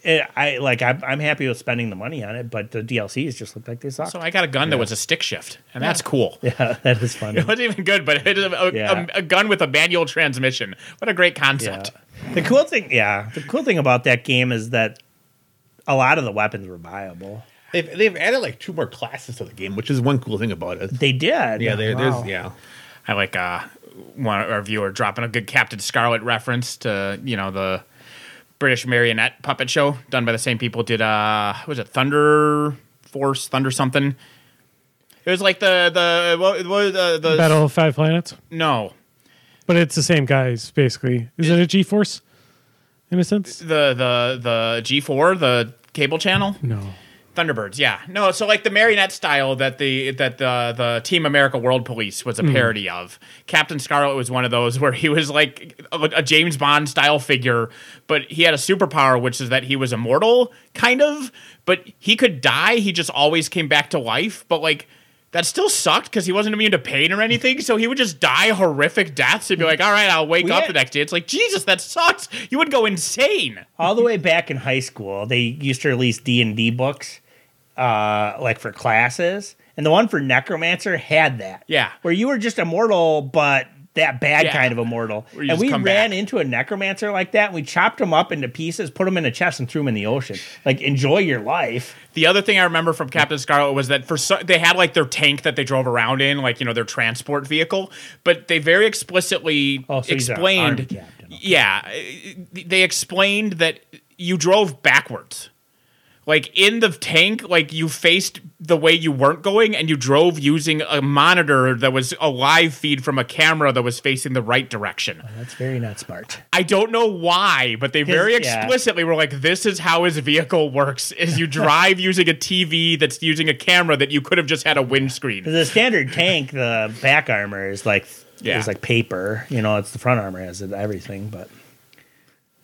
S4: it, I like, I'm, I'm happy with spending the money on it, but the DLCs just looked like they sucked.
S2: so I got a gun that was a stick shift, and that's cool.
S4: yeah, that was fun.
S2: It wasn't even good, but it is a, a-
S4: Yeah.
S2: a gun with a manual transmission. What a great
S4: Yeah.
S2: concept.
S4: The cool thing, yeah, the cool thing about that game is that a lot of the weapons were viable.
S1: They've they've added like two more classes to the game, which is one cool thing about it.
S4: They did.
S1: Yeah, there,
S4: Wow.
S1: there's yeah.
S2: I like uh, one of our viewer dropping a good Captain Scarlet reference to you know the British marionette puppet show done by the same people did uh what was it Thunder Force Thunder something. It was like the the what, what, uh, the
S3: Battle of Five Planets,
S2: no
S3: but it's the same guys basically. Isn't it G Force? In a sense,
S2: the the the G four the cable channel
S3: no.
S2: Thunderbirds, yeah. No, so like the marionette style that the that the the Team America World Police
S4: Hmm.
S2: was a parody of. Captain Scarlet was one of those where he was like a, a James Bond style figure, but he had a superpower which is that he was immortal kind of, but he could die, he just always came back to life, but like that still sucked because he wasn't immune to pain or anything, so he would just die horrific deaths and be like, "All right, I'll wake
S4: We
S2: up
S4: had-
S2: the next day." It's like, "Jesus, that sucks." You would go insane.
S4: all the way back in high school they used to release d&d books uh, like for classes and the one for necromancer had that
S2: Yeah.
S4: where you were just immortal but that bad
S2: Yeah.
S4: kind of immortal
S2: Where you
S4: and
S2: just
S4: we
S2: come
S4: ran
S2: back.
S4: into a necromancer like that and we chopped him up into pieces put him in a chest and threw him in the ocean like enjoy your life
S2: The other thing I remember from Captain Scarlet was that for so, they had like their tank that they drove around in, like you know their transport vehicle, but they very explicitly
S4: Oh, so he's an
S2: explained.
S4: army captain, okay.
S2: Yeah, they explained that you drove backwards. Like in the tank, like you faced the way you weren't going, and you drove using a monitor that was a live feed from a camera that was facing the right direction.
S4: that's very not smart
S2: I don't know why, but they very
S4: yeah.
S2: explicitly were like, "This is how his vehicle works: is you drive using a TV that's using a camera that you could have just had a windscreen."
S4: the standard tank the back armor is like
S2: Yeah.
S4: is like paper you know it's the front armor has everything but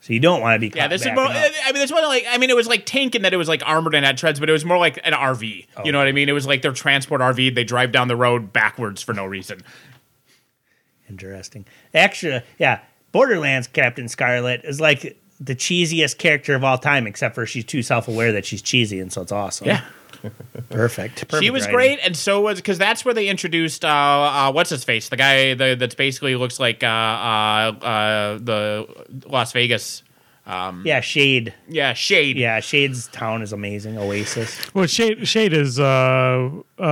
S4: so you don't want to be
S2: Yeah,
S4: caught
S2: this is
S4: backing
S2: more.
S4: up.
S2: I mean, this one like I mean, it was like tank in that it was like armored and had treads, but it was more like an RV.
S4: Oh.
S2: You know what I mean? It was like their transport RV. They drive down the road backwards for no reason.
S4: Interesting. Actually, yeah, Borderlands Captain Scarlet is like the cheesiest character of all time, except for she's too self aware that she's cheesy, and so it's awesome.
S2: Yeah.
S4: perfect. perfect
S2: She was
S4: writing.
S2: great, and so was because that's where they introduced uh, uh, what's his face, the guy the, that's basically looks like uh, uh, uh, the Las Vegas, Mm-hmm.
S4: Yeah, Shade.
S2: yeah, shade,
S4: Yeah, Shade's town is amazing. Oasis.
S3: Well, Shade, Shade is uh, uh,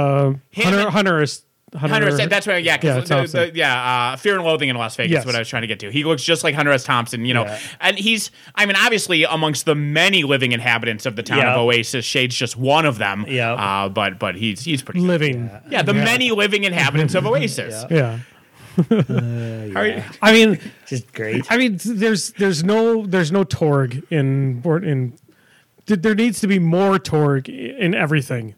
S3: Hunter,
S2: and-
S3: Hunter is Hunter.
S2: Hunter S. That's where, yeah,
S3: Yeah,
S2: because yeah,
S3: Thompson.
S2: yeah uh, Fear and Loathing in Las Vegas
S3: Yes.
S2: is what I was trying to get to. He looks just like Hunter S. Thompson, you know,
S4: Yeah.
S2: and he's, I mean, obviously amongst the many living inhabitants of the town
S4: Yeah.
S2: of Oasis, Shade's just one of them.
S4: Yeah.
S2: uh, but but he's he's pretty. good.
S3: living.
S2: Yeah, the many living inhabitants of Oasis.
S4: Yeah.
S3: yeah.
S2: All right.
S3: I mean,
S4: Just great.
S3: I mean, there's there's no there's no Torg in Bor- in. th- There needs to be more Torg i- in everything.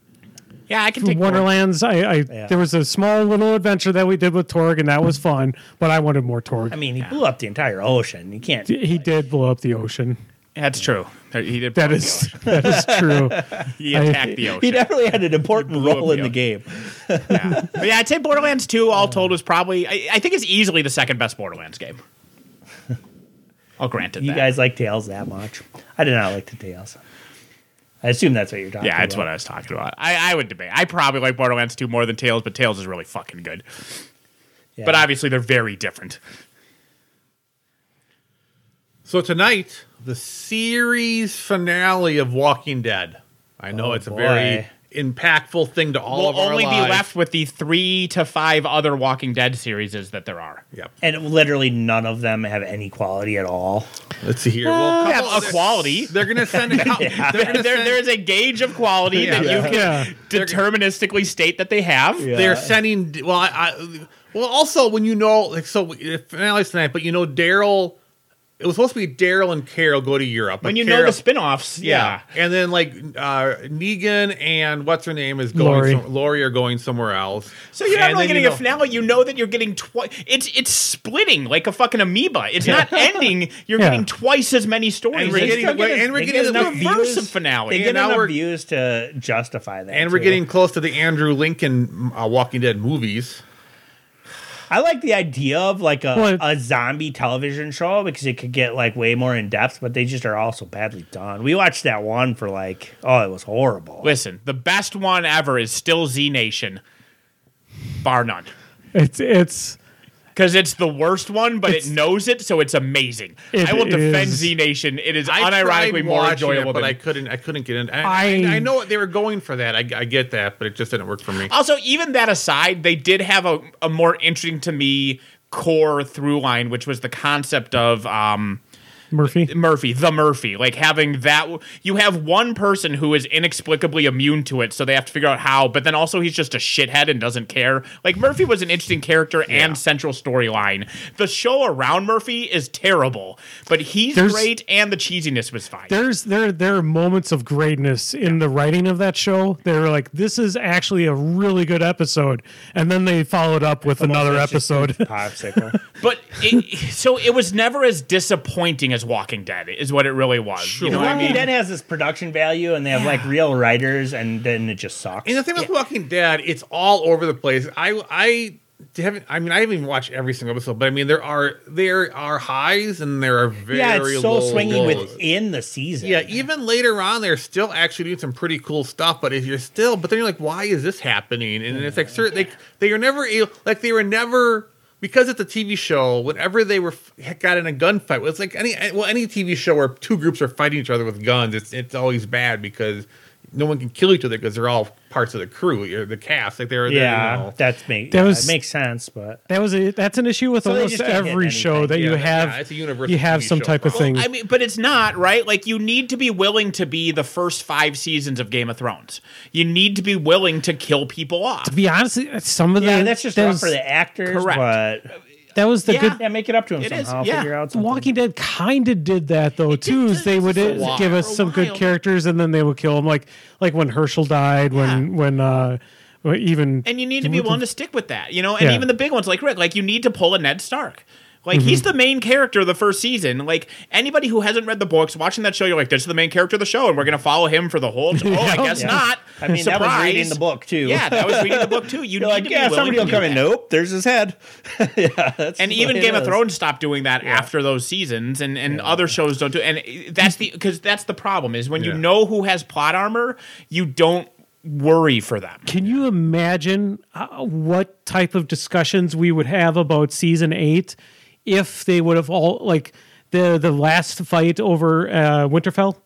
S2: Yeah, I can take
S3: Wonderlands. I, I there was a small little adventure that we did with Torg, and that was fun. But I wanted more Torg.
S4: I mean, he blew up the entire ocean. You can't.
S3: he did blow up the ocean.
S2: That's true. He did.
S3: That is that is true.
S2: he attacked the ocean.
S4: He definitely had an important
S2: blew up
S4: role in
S2: the
S4: the game.
S2: yeah. But yeah, I'd say Borderlands 2, all told, was probably, I, I think it's easily the second best Borderlands game. I'll grant it
S4: You
S2: that.
S4: guys like Tails that much? I did not like the Tails. I assume that's what you're talking
S2: yeah,
S4: about.
S2: that's what I was talking about. I, I would debate. I probably like Borderlands 2 more than Tails, but Tails is really fucking good.
S4: Yeah.
S2: But obviously, they're very different.
S1: So tonight, the series finale of Walking Dead. I know
S4: Oh,
S1: it's a
S4: boy.
S1: very impactful thing to all
S2: We'll
S1: of our
S2: only be
S1: lives.
S2: left with the three to five other Walking Dead series that there are.
S1: Yep.
S4: And literally none of them have any quality at all.
S1: Let's see here.
S2: Oh,
S1: Well, a
S2: Yeah,
S1: couple
S2: a
S1: other-
S2: quality.
S1: They're gonna send. A couple, They're
S2: There,
S1: gonna send
S2: there is a gauge of quality that you can
S3: Yeah.
S2: deterministically state that they have.
S1: They're
S4: Yeah.
S1: sending. Well, I, I, well, also when you know, like, so if finale's tonight, but you know, Daryl. It was supposed to be Daryl and Carol go to Europe.
S2: When
S1: but
S2: you know
S1: Carol,
S2: the spin offs, yeah.
S1: and then like uh, Negan and what's her name is
S3: Lori.
S1: going. Some, Lori are going somewhere else.
S2: So you're not
S1: And then
S2: really getting
S1: you
S2: a
S1: know-
S2: finale. You know that you're getting twice. It's it's splitting like a fucking amoeba. It's not ending. You're
S3: Yeah.
S2: getting twice as many stories.
S1: And we're
S2: It's
S1: getting-
S2: still
S1: wait, and we're
S4: They
S1: getting
S4: get
S1: the
S4: enough
S2: reverse
S4: views-
S2: of finale.
S4: They
S2: And
S4: get
S1: now
S4: enough
S1: we're-
S4: views to justify that.
S1: And we're
S4: too.
S1: getting close to the Andrew Lincoln uh, Walking Dead movies.
S4: I like the idea of like a,
S3: Well, it-
S4: a zombie television show because it could get like way more in depth, but they just are also badly done. We watched that one for like, oh, it was horrible.
S2: Listen, the best one ever is still Z Nation, bar none.
S3: It's it's
S2: Because it's the worst one, but
S3: It's-
S2: it knows it, so it's amazing.
S3: It
S2: I will defend
S3: is-
S2: Z Nation. It is
S1: tried
S2: unironically more
S1: watching
S2: enjoyable
S1: it, but
S2: than
S1: I couldn't. I couldn't get in. I, I,
S3: I-
S1: I know what they were going for that. I, I get that, but it just didn't work for me.
S2: Also, even that aside, they did have a, a more interesting to me core through line, which was the concept of um,
S3: Murphy.
S2: Murphy, the Murphy. Like having that, you have one person who is inexplicably immune to it, so they have to figure out how, but then also he's just a shithead and doesn't care. Like Murphy was an interesting character and central storyline. The show around Murphy is terrible, but he's
S3: There's-
S2: great and the cheesiness was fine.
S3: There's there there are moments of greatness in the writing of that show. They were like, this is actually a really good episode, and then they followed up with another
S4: It's just
S3: episode.
S4: a Popsicle.
S2: But it, so it was never as disappointing as Walking Dead, is what it really was. You know what I
S4: Walking
S2: mean?
S4: Dead has this production value, and they have like real writers, and then it just sucks.
S1: And the thing with Walking Dead, it's all over the place. I I haven't. I mean, I haven't even watched every single episode, but I mean, there are there are highs and there are very
S4: yeah, it's so
S1: low
S4: swinging
S1: lows.
S4: within the season.
S1: Yeah, even later on, they're still actually doing some pretty cool stuff. But if you're still, but then you're like, why is this happening? And it's like, certain they they are never able- like they were never because it's a TV show. Whenever they were got in a gunfight, it's like any well any TV show where two groups are fighting each other with guns. It's it's always bad because no one can kill each other because they're all parts of the crew or the cast. Like they're, they're,
S4: yeah,
S1: you know.
S4: that's make
S3: That
S4: yeah,
S3: was-
S4: it makes sense, but
S3: That was a, that's an issue with
S4: So they
S3: almost
S4: just can't hit
S3: every show
S4: anything.
S3: that you
S1: Yeah,
S3: have.
S1: yeah, it's a universal
S3: you have
S1: TV
S3: some
S1: show
S3: type of
S1: problem.
S3: thing.
S2: I mean, but it's not right. Like you need to be willing to be the first five seasons of Game of Thrones. You need to be willing to kill people off.
S3: to be honest, some of the
S4: yeah, that's just
S3: that
S4: rough
S3: was,
S4: for the actors.
S2: Correct.
S4: But
S3: that was the
S2: Yeah.
S3: good.
S4: yeah, make it up to them
S2: It is,
S4: somehow.
S2: yeah.
S4: Figure out
S3: The
S4: something.
S3: Walking Dead kind of did that though too. Is they would
S2: for a while.
S3: give
S2: For
S3: us
S2: a
S3: some good
S2: while.
S3: characters and then they would kill them, like like when Herschel died, when when uh when even
S2: and you need to be willing to stick with that, you know. And
S3: Yeah.
S2: even the big ones like Rick, like you need to pull a Ned Stark. Like
S4: Mhm.
S2: he's the main character of the first season. Like anybody who hasn't read the books, watching that show, you're like, "This is the main character of the show, and we're gonna follow him for the whole." show. Oh, I guess
S4: Yeah.
S2: not.
S4: I mean, that was reading
S2: Surprise.
S4: the book too.
S2: Yeah, that was reading the book too. You
S4: You're
S2: need
S4: like,
S2: to be
S4: yeah,
S2: willing
S4: somebody
S2: to
S4: will
S2: do
S4: come in.
S2: that."
S4: Nope, there's his head. yeah, that's
S2: and
S4: the
S2: even
S4: way it
S2: Game of
S4: is.
S2: Thrones stopped doing that after those seasons, and, and other shows don't do. And that's the because that's the problem is when you
S1: Yeah.
S2: know who has plot armor, you don't worry for them.
S3: Can you imagine uh, what type of discussions we would have about season eight if they would have all like the the last fight over uh, Winterfell?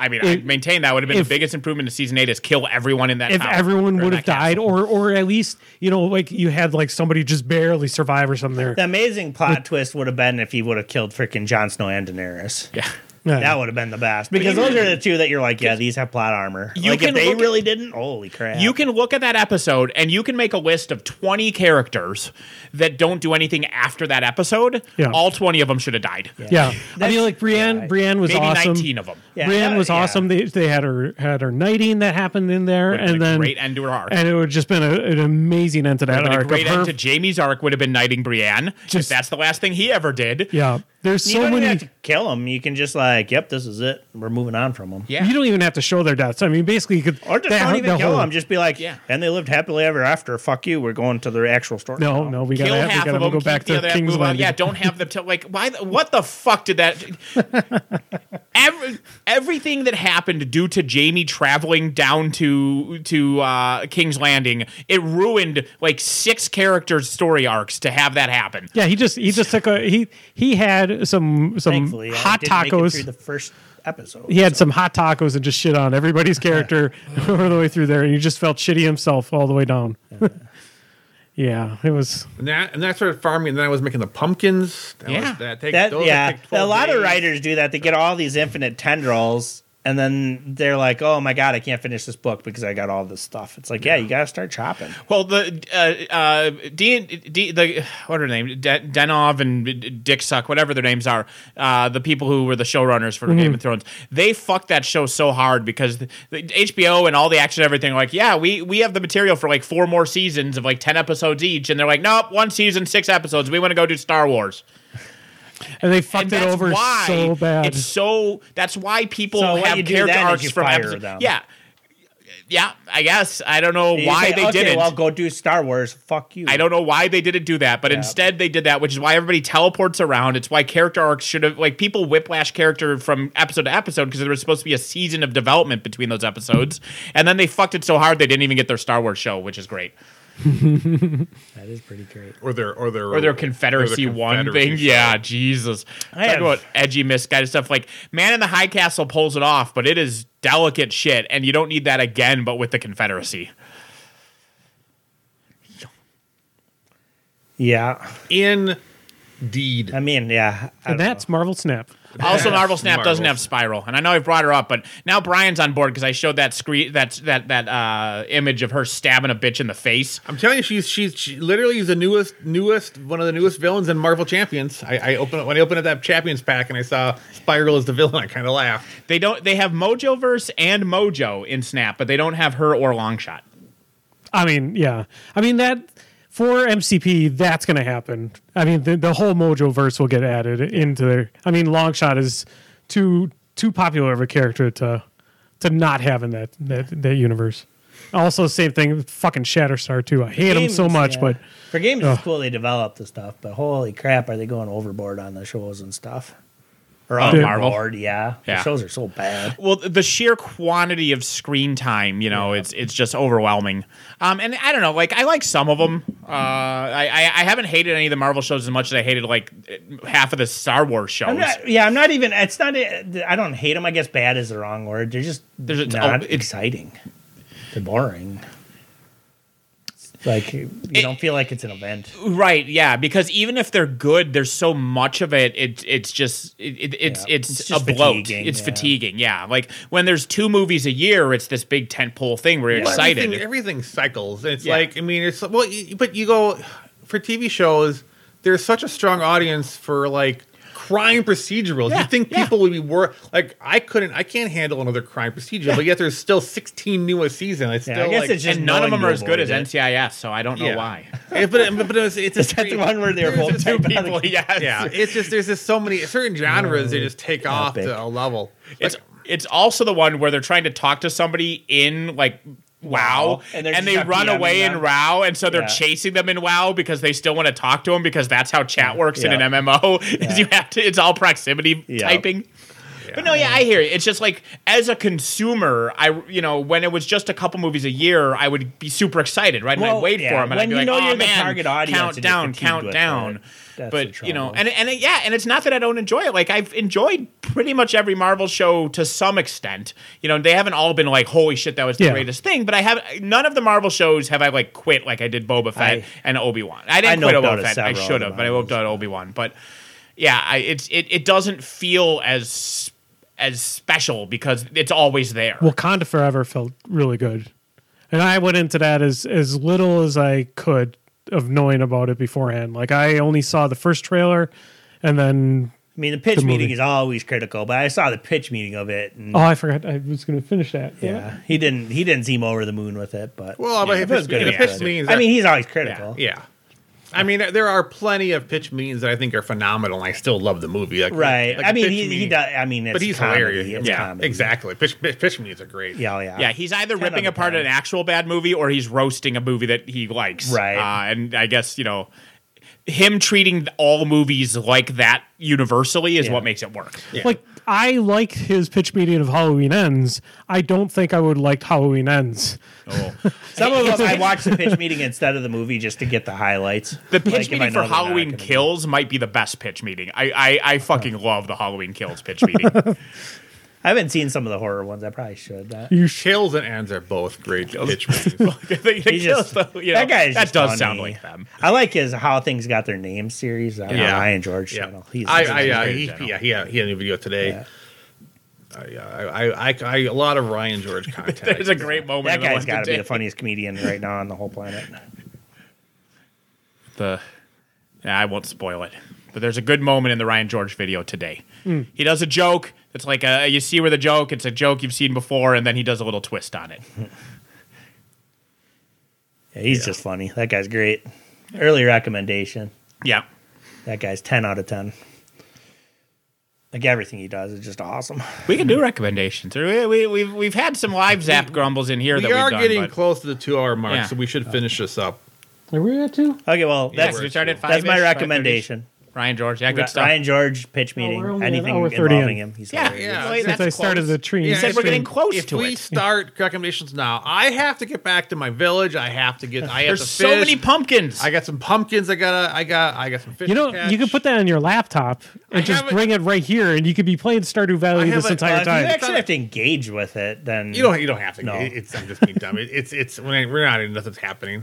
S2: I mean, I
S3: If-
S2: maintain that would have been
S3: if-
S2: the biggest improvement to season eight is kill everyone in that.
S3: If
S2: tower,
S3: everyone
S2: or
S3: would
S2: that
S3: have
S2: castle.
S3: died, or or at least you know like you had like somebody just barely survive or something there.
S4: The amazing plot twist would have been if he would have killed freaking Jon Snow and Daenerys.
S2: yeah.
S3: Yeah.
S4: That would have been the best because those are the two that you're like, yeah, these have plot armor.
S2: You
S4: like if
S2: can
S4: they
S2: look at-
S4: really didn't, holy crap!
S2: You can look at that episode and you can make a list of 20 characters that don't do anything after that episode.
S3: Yeah.
S2: All 20 of them should have died.
S3: yeah, I
S4: That's-
S3: mean like Brienne, Brienne was
S2: Maybe
S3: awesome.
S2: 19 of them.
S4: Yeah,
S3: Brienne
S4: that-
S3: was
S4: yeah.
S3: awesome. They, they had her had her knighting that happened in there,
S2: Would've been
S3: and
S2: a
S3: then
S2: great end to her arc.
S3: and it would just been a, an amazing end to that
S2: But
S3: arc.
S2: a
S3: of
S2: great
S3: her-
S2: end to Jamie's arc would have been knighting Brienne.
S3: Just-
S2: if that's the last thing he ever did.
S3: yeah, there's
S4: You
S3: so
S4: don't
S3: many.
S4: even have to kill him. You can just like, yep, this is it. We're moving on from him.
S2: Yeah.
S3: You don't even have to show their deaths. I mean, basically, you could
S4: Or just
S3: that-
S4: don't even
S3: the
S4: kill
S3: whole-
S4: them. Just be like,
S2: Yeah.
S4: and they lived happily ever after. Fuck you. We're going to the actual story. Oh.
S3: no,
S4: now.
S3: no, we gotta,
S2: Kill
S3: have,
S2: half
S3: we gotta
S2: of them.
S3: go
S2: keep
S3: back
S2: the
S3: to
S2: other half,
S3: King's
S2: move on.
S3: Landing.
S2: Yeah, don't have them. Till, like, why? The, what the fuck did that? Every, everything that happened due to Jamie traveling down to to uh, King's Landing, it ruined like six characters' story arcs to have that happen.
S3: Yeah, he just he just took a he he had some some
S4: Thankfully,
S3: hot
S4: I didn't make it
S3: tacos.
S4: through the first episode.
S3: he had some hot tacos and just shit on everybody's character all the way through there, and he just felt shitty himself all the way down. yeah, it was.
S1: And that and that's started farming. And then I was making the pumpkins. That
S2: Yeah.
S1: was, that, take,
S4: That
S1: those
S4: yeah,
S1: take 12
S4: a lot of
S1: days.
S4: writers do that. They get all these infinite tendrils, and then they're like, "Oh my god, I can't finish this book because I got all this stuff." It's like, yeah, you got to start chopping.
S2: Well, the uh, uh, D, D, the what are their names? De- Denov and Dick Suck, whatever their names are, uh, the people who were the showrunners for
S3: Mm-hmm.
S2: Game of Thrones, they fucked that show so hard because the, the HBO and all the action, and everything, like, yeah, we we have the material for like four more seasons of like ten episodes each, and they're like, nope, one season, six episodes. We want to go do Star Wars.
S3: And they fucked it
S2: that's
S3: over so bad.
S2: It's so that's why people
S4: So what
S2: have
S4: you do
S2: character
S4: then is
S2: arcs
S4: you
S2: from
S4: fire
S2: episode-
S4: them.
S2: Yeah, yeah. I guess I don't know
S4: You
S2: why
S4: say,
S2: they
S4: okay,
S2: didn't.
S4: Well, go do Star Wars. Fuck you.
S2: I don't know why they didn't do that, but
S4: Yeah.
S2: instead they did that, which is why everybody teleports around. It's why character arcs should have like people whiplash character from episode to episode because there was supposed to be a season of development between those episodes, and then they fucked it so hard they didn't even get their Star Wars show, which is great,
S4: That is pretty great.
S1: or their or their
S2: or their Confederacy, one
S1: Confederacy
S2: thing.
S1: show.
S2: Yeah, Jesus,
S4: I
S2: talk
S4: have-
S2: about edgy, misguided stuff. Like Man in the High Castle pulls it off, but it is delicate shit, and you don't need that again, but with the Confederacy.
S4: Yeah,
S1: Indeed.
S4: I mean, yeah, I
S3: and
S4: don't
S3: that's Marvel Snap.
S2: Also, Marvel Snap
S1: Marvel.
S2: doesn't have Spiral, and I know I brought her up, but now Brian's on board because I showed that screen that that that uh, image of her stabbing a bitch in the face.
S1: I'm telling you, she's she's she literally is the newest newest one of the newest villains in Marvel Champions. I, I opened when I opened up that Champions pack and I saw Spiral as the villain. I kind of laughed.
S2: They don't. They have Mojoverse and Mojo in Snap, but they don't have her or Longshot.
S3: I mean, yeah. I mean that for MCP, that's going to happen. I mean, the, the whole Mojo verse will get added into there. I mean, Longshot is too too popular of a character to to not have in that that, that universe. Also, same thing. with Fucking Shatterstar too. I hate him
S4: Games,
S3: so much,
S4: yeah.
S3: but
S4: for games it's cool they develop the stuff, but holy crap, are they going overboard on the shows and stuff? Or
S2: Oh,
S4: on
S2: Marvel?
S4: Marvel? Yeah,
S2: Yeah.
S4: The shows are so bad.
S2: Well, the sheer quantity of screen time, you know, it's it's just overwhelming. Um, and I don't know, like I like some of them. Uh, I, I I haven't hated any of the Marvel shows as much as I hated like half of the Star Wars shows.
S4: I'm not, yeah, I'm not even. It's not. eh, I don't hate them. I guess bad is the wrong word. They're just
S2: There's a-
S4: not
S2: oh, it's-
S4: exciting. They're boring. Like you
S1: Eh,
S4: don't feel like it's an event.
S2: Right, yeah, because even if they're good, there's so much of it. It it's just it, it, it's
S4: Yeah,
S2: it's,
S4: it's just
S2: a bloat.
S4: fatiguing,
S2: It's
S4: yeah.
S2: fatiguing, yeah. Like when there's two movies a year, it's this big tentpole thing where you're
S1: Well,
S2: excited.
S1: Everything, everything cycles. It's
S2: Yeah.
S1: like I mean, it's well, you, but you go for TV shows. There's such a strong audience for like crime procedurals.
S2: Yeah,
S1: you think
S2: yeah.
S1: people would be wor like I couldn't I can't handle another crime procedural, but yet there's still 16 new a season. It's
S4: Yeah, I
S1: still
S4: guess
S1: like,
S4: it's just-
S2: and none of them are as good as
S4: knowing you
S2: NCIS, so I don't know
S1: Yeah.
S2: why.
S1: Eh, but but it's, it's a
S4: Is that the
S1: stream-
S4: one where they're
S1: there's
S4: both
S1: just-
S4: two
S2: People, yes.
S1: Yeah, it's just there's just so many certain genres they just take off
S4: Epic.
S1: to a level.
S2: It's it's also the one where they're trying to talk to somebody in like WoW,
S4: Wow. And
S2: and,
S4: they're
S2: they
S4: just
S2: run
S4: DMing
S2: away in
S4: them.
S2: WoW, and so they're
S4: Yeah.
S2: chasing them in WoW because they still want to talk to them because that's how chat works in
S4: Yeah.
S2: an MMO.
S4: Yeah.
S2: Is you have to, it's all proximity
S4: Yeah.
S2: typing. But no, yeah, I hear you. It's just like as a consumer, I you know when it was just a couple movies a year, I would be super excited, right? and
S4: Well,
S2: I'd wait
S4: yeah,
S2: for them, and I'd
S4: when
S2: be
S4: you
S2: like,
S4: know
S2: "Oh,
S4: you're the
S2: man,
S4: target audience
S2: count
S4: and you're
S2: down,
S4: fatigued
S2: count
S4: with
S2: down."
S4: it. That's the
S2: but you know,
S4: trouble.
S2: and and it- yeah, and it's not that I don't enjoy it. Like I've enjoyed pretty much every Marvel show to some extent. You know, they haven't all been like, "Holy shit, that was the
S3: Yeah.
S2: greatest thing." But I have none of the Marvel shows have I like quit like I did Boba Fett
S4: I-
S2: and Obi Wan. I didn't
S4: I
S2: quit
S4: knocked
S2: Boba
S4: out
S2: Fett. I
S4: several
S2: should
S4: of
S2: have,
S4: the
S2: but I
S4: Marvels.
S2: worked out Obi Wan. But yeah, I, it's it it doesn't feel as as special because it's always there.
S3: Wakanda Forever felt really good, and I went into that as as little as I could of knowing about it beforehand. Like I only saw the first trailer, and then
S4: I mean, the pitch
S3: The movie.
S4: meeting is always critical, but I saw the pitch meeting of it, and
S3: oh, I forgot I was going to finish that. Damn it.
S4: yeah, he didn't he didn't seem over the moon with it, but
S1: Well, but if
S4: it was
S1: it's-
S4: gonna
S1: if
S4: be
S1: it's
S4: good.
S1: means
S4: I
S1: that-
S4: mean, he's always critical.
S1: Yeah. I mean, there- there are plenty of pitch meetings that I think are phenomenal. and I still love the movie. Like-
S4: Right.
S1: like
S4: I mean,
S1: pitch
S4: he, he
S1: meeting-
S4: does. I mean, it's
S1: But he's
S4: comedy.
S1: hilarious.
S4: It's
S1: Yeah,
S4: comedy.
S1: exactly. Pitch, pitch, pitch meetings are great.
S4: Yeah, oh, yeah,
S2: Yeah, he's either
S4: Ten
S2: ripping
S4: out of
S2: apart
S4: ten.
S2: an actual bad movie or he's roasting a movie that he likes.
S4: Right.
S2: Uh, and I guess, you know, him treating all movies like that universally is
S4: Yeah.
S2: what makes it work.
S1: Yeah.
S3: Like I liked his pitch meeting of Halloween Ends. I don't think I would liked Halloween Ends.
S2: Oh.
S4: Some of them I watch the pitch meeting instead of the movie just to get the highlights.
S2: The pitch
S4: Like, if I
S2: meeting
S4: know
S2: for
S4: they're not
S2: Halloween
S4: gonna be-
S2: Kills might be the best pitch meeting. I, I, I fucking love the Halloween Kills pitch meeting.
S4: I haven't seen some of the horror ones. I probably should. That,
S3: You sh-
S1: Kills and ends are both great pitch meetings.
S2: The- the
S4: he's
S2: kills,
S4: just-
S2: though, you know,
S4: that guy is
S2: That
S4: just
S2: does
S4: funny.
S2: sound like them.
S4: I like his how things got their name series. I, yeah,
S1: Yeah.
S4: I enjoy George
S1: yeah,
S4: Channel. He's
S1: I, I, uh,
S2: great
S1: he,
S2: channel.
S1: yeah, he had, he had a video today.
S4: Yeah.
S1: I, uh, I, I, I, I, a lot of Ryan George content.
S2: There's a great moment.
S4: that
S2: in the one
S4: guy's got to be
S2: today.
S4: the funniest comedian right now on the whole planet.
S2: the yeah, I won't spoil it. But there's a good moment in the Ryan George video today. He does a joke. It's like a, you see where the joke. It's a joke you've seen before, and then he does a little twist on it.
S4: Yeah, he's just funny. That guy's great. Early recommendation.
S2: yeah,
S4: That guy's ten out of ten. Like everything he does is just awesome.
S2: we can do recommendations. We, we, we've we've had some live zap grumbles in here that
S1: We
S2: we've
S1: are
S2: done.
S1: getting
S2: but-
S1: close to the two-hour mark,
S2: Yeah.
S1: so we
S4: Uh,
S1: should finish this up.
S3: are we at two?
S4: Okay, well
S2: Yeah,
S4: that's
S2: 'cause we started at
S4: that's my
S2: five-ish,
S4: recommendation.
S2: 5:30. Ryan George, yeah, good stuff.
S4: Ryan George pitch meeting.
S3: Oh, we're only an
S4: anything
S3: hour 30
S4: involving
S3: in.
S4: him. He's
S2: yeah,
S4: hilarious.
S1: Yeah.
S2: well,
S1: Since
S2: that's
S3: Since I started
S2: close.
S3: the tree,
S2: You
S1: Yeah,
S2: said
S1: if
S2: we're
S1: we-
S2: getting close
S1: if
S2: to
S1: we
S2: it.
S1: start recommendations now, I have to get back to my village. I have to get. I have
S2: There's
S1: to
S2: so
S1: fish.
S2: many pumpkins.
S1: I got some pumpkins. I got. to I got. I got some fish.
S3: You know,
S1: to catch.
S3: you could put that on your laptop and
S1: I
S3: just
S1: haven't-
S3: bring it right here, and you could be playing Stardew Valley this
S1: haven't-
S3: entire
S1: uh,
S4: You
S3: time.
S1: that-
S4: actually have to engage with it. Then
S1: You don't. You don't have to.
S4: No.
S1: It- it's. I'm just being dumb. It, it's. It's. When I, we're not. Nothing's happening.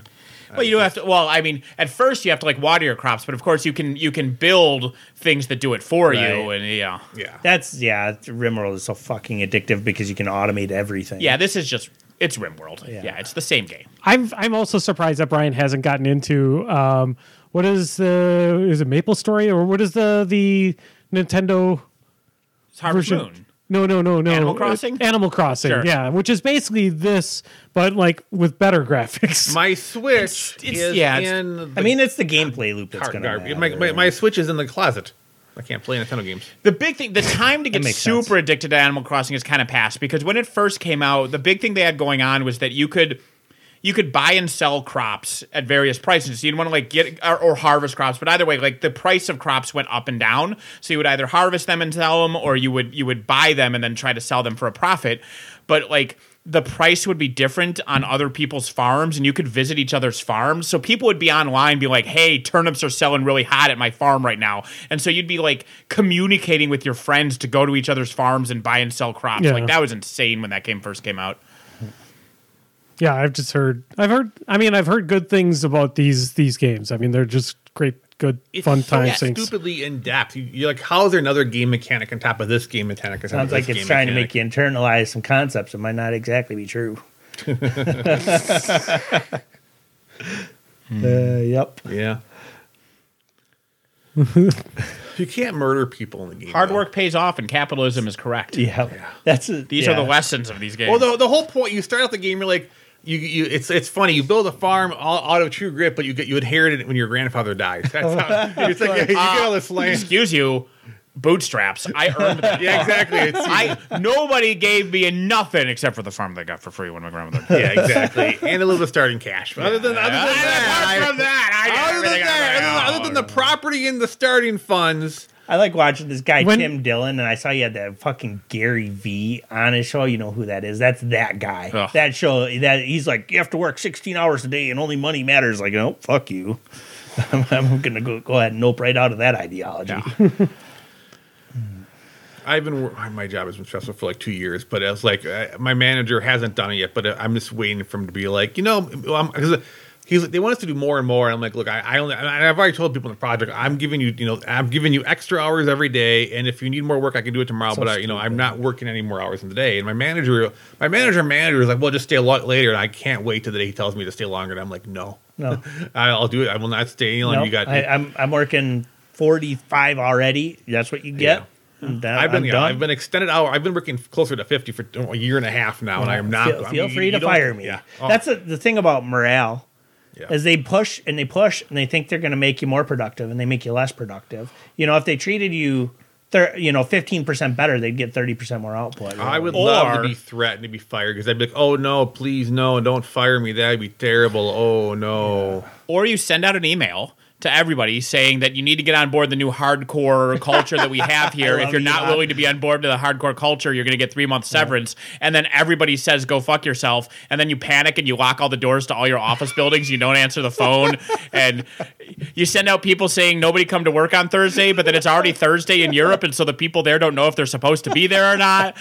S2: Well, you do have to. Well, I mean, at first you have to like water your crops, but of course you can you can build things that do it for you,
S4: Right.
S2: and yeah,
S1: Yeah.
S4: That's yeah. Rimworld is so fucking addictive because you can automate everything.
S2: Yeah, this is just it's RimWorld. Yeah,
S4: Yeah.
S2: yeah it's the same game.
S3: I'm I'm also surprised that Brian hasn't gotten into um, what is the is it Maple Story or what is the the Nintendo
S2: It's Harvest
S3: version?
S2: Moon.
S3: No, no, no, no.
S2: Animal
S3: Uh,
S2: Crossing?
S3: Animal Crossing.
S2: Sure.
S3: Yeah, which is basically this, but like with better graphics.
S1: my Switch
S2: it's-
S1: is
S2: yeah, it's-
S1: in. The
S4: I mean, it's the gameplay loop that's
S1: car-
S4: going
S1: garbage.
S4: to
S1: My, my, my Switch is in the closet. I can't play Nintendo games.
S2: The big thing, the time to get
S4: makes
S2: super
S4: sense.
S2: addicted to Animal Crossing is kind of past because when it first came out, the big thing they had going on was that you could you could buy and sell crops at various prices. So you'd want to like get or, or harvest crops, but either way, like the price of crops went up and down. So you would either harvest them and sell them, or you would you would buy them and then try to sell them for a profit. But like the price would be different on other people's farms, and you could visit each other's farms. So people would be online, be like, "Hey, turnips are selling really hot at my farm right now," and so you'd be like communicating with your friends to go to each other's farms and buy and sell crops.
S3: Yeah.
S2: Like that was insane when that game first came out.
S3: Yeah, I've just heard. I've heard. I mean, I've heard good things about these these games. I mean, they're just great, good, fun
S1: so
S3: time sinks.
S1: Stupidly in depth. You, you're like, how is there another game mechanic on top of this game mechanic? on top
S4: Sounds
S1: of
S4: like
S1: this
S4: it's
S1: game
S4: trying
S1: mechanic?
S4: to make you internalize some concepts that might not exactly be true. uh, yep.
S1: Yeah. You can't murder people in the game.
S2: Hard
S1: though.
S2: work pays off, and capitalism is correct.
S4: Yeah, that's a,
S2: These
S4: yeah.
S2: are the lessons of these games.
S1: Well, the, the whole point you start out the game, you're like, you, you it's it's funny. You build a farm all, out of true grit, but you get you inherited it when your grandfather dies. That's how it's like yeah, you get all this land.
S2: excuse you, bootstraps. I earned that.
S1: Yeah, exactly. It's,
S2: I nobody gave me nothing except for the farm that I got for free when my grandmother. died.
S1: yeah, exactly. And a little bit of starting cash. But other than other than
S2: Other
S1: that,
S2: than that, I
S1: other than that, other than, other than the property and the starting funds,
S4: I like watching this guy
S3: When-
S4: Tim Dillon, and I saw he had that fucking Gary V on his show. You know who that is? That's that guy.
S2: Ugh.
S4: That show that he's like, you have to work sixteen hours a day, and only money matters. Like, no, fuck you. I'm, I'm gonna go, go ahead and nope right out of that ideology.
S1: I've been wor- my job has been stressful for like two years, but I was like, uh, my manager hasn't done it yet, but I'm just waiting for him to be like, you know, because he's like, they want us to do more and more. And I'm like, look, I, I only, and I've already told people in the project, I'm giving you, you know, I'm giving you extra hours every day, and if you need more work, I can do it tomorrow. but I, you know, I'm not working any more hours in the day. And my manager, my manager, manager is like, well, just stay a lot later. And I can't wait till the day he tells me to stay longer. And I'm like, no,
S4: No,
S1: I'll do it. I will not stay any longer.
S4: no.
S1: you got.
S4: I, I'm I'm working forty five already. That's what you get. And then
S1: I've been
S4: I'm
S1: yeah,
S4: done.
S1: I've been extended hour. I've been working closer to fifty for a year and a half now, and I am not.
S4: Feel,
S1: I
S4: feel
S1: mean,
S4: free
S1: you
S4: to
S1: don't-
S4: fire me.
S1: Yeah, Oh,
S4: That's the the thing about morale.
S1: yeah.
S4: as they push and they push and they think they're going to make you more productive and they make you less productive. You know, if they treated you, thir- you know, fifteen percent better, they'd get thirty percent more output. Oh,
S1: I would
S2: Or-
S1: love to be threatened to be fired because I'd be like, "Oh no, please no, don't fire me. That'd be terrible. Oh no."
S2: or you send out an email to everybody saying that you need to get on board the new hardcore culture that we have here.
S4: I
S2: if
S4: love
S2: you're not
S4: Elon.
S2: willing to be on board to the hardcore culture, you're going to get three months severance. And then everybody says, go fuck yourself. And then you panic and you lock all the doors to all your office buildings. You don't answer the phone. and you send out people saying, nobody come to work on Thursday, but then it's already Thursday in Europe. And so the people there don't know if they're supposed to be there or not.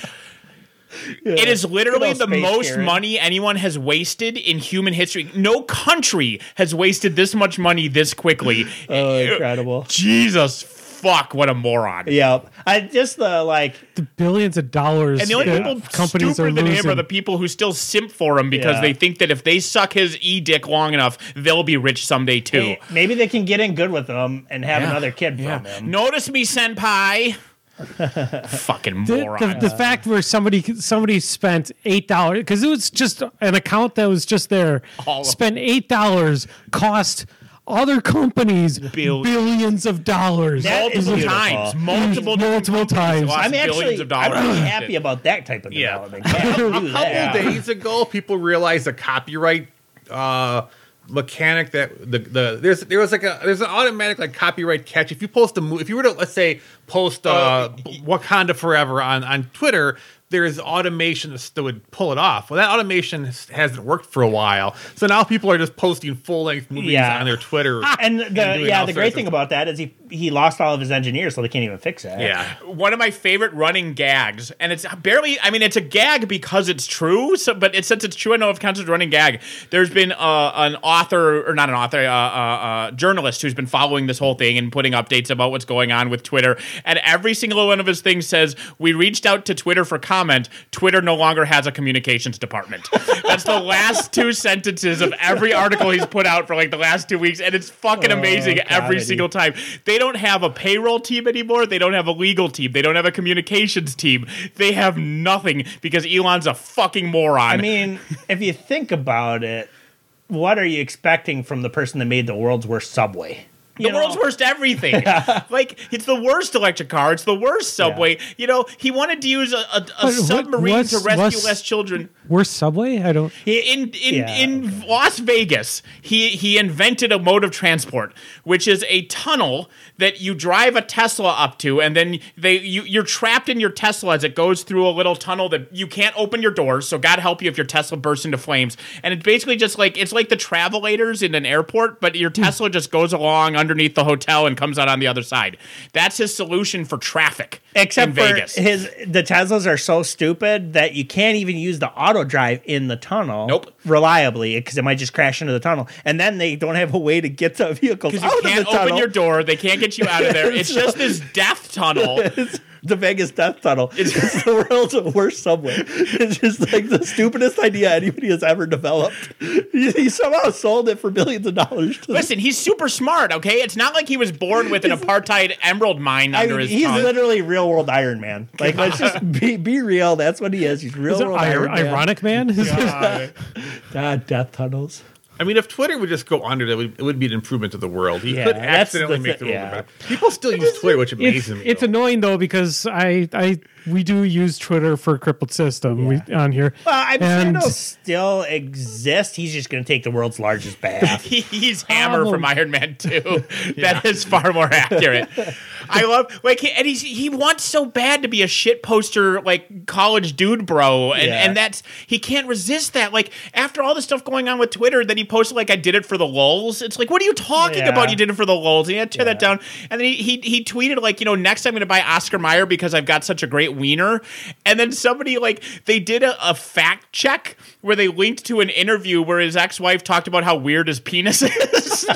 S2: It is literally
S4: old
S2: the
S4: space
S2: most
S4: Karen.
S2: money anyone has wasted in human history. No country has wasted this much money this quickly.
S4: oh, incredible.
S2: Jesus fuck, what a moron.
S4: Yeah, I just the like
S3: The billions of dollars
S2: And the only
S3: that
S2: people stupider than him are the people who still simp for him because
S4: Yeah.
S2: they think that if they suck his e dick long enough, they'll be rich someday too.
S4: may- maybe they can get in good with them and have
S2: Yeah.
S4: another kid from him.
S2: Notice me, senpai. Fucking
S3: the,
S2: moron.
S3: the, the fact where somebody somebody spent eight dollars because it was just an account that was just there
S2: All of-
S3: spent eight dollars cost other companies
S2: Billions.
S3: billions of dollars
S4: That is
S2: multiple
S4: beautiful.
S2: times. Multiple,
S3: multiple times
S2: Lost
S4: I'm
S2: billions
S4: actually
S2: of
S4: I'm
S2: dollars.
S4: really happy about that type of
S2: Yeah.
S4: development. Yeah, do
S1: couple
S4: that.
S1: days ago, people realized the copyright uh, mechanic that the, the there's there was like a there's an automatic like copyright catch. If you post a movie, if you were to let's say post uh, Wakanda Forever on on Twitter. There's automation that's- that would pull it off. Well, that automation has- hasn't worked for a while, so now people are just posting full length movies
S4: Yeah.
S1: on their Twitter.
S4: And the
S1: doing
S4: yeah,
S1: all
S4: the
S1: sorts
S4: great
S1: of
S4: thing
S1: stuff.
S4: about that is he he lost all of his engineers, so they can't even fix it.
S1: yeah,
S2: one of my favorite running gags, and it's barely. I mean, it's a gag because it's true. So, but it, since it's true, I know it counts as a running gag. There's been uh, an author, or not an author, uh, uh, uh, journalist who's been following this whole thing and putting updates about what's going on with Twitter. And every single one of his things says, "We reached out to Twitter for comment. Twitter no longer has a communications department." That's the last two sentences of every article he's put out for like the last two weeks, and it's fucking amazing every
S4: comedy.
S2: single time. They don't have a payroll team anymore. They don't have a legal team. They don't have a communications team. They have nothing because Elon's a fucking moron.
S4: I mean, if you think about it, what are you expecting from the person that made the world's worst subway?
S2: the
S4: You know?
S2: world's worst everything. like it's the worst electric car. It's the worst subway. You know, he wanted to use a, a, a
S3: what-
S2: submarine to
S3: what's-
S2: rescue
S3: what's-
S2: less children.
S3: Where's Subway? I don't.
S2: He- in in,
S4: Yeah,
S2: in Las Vegas, he he invented a mode of transport, which is a tunnel that you drive a Tesla up to, and then they you you're trapped in your Tesla as it goes through a little tunnel that you can't open your doors. So God help you if your Tesla bursts into flames. And it's basically just like it's like the travelators in an airport, but your Tesla just goes along underneath the hotel and comes out on the other side. That's his solution for traffic.
S4: Except
S2: in
S4: for
S2: Vegas.
S4: his the Teslas are so stupid that you can't even use the auto drive in the tunnel.
S2: Nope.
S4: Reliably, because it might just crash into the tunnel, and then they don't have a way to get the vehicles
S2: because
S4: out
S2: you
S4: of the
S2: can't open
S4: tunnel.
S2: your door. They can't get you out of there. It's just this death tunnel
S4: the Vegas death tunnel. It's the world's worst subway. It's just like the stupidest idea anybody has ever developed. He, he somehow sold it for billions of dollars. To
S2: Listen, he's super smart. Okay, it's not like he was born with an apartheid emerald mine
S4: I
S2: under
S4: mean,
S2: his
S4: he's
S2: tongue.
S4: literally real world Iron Man. Like, let's just be, be real. That's what he is. He's real
S3: Is it
S4: world
S3: ir-
S4: Iron, Man.
S3: ironic, man?
S4: Ah, death tunnels.
S1: I mean, if Twitter would just go under, that would, it would be an improvement to the world. He
S4: Yeah,
S1: could
S4: that's
S1: accidentally
S4: the
S1: make the
S4: thi-
S1: world
S4: yeah.
S1: better. People still use Twitter, which amazes
S3: it's,
S1: me.
S3: it's
S1: though.
S3: annoying though because I I we do use Twitter for crippled system we, on here.
S4: Well, I'm
S3: And-
S4: sure it'll still exist. He's just going to take the world's largest bath.
S2: He- He's Hammer from
S3: Problem.
S2: Iron Man 2. That is far more accurate. I love like he- and he's, he wants so bad to be a shit poster like college dude bro and
S4: Yeah.
S2: and that's he can't resist that. Like after all the stuff going on with Twitter that he posted like I did it for the lulz. It's like what are you talking
S4: Yeah.
S2: about? You did it for the lulz. And he had to tear that down. And then he, he he tweeted like, you know, next I'm going to buy Oscar Mayer because I've got such a great wiener. And then somebody like they did a, a fact check where they linked to an interview where his ex-wife talked about how weird his penis is.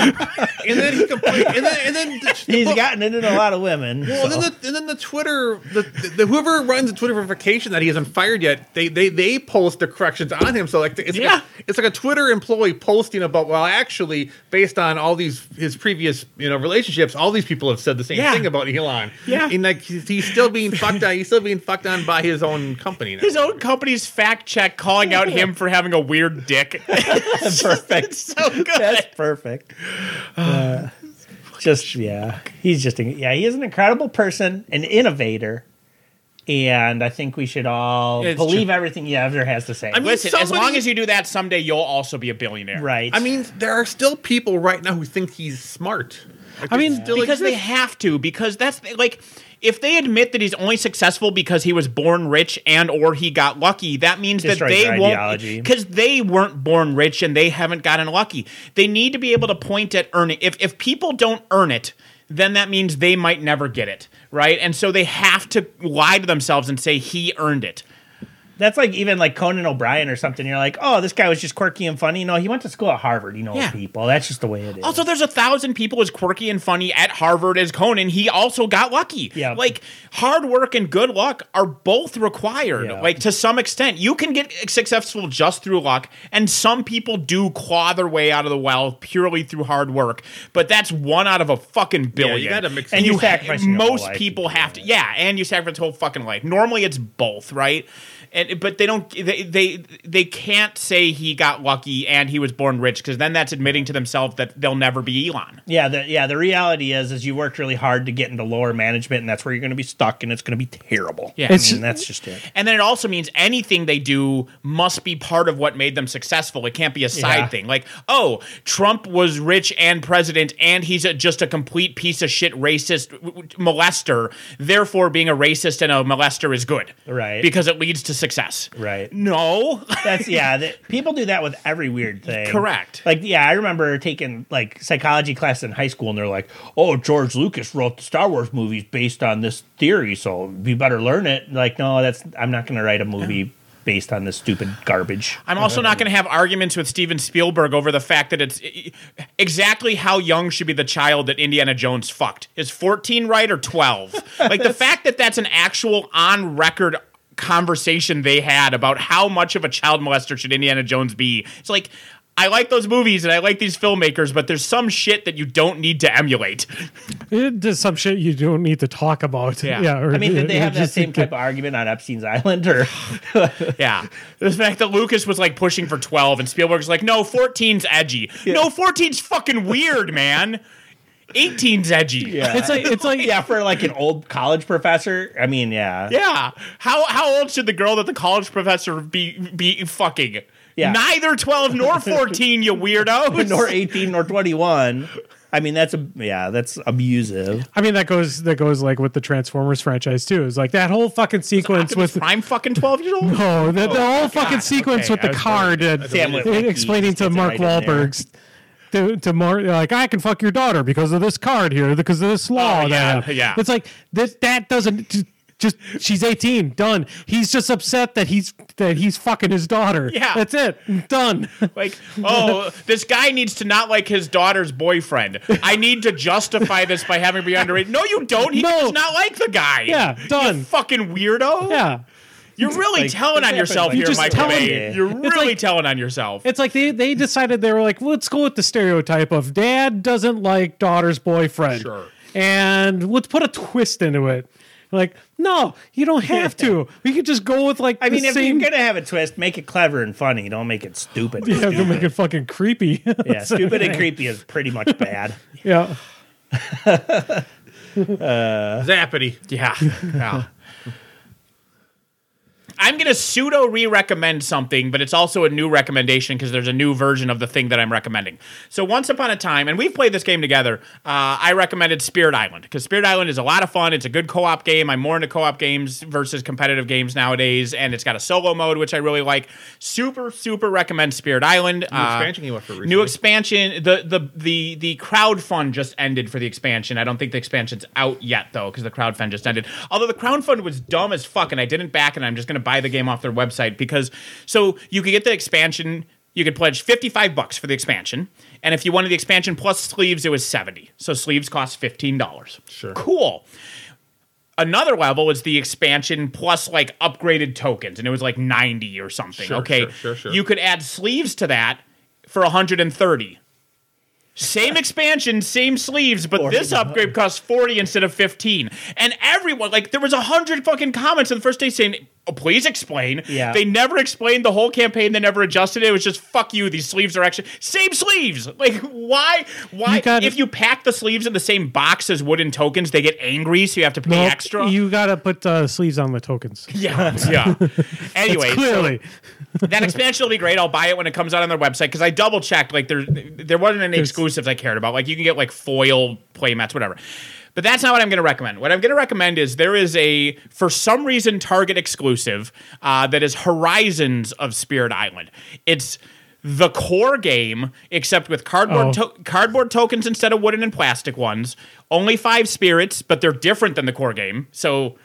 S1: and then he complained, and then, and then the,
S4: He's
S1: well,
S4: gotten it in a lot of women.
S1: Well,
S4: so.
S1: and, then the, and then the Twitter, the, the whoever runs the Twitter verification that he hasn't fired yet, they they they post the corrections on him. So like it's
S2: Yeah.
S1: like a, it's like a Twitter employee posting about well, actually, based on all these his previous you know relationships, all these people have said the same
S2: Yeah.
S1: thing about Elon.
S2: Yeah.
S1: and like he's, he's still being fucked on. He's still being fucked on by his own company. Now.
S2: his own company's fact check calling out him for having a weird dick.
S4: perfect.
S2: so good.
S4: That's perfect. Uh, just yeah, he's just yeah, he is an incredible person, an innovator, and I think we should all
S2: It's
S4: believe
S2: true.
S4: everything he ever has to say.
S1: I mean,
S2: Listen, as
S1: somebody-
S2: long as you do that, someday you'll also be a billionaire.
S4: right?
S1: I mean, there are still people right now who think he's smart. Like,
S3: I
S1: they
S3: mean,
S1: still
S2: because they
S1: exist.
S2: have to because that's like if they admit that he's only successful because he was born rich and or he got lucky that means
S4: Destroys
S2: that
S4: their
S2: they won't
S4: ideology.
S2: because they weren't born rich and they haven't gotten lucky they need to be able to point at earning if if people don't earn it then that means they might never get it right and so they have to lie to themselves and say he earned it
S4: that's like even like Conan O'Brien or something. You're like, oh, this guy was just quirky and funny. No, he went to school at Harvard. You know,
S2: Yeah.
S4: people. That's just the way it is.
S2: Also, there's a thousand people as quirky and funny at Harvard as Conan. He also got lucky.
S4: Yeah.
S2: Like hard work and good luck are both required.
S4: Yeah.
S2: Like to some extent, you can get successful just through luck, and some people do claw their way out of the well purely through hard work. But that's one out of a fucking billion.
S1: gotta mix
S4: And
S2: and
S4: it
S2: you
S4: up. sacrifice your whole
S2: most
S4: life to
S2: people
S4: do
S2: have to. Yeah, and you sacrifice your whole fucking life. Normally, it's both, right? And but they don't. They they they can't say he got lucky and he was born rich because then that's admitting to themselves that they'll never be Elon.
S4: Yeah, the, yeah. The reality is, is you worked really hard to get into lower management, and that's where you're going to be stuck, and it's going to be terrible.
S2: Yeah.
S4: I
S3: It's-
S4: mean, that's just it.
S2: And then it also means anything they do must be part of what made them successful. It can't be a side
S4: Yeah.
S2: thing. Like, oh, Trump was rich and president, and he's a, just a complete piece of shit racist w- w- molester. Therefore, being a racist and a molester is good,
S4: Right.
S2: Because it leads to success,
S4: Right.
S2: No,
S4: That's yeah. That, people do that with every weird thing.
S2: Correct.
S4: Like yeah, I remember taking like psychology class in high school, and they're like, "Oh, George Lucas wrote the Star Wars movies based on this theory, so you better learn it." Like, no, that's I'm not going to write a movie based on this stupid garbage.
S2: I'm also not going to have arguments with Steven Spielberg over the fact that it's e, exactly how young should be the child that Indiana Jones fucked. Is 14 right or 12? like the fact that that's an actual on record conversation they had about how much of a child molester should Indiana Jones be. It's like I like those movies and I like these filmmakers, but there's some shit that you don't need to emulate.
S3: It does some shit you don't need to talk about.
S2: Yeah.
S3: Yeah, or
S4: I mean, did they
S3: you
S4: have that
S3: just
S4: same
S3: need
S4: type
S3: to-
S4: of argument on Epstein's Island? Or
S2: Yeah. The fact that Lucas was like pushing for 12 and Spielberg's like, no, 14's edgy. No, 14's fucking weird, man. 18's edgy.
S4: yeah,
S3: It's like it's like
S4: yeah, for like an old college professor. I mean, yeah,
S2: Yeah. How how old should the girl that the college professor be be fucking?
S4: Yeah.
S2: Neither 12 nor 14, you weirdo.
S4: nor 18 nor 21. I mean, that's a yeah, that's abusive.
S3: I mean that goes that goes like with the Transformers franchise too. It's like that whole fucking sequence with
S2: Prime fucking 12 years old?
S3: oh the, the whole fucking sequence
S2: Okay,
S3: with the
S2: I was
S3: car did
S4: Sam Witwicky
S3: explaining
S4: just
S3: to
S4: gets it
S3: Mark
S4: right in there.
S3: Wahlberg's to, to Mark like I can fuck your daughter because of this card here because of this law.
S2: Oh, yeah,
S3: that-
S2: yeah.
S3: It's like that that doesn't Just she's 18. Done. He's just upset that he's that he's fucking his daughter.
S2: Yeah.
S3: That's it. Done.
S2: Like, oh, this guy needs to not like his daughter's boyfriend. I need to justify this by having her be underage. No, you don't. He
S3: No.
S2: does not like the guy.
S3: Yeah,
S2: You
S3: done.
S2: fucking weirdo.
S3: yeah.
S2: You're really
S4: Like,
S2: telling on
S4: it
S2: yourself
S4: happens
S2: here,
S3: like that.
S2: Michael
S3: You're just
S2: Bay.
S4: telling-
S2: You're
S3: It's
S2: really
S3: like-
S2: telling on yourself.
S3: It's like they they decided they were like, let's go with the stereotype of dad doesn't like daughter's boyfriend.
S2: Sure.
S3: And let's put a twist into it. Like, no, you don't have to. We could just go with like
S4: I mean,
S3: the
S4: if
S3: same
S4: you're gonna have a twist, make it clever and funny. Don't make it stupid.
S3: yeah, don't make it fucking creepy.
S4: yeah, stupid and creepy is pretty much bad.
S3: yeah.
S1: Zappity.
S2: Yeah. Yeah. I'm going to pseudo re recommend something, but it's also a new recommendation because there's a new version of the thing that I'm recommending. So, once upon a time, and we've played this game together, uh, I recommended Spirit Island because Spirit Island is a lot of fun. It's a good co op game. I'm more into co op games versus competitive games nowadays, and it's got a solo mode, which I really like. Super, super recommend Spirit Island. New
S1: expansion came out for
S2: New
S1: recently.
S2: expansion the the the the crowd fund just ended for the expansion i don't think the expansion's out yet though because the crowd fund just ended although the crowd fund was dumb as fuck and i didn't back and i'm just going to buy the game off their website because so you could get the expansion you could pledge 55 bucks for the expansion and if you wanted the expansion plus sleeves it was 70 so sleeves cost $15
S1: Sure.
S2: cool another level is the expansion plus like upgraded tokens and it was like 90 or something
S1: Sure,
S2: okay
S1: sure, sure, sure.
S2: you could add sleeves to that for 130 same expansion same sleeves but this upgrade costs 40 instead of 15 and everyone like there was 100 fucking comments on the first day saying oh, please explain
S4: Yeah.
S2: they never explained the whole campaign they never adjusted it it was just fuck you these sleeves are actually same sleeves like why why
S3: You gotta-
S2: if you pack the sleeves in the same box as wooden tokens they get angry so you have to pay
S3: Nope,
S2: extra
S3: You gotta put uh, sleeves on the tokens.
S2: yeah, yeah. Anyway,
S3: Clearly,
S2: that expansion will be great. I'll buy it when it comes out on their website because I double checked. Like there, there wasn't any exclusives I cared about. Like you can get like foil playmats, whatever. But that's not what I'm going to recommend. What I'm going to recommend is there is a for some reason Target exclusive uh, that is Horizons of Spirit Island. It's the core game except with cardboard
S3: Oh.
S2: to- cardboard tokens instead of wooden and plastic ones. Only five spirits, but they're different than the core game. So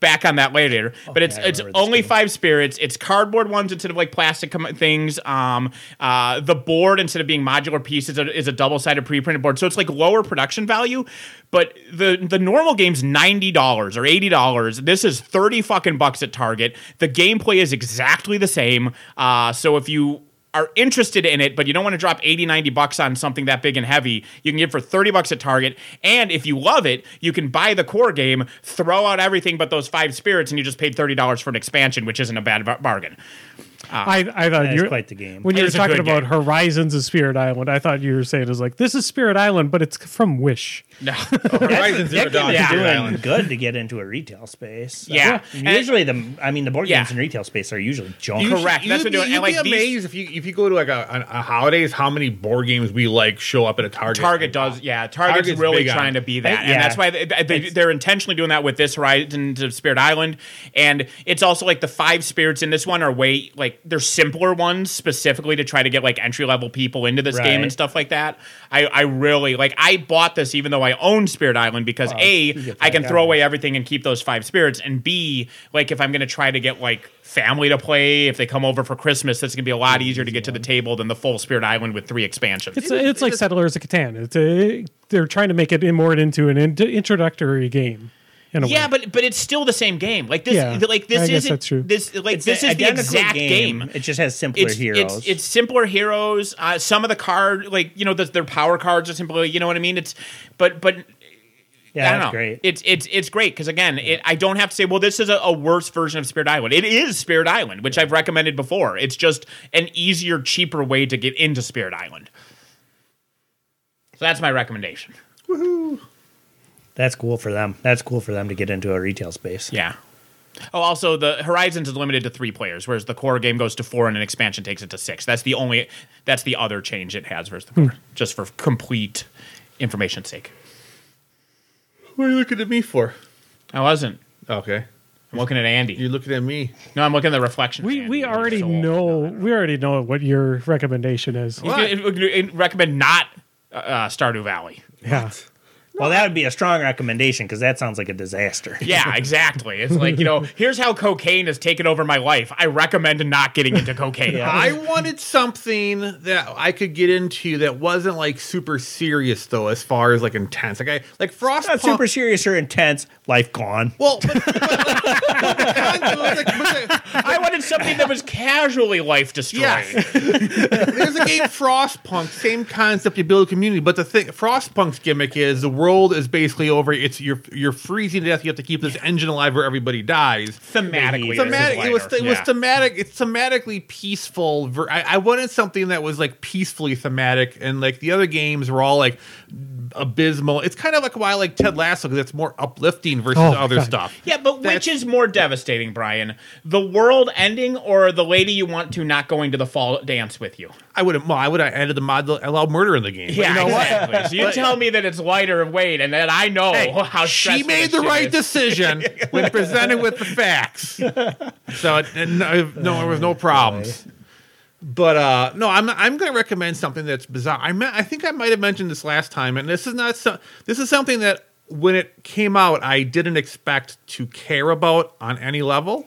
S2: back on that later. but it's
S4: I
S2: it's
S4: remember this
S2: only five spirits. It's cardboard ones instead of like plastic com- things. Um, uh, the board instead of being modular pieces is a, is a double sided pre printed board. So it's like lower production value. But the the normal game's ninety dollars or eighty dollars. This is thirty fucking bucks at Target. The gameplay is exactly the same. Uh, so if you are interested in it, but you don't want to drop 80, 90 bucks on something that big and heavy, you can get it for 30 bucks at Target. And if you love it, you can buy the core game, throw out everything but those five spirits, and you just paid $30 for an expansion, which isn't a bad bar- bargain.
S3: I, I thought
S4: That's
S3: you were-
S4: Ah, quite the game.
S3: When
S2: It
S3: you were
S2: is a
S3: talking
S2: good
S3: about
S2: game.
S3: Horizons of Spirit Island, I thought you were saying it was like this is Spirit Island, but it's from Wish.
S2: No.
S1: Oh, Horizon Zero
S4: That game
S1: Dawn.
S4: is
S2: Yeah.
S1: Spirit
S4: doing
S1: Island.
S4: good to get into a retail space.
S2: Yeah.
S4: And
S2: And-
S4: usually the I mean the board
S2: Yeah.
S4: games in retail space are usually junk.
S1: You
S2: Correct,
S1: should-
S2: that's what
S1: you'd
S2: I'm doing.
S1: Be,
S2: And,
S1: you'd
S2: like,
S1: be
S2: these-
S1: amazed if you if you go to like a, a, a holidays, how many board games we like show up at a Target.
S2: Target does, yeah. Target's,
S1: Target's
S2: really
S1: big on
S2: trying
S1: it.
S2: to be that,
S4: I-
S2: and
S4: yeah.
S2: that's why they, they, they're intentionally doing that with this Horizons of Spirit Island, and it's also like the five spirits in this one are way like they're simpler ones specifically to try to get like entry level people into this game and
S4: Right.
S2: stuff like that. I I really like I bought this even though I own Spirit Island because
S4: you
S2: a
S4: get
S2: I can
S4: that
S2: throw
S4: out.
S2: away everything and keep those five spirits, and b like if I'm gonna try to get like family to play if they come over for Christmas, that's gonna be a lot easier to get to the table than the full Spirit Island with three expansions.
S3: It's it's like Settlers of Catan. It's a, they're trying to make it in- more into an in- introductory game. In a
S2: Yeah,
S3: way.
S2: but but it's still the same game. Like this,
S3: Yeah,
S2: like this
S3: I guess
S2: isn't
S3: that's true.
S2: this like
S4: It's
S2: this
S4: an
S2: is the
S4: identical
S2: exact game.
S4: It just has simpler
S2: It's,
S4: heroes.
S2: it's it's simpler heroes. Uh, some of the card, like you know, the, their power cards are simpler. You know what I mean? It's but but
S4: yeah,
S2: I don't
S4: that's
S2: know.
S4: great.
S2: It's it's it's great because again, it, I don't have to say, well, this is a, a worse version of Spirit Island. It is Spirit Island, which I've recommended before. It's just an easier, cheaper way to get into Spirit Island. So that's my recommendation.
S4: that's cool for them. That's cool for them to get into a retail space.
S2: Yeah. Oh, also the Horizons is limited to three players, whereas the core game goes to four and an expansion takes it to six. That's the only that's the other change it has versus the core,
S3: Hmm.
S2: just for complete information's sake.
S1: What are you looking at me for?
S2: I wasn't.
S1: Okay,
S2: I'm looking at Andy.
S1: you're looking at me.
S2: No, I'm looking at the reflection. of
S3: we
S2: Andy.
S3: we
S2: He's
S3: already
S2: so-
S3: know we already know what your recommendation is.
S2: He's gonna- he's gonna recommend not uh, uh, Stardew Valley.
S3: Yeah.
S4: Well, that would be a strong recommendation because that sounds like a disaster.
S2: Yeah, exactly. It's like, you know, here's how cocaine has taken over my life. I recommend not getting into cocaine.
S1: I wanted something that I could get into that wasn't like super serious though, as far as like intense. Like I like Frostpunk.
S4: Not super serious or intense. Life gone.
S1: well, but, but, like, but the concept was, like, but the-
S2: I wanted something that was casually life destroying.
S1: Yes. There's a game Frostpunk, same concept. You build a community, but the thing Frostpunk's gimmick is the world is basically over. It's you're you're freezing to death. You have to keep this engine alive, or everybody dies.
S2: Thematically. this
S4: Maybe.
S2: is
S1: Thematic. It was
S2: lighter.
S1: it was
S2: Yeah.
S1: thematic. It's thematically peaceful. ver- I, I wanted something that was like peacefully thematic, and like the other games were all like abysmal. It's kind of like why I like Ted Lasso because it's more uplifting versus
S3: Oh,
S1: other
S3: God.
S1: stuff.
S2: Yeah, but
S1: That's-
S2: which is more devastating, Brian? The world ending or the lady you want to not going to the fall dance with you?
S1: I would have. I would have added the mod that allowed murder in the game. But
S2: Yeah,
S1: you know what?
S2: exactly. So you tell me that it's lighter weight, and then I know how
S1: she
S2: stressful
S1: made
S2: this
S1: the
S2: shit
S1: right
S2: is.
S1: decision when presented with the facts. So it, and no, no, there was no problems. But uh, no, I'm I'm going to recommend something that's bizarre. I meant, I think I might have mentioned this last time, and this is not so, this is something that when it came out, I didn't expect to care about on any level.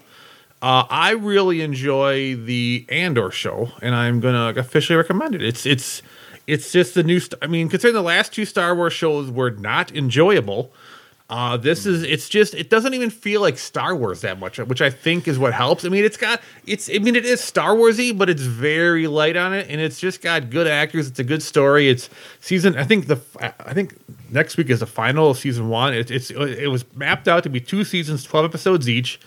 S1: Uh, I really enjoy the Andor show, and I'm gonna officially recommend it. It's it's it's just the new. St- I mean, considering the last two Star Wars shows were not enjoyable, uh, this is it's just it doesn't even feel like Star Wars that much, which I think is what helps. I mean, it's got it's I mean it is Star Warsy, but it's very light on it, and it's just got good actors. It's a good story. It's season. I think the I think next week is the final of season one. It, it's it was mapped out to be two seasons, twelve episodes each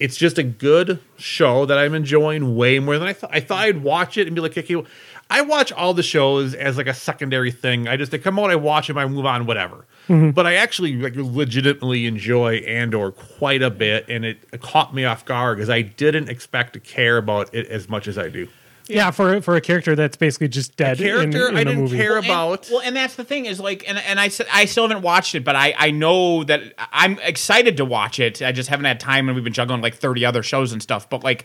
S1: it's just a good show that I'm enjoying way more than I thought. I thought I'd watch it and be like, okay, I watch all the shows as like a secondary thing. I just they come out, I watch them, I move on, whatever. But I actually like legitimately enjoy Andor quite a bit, and it caught me off guard because I didn't expect to care about it as much as I do.
S3: Yeah, for for a character that's basically just dead. in-
S1: Character
S3: in,
S1: I
S3: the
S1: didn't
S3: movie.
S1: care
S2: And-
S1: about.
S2: well, and that's the thing is like, and and I s- I still haven't watched it, but I I know that I'm excited to watch it. I just haven't had time, and we've been juggling like 30 other shows and stuff. But like.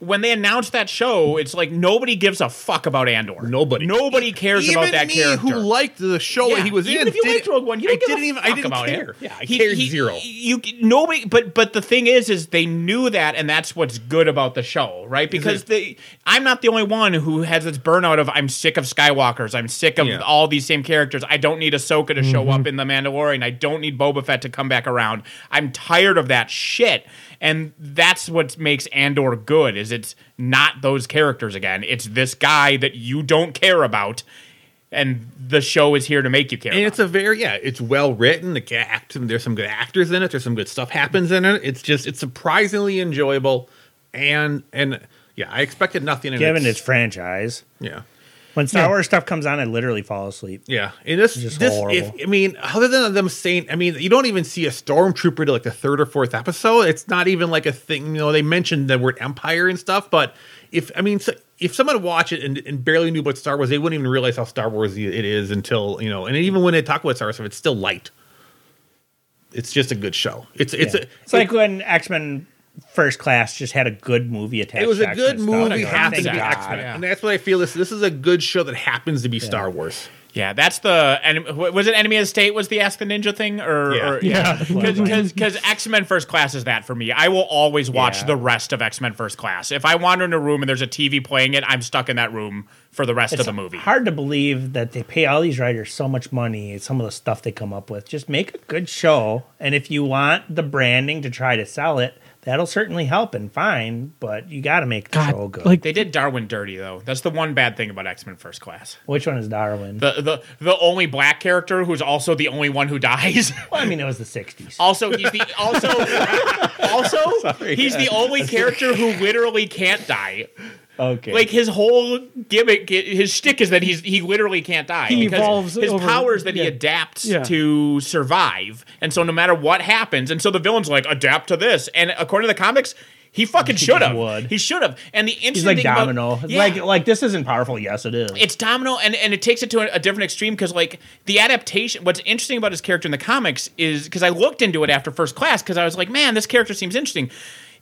S2: When they announced that show, it's like nobody gives a fuck about Andor.
S1: Nobody. E-
S2: nobody cares
S1: even
S2: about that
S1: me,
S2: character.
S1: who liked the show that
S2: Yeah,
S1: he was
S2: even
S1: in,
S2: If you
S1: didn't-
S2: liked Rogue One, you
S1: I
S2: don't give
S1: didn't
S2: a
S1: even.
S2: fuck
S1: I didn't
S2: about
S1: care.
S2: It.
S1: Yeah, I
S2: He-
S1: cared
S2: he-
S1: zero.
S2: You nobody, but but the thing is, is they knew that, and that's what's good about the show, right? Because they, I'm not the only one who has this burnout of I'm sick of Skywalker's, I'm sick of
S1: Yeah. Mm-hmm.
S2: all these same characters. I don't need Ahsoka to show up in the Mandalorian. I don't need Boba Fett to come back around. I'm tired of that shit. And that's what makes Andor good is it's not those characters again. It's this guy that you don't care about and the show is here to make you care.
S1: And
S2: about.
S1: it's a very yeah, it's well written. The act, there's some good actors in it. There's some good stuff happens in it. It's just it's surprisingly enjoyable, and and yeah, I expected nothing. And
S4: Given its franchise,
S1: yeah,
S4: when Star
S3: Yeah.
S4: Wars stuff comes on, I literally fall asleep.
S1: yeah. And this
S4: just
S1: this if,
S4: horrible.
S1: I mean, other than them saying, I mean, you don't even see a stormtrooper to like the third or fourth episode. It's not even like a thing. You know, they mentioned the word empire and stuff, but if I mean. So, if someone watched it and, and barely knew about Star Wars, they wouldn't even realize how Star Wars it is until you know. And even when they talk about Star Wars, stuff, it's still light. It's just a good show. It's it's
S4: Yeah.
S1: a,
S4: it's like when X Men First Class just had a good movie attached.
S1: it was
S4: to
S1: a
S4: X-Men
S1: good
S4: stuff.
S1: movie.
S4: Like,
S1: Happens
S4: thank
S1: to be
S4: God.
S1: X Men,
S2: yeah.
S1: and that's what I feel. This this is a good show that happens to be Star Wars.
S2: Yeah, that's the and wh- was it Enemy of the State was the Ask the Ninja thing or
S1: Yeah.
S3: Yeah.
S2: because X Men First Class is that for me. I will always watch
S4: Yeah.
S2: the rest of X Men First Class. If I wander in a room and there's a TV playing it, I'm stuck in that room for the rest of the movie.
S4: Hard to believe that they pay all these writers so much money. and Some of the stuff they come up with. Just make a good show, and if you want the branding to try to sell it, that'll certainly help and fine. But you got to make the show
S3: God,
S4: good.
S3: like
S2: They did Darwin dirty though. That's the one bad thing about X Men First Class.
S4: which one is Darwin?
S2: The the the only black character who's also the only one who dies.
S4: well, I mean, it was the '60s.
S2: Also, he's the also also he's the only character who literally can't die.
S4: Okay,
S2: Like his whole gimmick, his shtick is that he's he literally can't die.
S3: He
S2: because
S3: evolves
S2: His
S3: over-
S2: powers that he
S3: yeah.
S2: adapts
S3: Yeah.
S2: to survive, and so no matter what happens, and so the villain's like adapt to this. And according to the comics, he fucking should have.
S4: would.
S2: He should have. And the interesting
S4: he's like
S2: thing about-
S4: Domino.
S2: Yeah.
S4: Like like this isn't powerful. Yes, it is.
S2: it's domino and, and it takes it to a, a different extreme because like the adaptation what's interesting about his character in the comics is because i looked into it after first class because i was like man this character seems interesting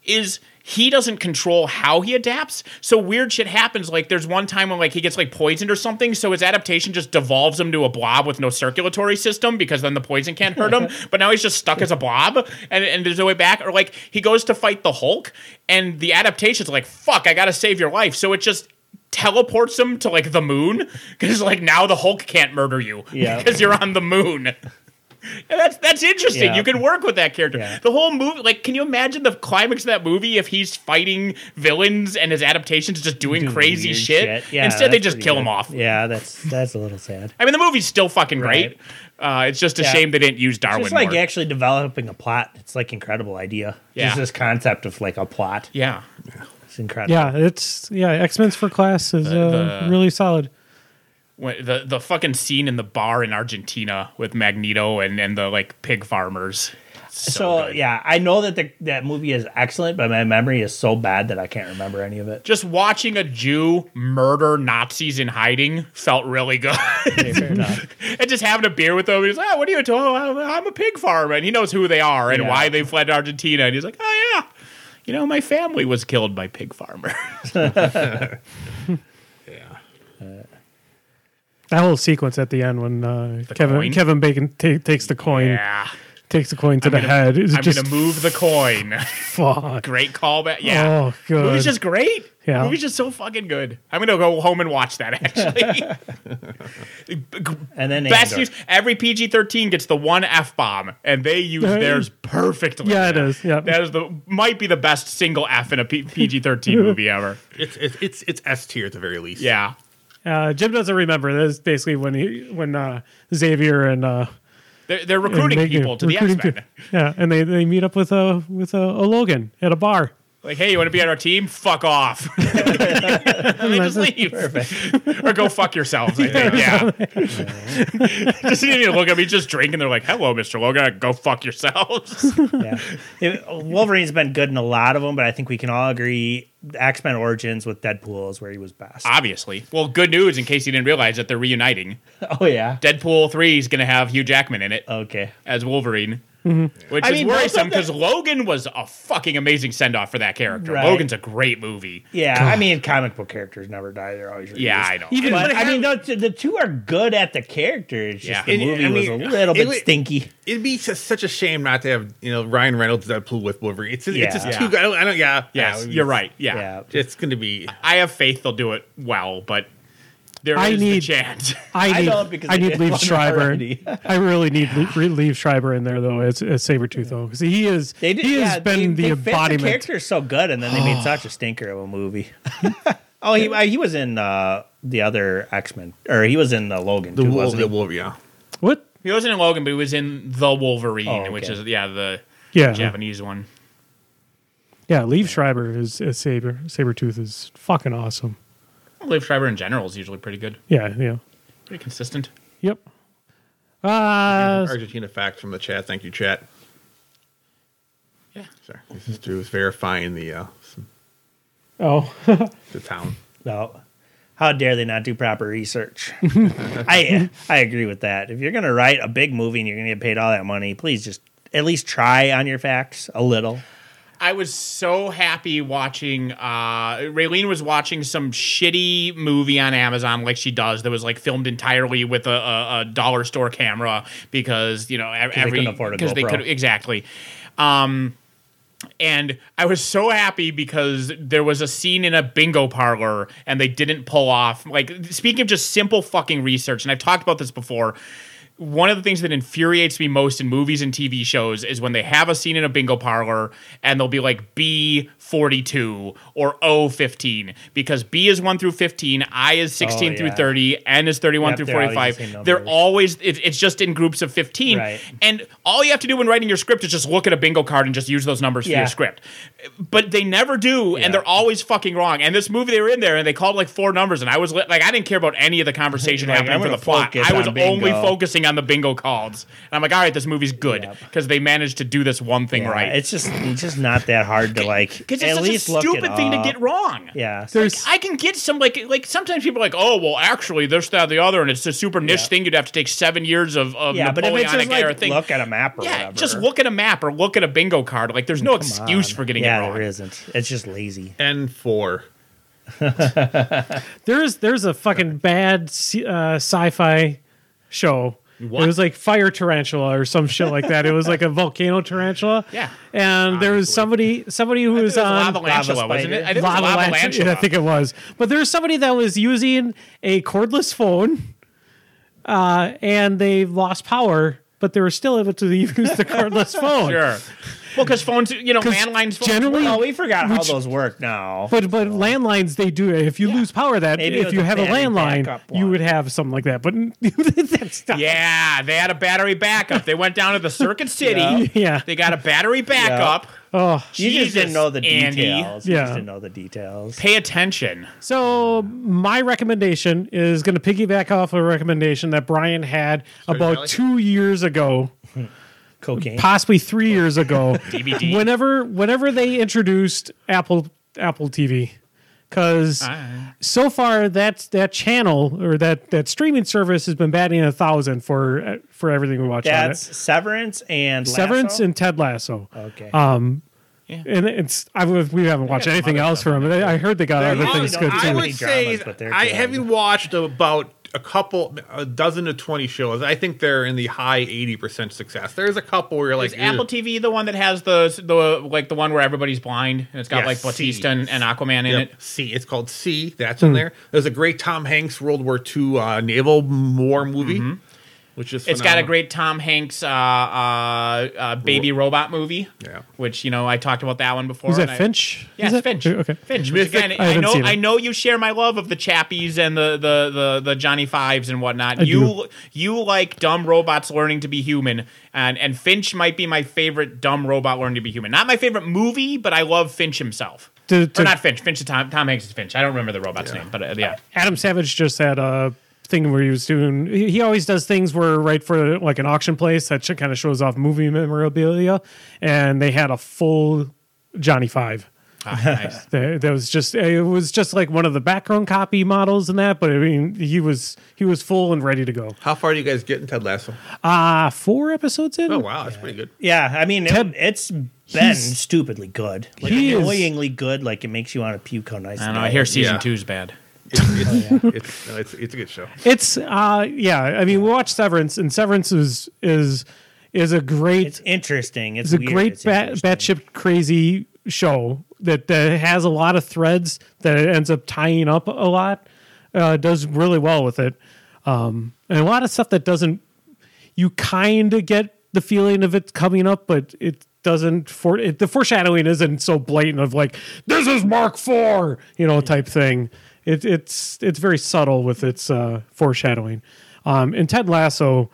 S2: is he doesn't control how he adapts. So weird shit happens. Like there's one time when like he gets like poisoned or something, so his adaptation just devolves him to a blob with no circulatory system because then the poison can't hurt him. but now he's just stuck as a blob and, and there's no way back. Or like he goes to fight the Hulk and the adaptation's like, fuck, I gotta save your life. So it just teleports him to like the moon because like now the Hulk can't murder you
S4: Yeah.
S2: because you're on the moon. And that's that's interesting.
S4: Yeah.
S2: You can work with that character.
S4: Yeah.
S2: The whole movie, like, can you imagine the climax of that movie if he's fighting villains and his adaptations just doing crazy
S4: Weird
S2: shit?
S4: Yeah,
S2: Instead, they
S4: that's
S2: just
S4: pretty
S2: kill
S4: good.
S2: him off.
S4: Yeah, that's that's a little sad.
S2: I mean, the movie's still fucking great.
S4: Right.
S2: Uh, it's just a
S4: Yeah.
S2: shame they didn't use Darwin.
S4: It's like
S2: more.
S4: actually developing a plot. It's like incredible idea.
S2: Yeah.
S4: Just this concept of like a plot.
S2: yeah,
S4: It's incredible.
S3: Yeah, it's yeah. X Men's for class is uh,
S2: the-
S3: really solid.
S2: when, the the fucking scene in the bar in Argentina with Magneto and and the like pig farmers. So,
S4: So,
S2: good.
S4: yeah, I know that the, that movie is excellent, but my memory is so bad that I can't remember any of it.
S2: Just watching a Jew murder Nazis in hiding felt really good.
S4: Okay, fair enough.
S2: and just having a beer with them. He's like, oh, what are you doing? I'm, I'm a pig farmer. And he knows who they are and
S4: Yeah.
S2: why they fled to Argentina. And he's like, oh, yeah. You know, my family was killed by pig farmers.
S3: That whole sequence at the end when uh, Kevin
S2: coin?
S3: Kevin Bacon ta- takes the coin,
S2: yeah.
S3: takes the coin to the head. It's
S2: I'm
S3: just
S2: going to move the coin.
S3: fuck.
S2: great callback. Yeah.
S3: Oh, good.
S2: Movie's just great.
S3: Yeah.
S2: Movie's just so fucking good. I'm going to go home and watch that, actually.
S4: And then
S2: Best
S4: Andor.
S2: use. Every PG 13 gets the one F bomb, and they use
S3: Yeah.
S2: theirs perfectly.
S3: Yeah, it is. Yeah.
S2: That is the might be the best single F in a PG 13 movie ever.
S1: It's it's it's, it's S tier at the very least.
S2: Yeah.
S3: Uh, Jim doesn't remember. That is basically when he when uh, Xavier and uh,
S2: They're, they're
S3: and
S2: recruiting
S3: Bacon-
S2: people to
S3: recruiting
S2: the X Men.
S3: people. Yeah, and they, they meet up with uh with uh, a Logan at a bar.
S2: Like, hey, you want to be on our team? Fuck off. and they just leave. or go fuck yourselves, I think. Yeah. just need to look at me just drinking. They're like, hello, Mr. Logan. Go fuck yourselves.
S4: yeah. It- Wolverine's been good in a lot of them, but I think we can all agree X Men Origins with Deadpool is where he was best.
S2: Obviously. Well, good news in case you didn't realize that they're reuniting.
S4: oh yeah.
S2: Deadpool 3 is going to have Hugh Jackman in it
S4: Okay.
S2: as Wolverine. Which
S4: Mm-hmm. I
S2: is
S4: mean, both of
S2: worrisome
S4: them-
S2: because Logan was a fucking amazing send off for that character.
S4: Right.
S2: Logan's a great movie.
S4: Yeah, I mean, comic book characters never die; they're always reused.
S2: Yeah, I know.
S4: Even,
S1: But-
S4: but, I mean, the, the two are good at the characters. Just
S2: Yeah.
S4: the
S2: It-
S4: movie
S1: I
S4: was
S1: mean,
S4: a little
S1: it
S4: bit
S1: was-
S4: stinky.
S1: It'd be su- such a shame not to have you know Ryan Reynolds Deadpool with Wolverine. It's just, it's
S4: Yeah.
S1: just too good. I don't. I don't yeah.
S2: Yes,
S1: yeah,
S2: you're right.
S4: Yeah.
S1: It's going to be.
S2: I have faith they'll do it well, but there is
S3: I
S2: the
S3: need-
S2: chance.
S3: I
S4: I
S3: need I,
S4: don't because I
S3: need
S4: did
S3: Leave
S4: one
S3: Schreiber.
S4: already.
S3: I really need Le- re- Leave Schreiber in there though. It's, it's Sabretooth though because he is
S4: They did,
S3: he has
S4: yeah,
S3: been the
S4: they, they fit
S3: embodiment. Oh.
S4: The character so good, and then they made such a stinker of a movie. oh, he uh, he was in uh, the other X Men, or he was in uh, Logan
S1: The
S4: too,
S1: Wolverine.
S4: wasn't
S1: The
S4: he?
S1: Wolverine. Yeah.
S3: What?
S2: He wasn't in Logan, but he was in The Wolverine,
S4: Oh, okay. Uh-huh.
S2: which is yeah the
S3: Yeah,
S2: Japanese one.
S3: yeah. Leave Schreiber is, is Saber Sabretooth is fucking awesome.
S2: Liv Schreiber in general is usually pretty good,
S3: Yeah, yeah.
S2: pretty consistent.
S3: Yep. Uh,
S1: Argentina facts from the chat. Thank you, chat.
S2: Yeah.
S1: Sorry, this is Drew is verifying the uh,
S3: oh,
S1: the town.
S4: No. How dare they not do proper research? I I agree with that. If you're gonna write a big movie and you're gonna get paid all that money, please just at least try on your facts a little.
S2: I was so happy watching. Uh, Raylene was watching some shitty movie on Amazon, like she does, that was like filmed entirely with a, a, a dollar store camera because you know ev-
S4: they
S2: every
S4: couldn't afford a
S2: they
S4: GoPro.
S2: could exactly. Um, and I was so happy because there was a scene in a bingo parlor and they didn't pull off. Like, speaking of just simple fucking research, and I've talked about this before. One of the things that infuriates me most in movies and TV shows is when they have a scene in a bingo parlor and they'll be like B42 or O15 because B is 1 through 15, I is 16 through
S4: Oh, yeah.
S2: 30, N is 31
S4: Yep,
S2: through
S4: they're always
S2: 45.
S4: the same
S2: they're
S4: numbers.
S2: always, it, it's just in groups of 15.
S4: Right.
S2: And all you have to do when writing your script is just look at a bingo card and just use those numbers for
S4: Yeah.
S2: your script. But they never do, and they're always fucking wrong. And this movie, they were in there and they called like four numbers, and I was li- like, I didn't care about any of the conversation
S4: Like,
S2: happening
S4: I'm
S2: for the
S4: gonna
S2: plot.
S4: focus
S2: I was
S4: on bingo.
S2: only focusing on the bingo calls. And I'm like, all right, this movie's good
S4: Yep.
S2: because they managed to do this one thing
S4: Yeah,
S2: right.
S4: It's just it's just not that hard to like.
S2: Because
S4: at
S2: it's such a
S4: least look it
S2: stupid thing to
S4: up.
S2: get wrong.
S4: Yeah.
S3: There's
S2: I can get some like like sometimes people are like, oh well, actually this, that, the other, and it's a super niche
S4: Yeah.
S2: thing. You'd have to take seven years of, of
S4: yeah, but if
S2: Napoleonic
S4: it's just
S2: era
S4: like
S2: thing.
S4: look at a map or
S2: yeah,
S4: whatever.
S2: just look at a map or look at a bingo card. Like there's no
S4: Come
S2: excuse
S4: on.
S2: for getting
S4: yeah,
S2: it wrong.
S4: there isn't. It's just lazy.
S1: N four.
S3: there's there's a fucking bad sci- uh, sci-fi show.
S1: What?
S3: It was like fire tarantula or some shit like that. It was like a volcano tarantula.
S2: Yeah.
S3: And there was
S1: Obviously.
S3: somebody somebody who was
S2: It was
S3: on
S2: Lavalantula, wasn't it? I think it was
S3: Lavalanche. I
S2: Lavalantula.
S3: think it was. But there was somebody that was using a cordless phone, uh, and they lost power, but they were still able to use the cordless phone.
S2: Sure. Well, because phones, you know,
S3: 'Cause
S2: landlines. Phones,
S3: generally-
S2: well,
S4: Oh, we forgot how
S3: Which-
S4: those work now.
S3: But but landlines they do. If you lose power, that
S4: Maybe
S3: if
S4: with
S3: you
S4: a
S3: have a
S4: battery
S3: landline,
S4: backup
S3: you
S4: one.
S3: would have something like that. But that's not.
S2: yeah, they had a battery backup. They went down to the Circuit City.
S3: Yeah.
S2: They got a battery backup.
S3: Oh.
S4: you just didn't
S2: Jesus,
S4: know the
S2: Andy.
S4: details. You
S3: Yeah.
S4: just didn't know the details.
S2: Pay attention.
S3: So my recommendation is going to piggyback off a recommendation that Brian had about
S1: Valley?
S3: two years ago,
S4: Cocaine.
S3: possibly three years ago.
S2: DVD.
S3: Whenever whenever they introduced Apple Apple TV, because
S2: Ah.
S3: so far that that channel or that that streaming service has been batting a thousand for for everything we watch. on it.
S4: That's Severance and Lasso?
S3: Severance and uh, Ted Lasso.
S4: okay.
S3: And it's I was- we haven't watched anything else from it. I I heard they got other
S4: you
S3: things
S4: know,
S3: good
S4: I
S3: too.
S1: I
S4: many
S1: would say
S4: dramas, but they're
S1: I
S4: good.
S1: having watched about a couple, a dozen to twenty shows. I think they're in the high eighty percent success. There's a couple where you're like eh,
S2: Is Apple
S1: "Ugh."
S2: TV the one that has the the like the one where everybody's blind and it's got
S1: Yes,
S2: like Batista
S1: see.
S2: and, and Aquaman in
S1: Yep.
S2: it?
S1: C. It's called C. That's in there. There's a great Tom Hanks World War II uh, naval war movie, which is
S2: It's got a
S1: phenomenal.
S2: great Tom Hanks uh, uh, uh, baby robot movie.
S1: Yeah.
S2: Which you know I talked about that one before.
S3: Is
S2: and
S3: that
S2: I-
S3: Finch?
S2: Yes,
S3: Is that-
S2: Finch.
S3: Okay.
S2: Finch. which
S1: Mythic-
S2: again,
S3: I
S2: I,
S3: haven't
S2: know.
S3: seen it.
S2: I know you share my love of the Chappies and the the the, the Johnny Fives and whatnot.
S3: I
S2: you
S3: do.
S2: you like dumb robots learning to be human, and and Finch might be my favorite dumb robot learning to be human. Not my favorite movie, but I love Finch himself.
S3: To-
S2: or
S3: to-
S2: not Finch. Finch is Tom Tom Hanks is Finch. I don't remember the robot's name, but uh, yeah.
S3: Adam Savage just had a thing where he was doing. He he always does things where right for like an auction place that kind of shows off movie memorabilia, and they had a full Johnny Five.
S2: Ah, nice.
S3: That, that was just it was just like one of the background copy models and that, but I mean he was he was full and ready to go.
S1: How far do you guys get in Ted Lasso?
S3: Uh four episodes in.
S1: Oh wow, that's pretty good.
S4: yeah, I mean,
S3: Ted-
S4: it, it's been
S3: he's-
S4: stupidly good. Like,
S3: He is-
S4: annoyingly good. Like, it makes you want to puke how nice
S2: I don't
S4: it
S2: know. I
S4: is.
S2: hear season
S1: Yeah.
S2: two's bad.
S1: It's, it's, it's, no, it's, it's a good show.
S3: It's uh yeah. I mean we watched Severance and Severance is is is a great
S4: It's interesting. It's,
S3: It's a
S4: weird.
S3: great
S4: It's
S3: bat,
S4: interesting.
S3: batship crazy show that, that has a lot of threads that it ends up tying up a lot. Uh, does really well with it, um, and a lot of stuff that doesn't. You kind of get the feeling of it coming up, but it doesn't. For it, the foreshadowing isn't so blatant of like this is Mark Four, you know, type thing. It, it's it's very subtle with its uh, foreshadowing. Um, and Ted Lasso,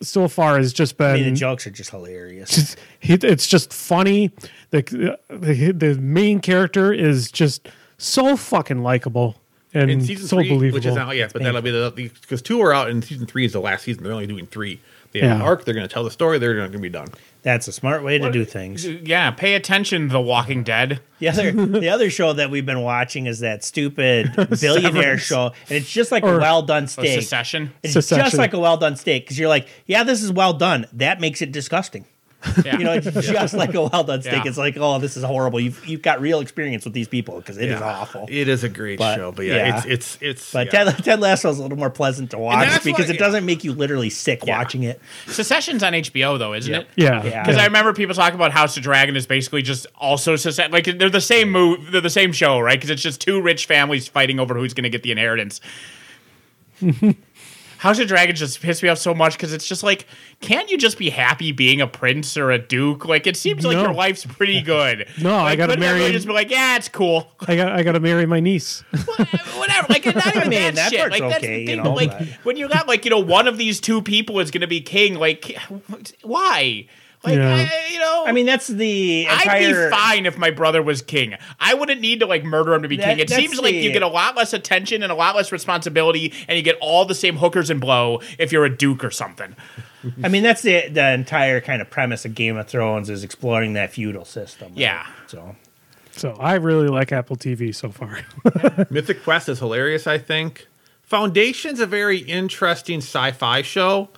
S3: so far, has just been
S4: I mean, the jokes are just hilarious.
S3: it's- he, it's just funny. The, the the main character is just so fucking likable and,
S1: in season
S3: so
S1: three,
S3: believable.
S1: which is out yet, but that'll be the because two are out, and season three is the last season. They're only doing three. They have an
S3: Yeah.
S1: arc. They're going to tell the story. They're not going to be done.
S4: That's a smart way to do things.
S2: Yeah, pay attention, The Walking Dead.
S4: The other, the other show that we've been watching is that stupid billionaire show, and it's just like
S3: Or-
S4: a well done
S2: Oh,
S4: steak.
S2: Secession.
S4: It's just
S3: Secession.
S4: like a well done steak because you're like, yeah, this is well done. That makes it disgusting.
S2: Yeah.
S4: You know, it's just like a well done
S2: Yeah.
S4: steak. It's like, oh, this is horrible. You've you've got real experience with these people because it is
S1: Yeah.
S4: awful.
S1: It is a great
S4: But,
S1: show, but yeah,
S4: yeah.
S1: it's it's it's.
S4: but
S1: yeah.
S4: Ted, Ted Lasso is a little more pleasant to watch
S1: that's
S4: because
S1: why-
S4: it doesn't make you literally sick watching it.
S2: Secession's on HBO though, isn't it?
S3: yeah,
S4: Yeah.
S2: Because I remember people talking about House of Dragon is basically just also Secession. Like they're the same move, they're the same show, right? Because it's just two rich families fighting over who's going to get the inheritance. House of Dragon just pissed me off so much because it's just like, can't you just be happy being a prince or a duke? Like it seems like
S3: No.
S2: your life's pretty good.
S3: No, I
S2: Like,
S3: gotta
S2: couldn't everyone
S3: marry-
S2: Just be like, yeah, it's cool.
S3: I got I got to marry my niece.
S2: whatever. Like not even
S4: mean,
S2: that,
S4: that
S2: shit.
S4: part's
S2: like that's
S4: okay,
S2: the
S4: you
S2: thing.
S4: know,
S2: like
S4: but-
S2: when you got like you know one of these two people is gonna be king. Like why? Like,
S3: Yeah.
S2: I, you know,
S4: I mean, that's the
S2: I'd be
S4: entire.
S2: fine if my brother was king. I wouldn't need to like murder him to be
S4: That-
S2: king. It
S4: that's
S2: seems like you
S4: the-
S2: get a lot less attention and a lot less responsibility, and you get all the same hookers and blow if you're a duke or something.
S4: I mean, that's the the entire kind of premise of Game of Thrones is exploring that feudal system. right?
S2: Yeah.
S4: So
S3: So I really like Apple TV so far.
S1: Mythic Quest is hilarious, I think. Foundation's a very interesting sci-fi show.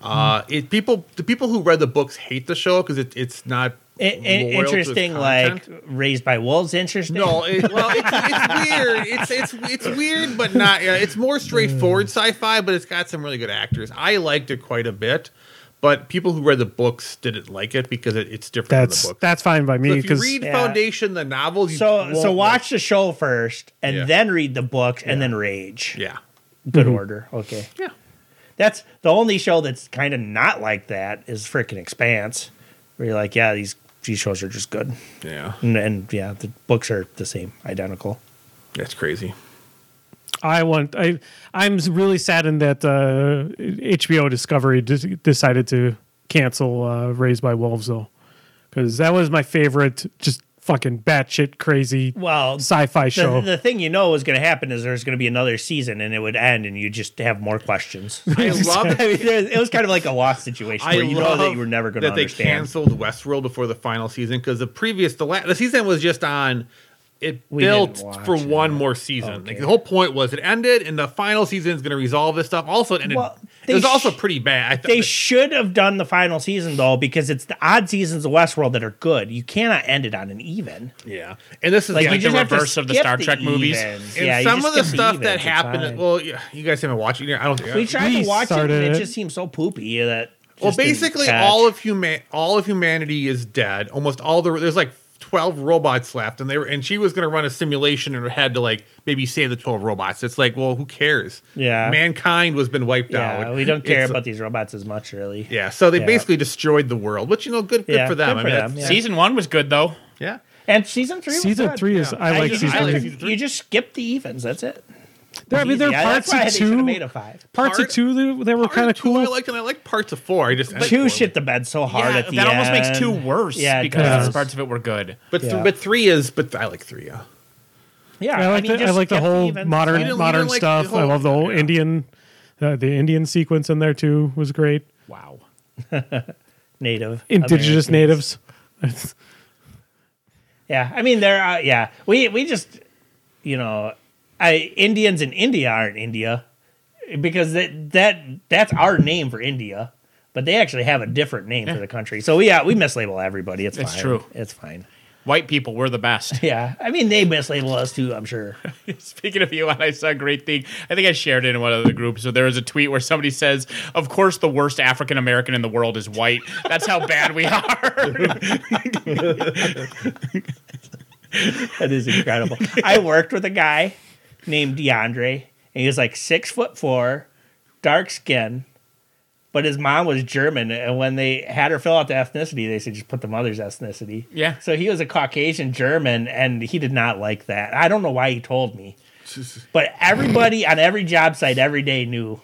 S1: Uh, it people the people who read the books hate the show because it, it's not
S4: it, it,
S1: loyal to its
S4: interesting, like
S1: content.
S4: Raised by Wolves. Interesting.
S1: no, it, well, it's, it's weird. It's it's it's weird, but not. Yeah, it's more straightforward
S4: Hmm.
S1: sci-fi, but it's got some really good actors. I liked it quite a bit, but people who read the books didn't like it because it, it's different
S3: That's
S1: from the book.
S3: that's fine by
S1: So
S3: me
S1: if you
S3: because
S1: read
S4: Yeah.
S1: Foundation, the novels, you
S4: So
S1: won't
S4: so
S1: like-
S4: watch the show first, and
S1: Yeah.
S4: then read the book, and then rage.
S1: yeah,
S4: Good
S1: Mm-hmm.
S4: order. Okay.
S1: yeah.
S4: That's the only show that's kind of not like that is freaking Expanse, where you're like, yeah, these these shows are just good,
S1: Yeah,
S4: and, and yeah, the books are the same, identical.
S1: that's crazy.
S3: I want I I'm really saddened that uh, HBO Discovery de- decided to cancel uh, Raised by Wolves though, because that was my favorite, just fucking batshit crazy
S4: Well,
S3: sci-fi show.
S4: The, the thing you know is going to happen is there's going to be another season, and it would end, and you just have more questions.
S1: I love
S4: I mean, there- it was kind of like a lost situation
S1: I
S4: where you know
S1: love
S4: that you were never going to
S1: that they
S4: understand.
S1: canceled Westworld before the final season because the previous the la- the season was just on. It
S4: We
S1: built
S4: didn't watch
S1: for
S4: it.
S1: one more season. Like
S4: Okay.
S1: the whole point was it ended, and the final season is going to resolve this stuff. Also, it ended.
S4: Well,
S1: it
S4: they
S1: was also
S4: sh-
S1: pretty bad. I thought
S4: They
S1: that-
S4: should have done the final season though, because it's the odd seasons of Westworld that are good. You cannot end it on an even.
S1: yeah, and this is
S4: Like
S1: yeah,
S4: you
S2: the
S4: just have to
S2: reverse of the
S4: skip
S2: Star Trek movies.
S4: evens.
S1: and
S4: you
S1: some
S4: just
S1: of the
S4: skip
S1: stuff
S4: evens,
S1: that
S4: it's fine.
S1: happened. Well, yeah, you guys haven't watched it. I don't. think
S4: we tried
S3: We
S4: to watch it, and
S3: started
S4: it
S3: it.
S4: just seems so poopy that.
S1: Well,
S4: just didn't
S1: basically,
S4: catch.
S1: all of human all of humanity is dead. Almost all the there's like twelve robots left, and they were and she was going to run a simulation in her head to like maybe save the twelve robots. It's like, well, who cares?
S4: Yeah.
S1: mankind was been wiped
S4: yeah,
S1: out.
S4: we don't care
S1: It's-
S4: about these robots as much, really.
S1: Yeah, so they
S4: Yeah.
S1: basically destroyed the world, which you know, good, good
S4: Yeah,
S1: for them.
S4: good
S1: I mean,
S4: for
S1: that's-
S4: them, Yeah.
S2: Season one was good though.
S1: yeah.
S4: And season three. was
S3: season
S4: good.
S3: three is
S1: yeah.
S3: I like
S1: just-
S3: season
S1: I like
S3: three.
S1: season
S4: You just skip the evens. That's it.
S3: There, I mean, there are
S4: Yeah,
S3: parts
S4: that's why
S3: of
S4: they should have
S3: two,
S4: made a five.
S3: parts
S1: Part-
S3: of two that, that were
S1: Part
S3: kind of
S1: two I
S3: cool.
S1: like, and I like parts of four. I just I
S4: Two
S1: like-
S4: shit the bed so hard
S2: Yeah,
S4: at the
S2: that almost
S4: end.
S2: makes two worse
S4: Yeah, it
S2: because
S4: does.
S2: parts of it were good.
S1: but th-
S4: Yeah.
S1: but three is but I like three. Yeah,
S4: Yeah,
S3: I like
S4: mean,
S3: the, I
S4: just
S3: like the
S4: skip
S3: whole
S4: evens.
S1: You don't-
S3: modern
S1: you
S3: modern
S1: don't like the
S3: stuff. I
S1: whole-
S3: love the whole
S1: yeah.
S3: Indian, uh, the Indian sequence in there too was great.
S2: Wow.
S4: native
S3: Indigenous
S4: Americans.
S3: natives.
S4: Yeah, I mean there are. Yeah, we we just you know, I Indians in India aren't India because that that that's our name for India, but they actually have a different name for the country. So yeah, we mislabel everybody. It's
S2: It's
S4: fine.
S2: true.
S4: It's fine.
S2: White people were the best.
S4: Yeah, I mean they mislabel us too. I'm sure.
S2: Speaking of Elon, I saw a great thing. I think I shared it in one of the groups. So there was a tweet where somebody says, "Of course, the worst African American in the world is white. That's how bad we are."
S4: That is incredible. I worked with a guy named DeAndre, and he was like six foot four, dark skin, but his mom was German. And when they had her fill out the ethnicity, they said just put the mother's ethnicity.
S2: Yeah.
S4: So he was a Caucasian German, and he did not like that. I don't know why he told me. But everybody on every job site every day knew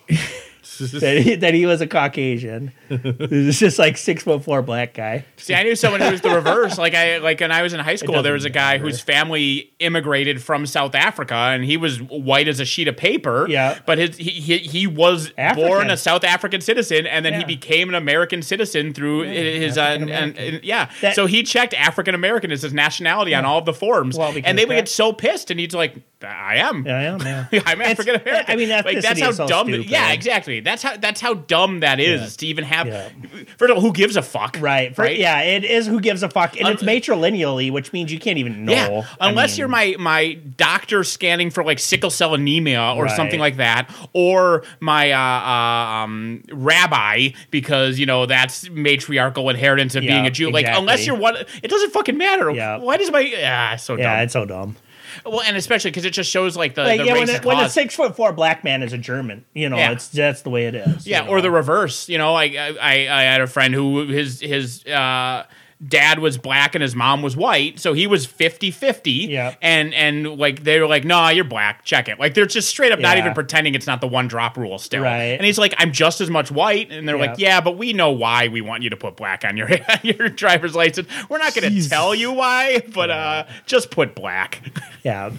S4: that he, that he was a Caucasian. It was just like six foot four black guy.
S2: See, I knew someone who was the reverse. Like I like when I was in high school, there was a guy whose family immigrated from South Africa, and he was white as a sheet of paper.
S4: Yeah.
S2: but his he he, he was born
S4: African.
S2: a South African citizen, and then he
S4: Yeah.
S2: became an American citizen through his uh, and, and- yeah.
S4: That-
S2: so he checked African American as his nationality on all of the forms,
S4: Well, because
S2: and they would get
S4: that-
S2: so pissed, and he's like, "I am."
S4: Yeah, yeah, yeah.
S2: I'm African American.
S4: I mean,
S2: like that's
S4: ethnicity
S2: how
S4: is so
S2: dumb.
S4: stupid.
S2: Yeah, exactly. That's how that's how dumb that is to even have.
S4: Yeah.
S2: First of all, who gives a fuck?
S4: Right. For, Yeah, it is who gives a fuck. And
S2: Un-
S4: it's matrilineally, which means you can't even know.
S2: Yeah,
S4: I
S2: unless
S4: mean,
S2: you're my my doctor scanning for like sickle cell anemia or
S4: Right.
S2: something like that, or my uh, uh, um, rabbi because you know that's matriarchal inheritance of
S4: Yeah,
S2: being a Jew. Like unless
S4: exactly.
S2: you're one, it doesn't fucking matter.
S4: Yeah.
S2: Why does my ah so
S4: Yeah,
S2: dumb?
S4: it's so dumb.
S2: well, and especially because it just shows like the,
S4: Like,
S2: the
S4: yeah,
S2: race
S4: when,
S2: of
S4: a- when a
S2: cause.
S4: six foot four black man is a German, you know,
S2: Yeah.
S4: it's that's the way it is.
S2: Yeah,
S4: you
S2: or
S4: know.
S2: the reverse. You know, I I I I had a friend who his his uh dad was black and his mom was white, so he was 50-50.
S4: Yeah.
S2: And and like they were like, "Nah, you're black. Check it." Like they're just straight up not
S4: Yeah.
S2: even pretending it's not the one drop rule still.
S4: Right.
S2: And he's like, "I'm just as much white." And they're like,
S4: Yeah.
S2: "Yeah, but we know why we want you to put black on your your driver's license. We're not going to
S3: Jeez.
S2: tell you why, but uh just put black."
S4: Yeah.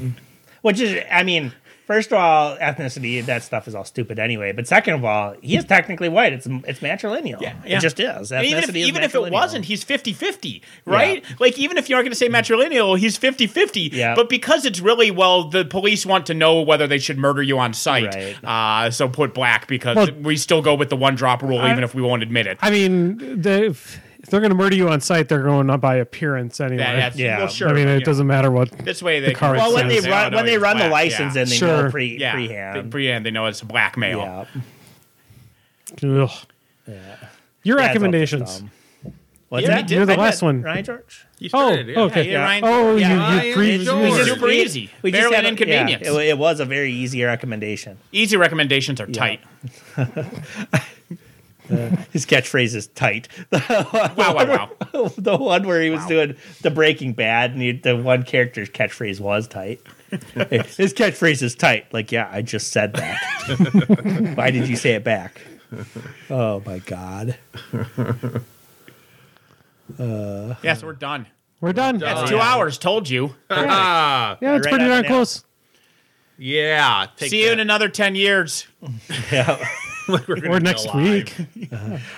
S4: Which is, I mean, first of all, ethnicity, that stuff is all stupid anyway. But second of all, he is technically white. It's it's matrilineal.
S2: Yeah, yeah.
S4: It just is.
S2: And even if,
S4: Ethnicity is
S2: even if it
S4: matrilineal.
S2: wasn't, he's 50 50, right? Like, even if you aren't going to say matrilineal, he's 50 50.
S4: Yeah.
S2: But because it's really, well, the police want to know whether they should murder you on sight. Uh, so put black because
S3: Well-
S2: we still go with the one drop rule, even if we won't admit it.
S3: I mean, they, if if they're going to murder you on site, they're going up by appearance anyway.
S2: That- that's-
S4: Yeah.
S2: Well, sure.
S3: I mean,
S2: but,
S3: it
S2: you know,
S3: doesn't matter what.
S2: This way they
S3: the car
S4: Well, when
S3: Makes
S4: they
S3: sense.
S4: run, when they run the license
S2: yeah.
S4: and they know
S3: Sure.
S4: pre,
S2: yeah,
S4: prehand.
S2: They, prehand, they know it's black male.
S4: yeah.
S3: Ugh. Your
S4: That's all
S3: recommendations.
S4: just dumb. What's
S2: Yeah,
S4: that?
S2: we did. You're the
S4: I did.
S3: last one.
S4: Right, George?
S1: You
S3: Oh,
S1: started it, yeah.
S3: okay.
S2: Yeah,
S4: yeah.
S2: Ryan,
S3: Oh,
S2: yeah.
S1: Yeah,
S3: you, you
S1: I
S3: pre-
S1: enjoyed
S3: you
S1: it.
S3: just-
S2: Super
S4: we-
S2: easy.
S4: We just
S2: Barely
S4: had
S2: an
S4: a-
S2: inconvenience.
S4: yeah, it, it was a very easy recommendation.
S2: Easy recommendations are tight.
S4: His catchphrase is tight.
S2: Wow, wow, wow.
S4: the one where he was
S2: Wow.
S4: doing the Breaking Bad, and he, the one character's catchphrase was tight. His catchphrase is tight. Like, yeah, I just said that. Why did you say it back? Oh my god.
S2: yes, we're done.
S3: We're done.
S2: That's
S1: Oh,
S2: two
S1: yeah.
S2: hours. Told you.
S1: Ah,
S3: Yeah, it's
S4: Right
S3: pretty
S4: on
S3: darn
S4: now.
S3: close.
S1: yeah. Take
S2: See you in
S1: that.
S2: another 10 years.
S4: Yeah.
S1: We're gonna
S3: Or
S1: be
S3: next
S1: alive.
S3: week.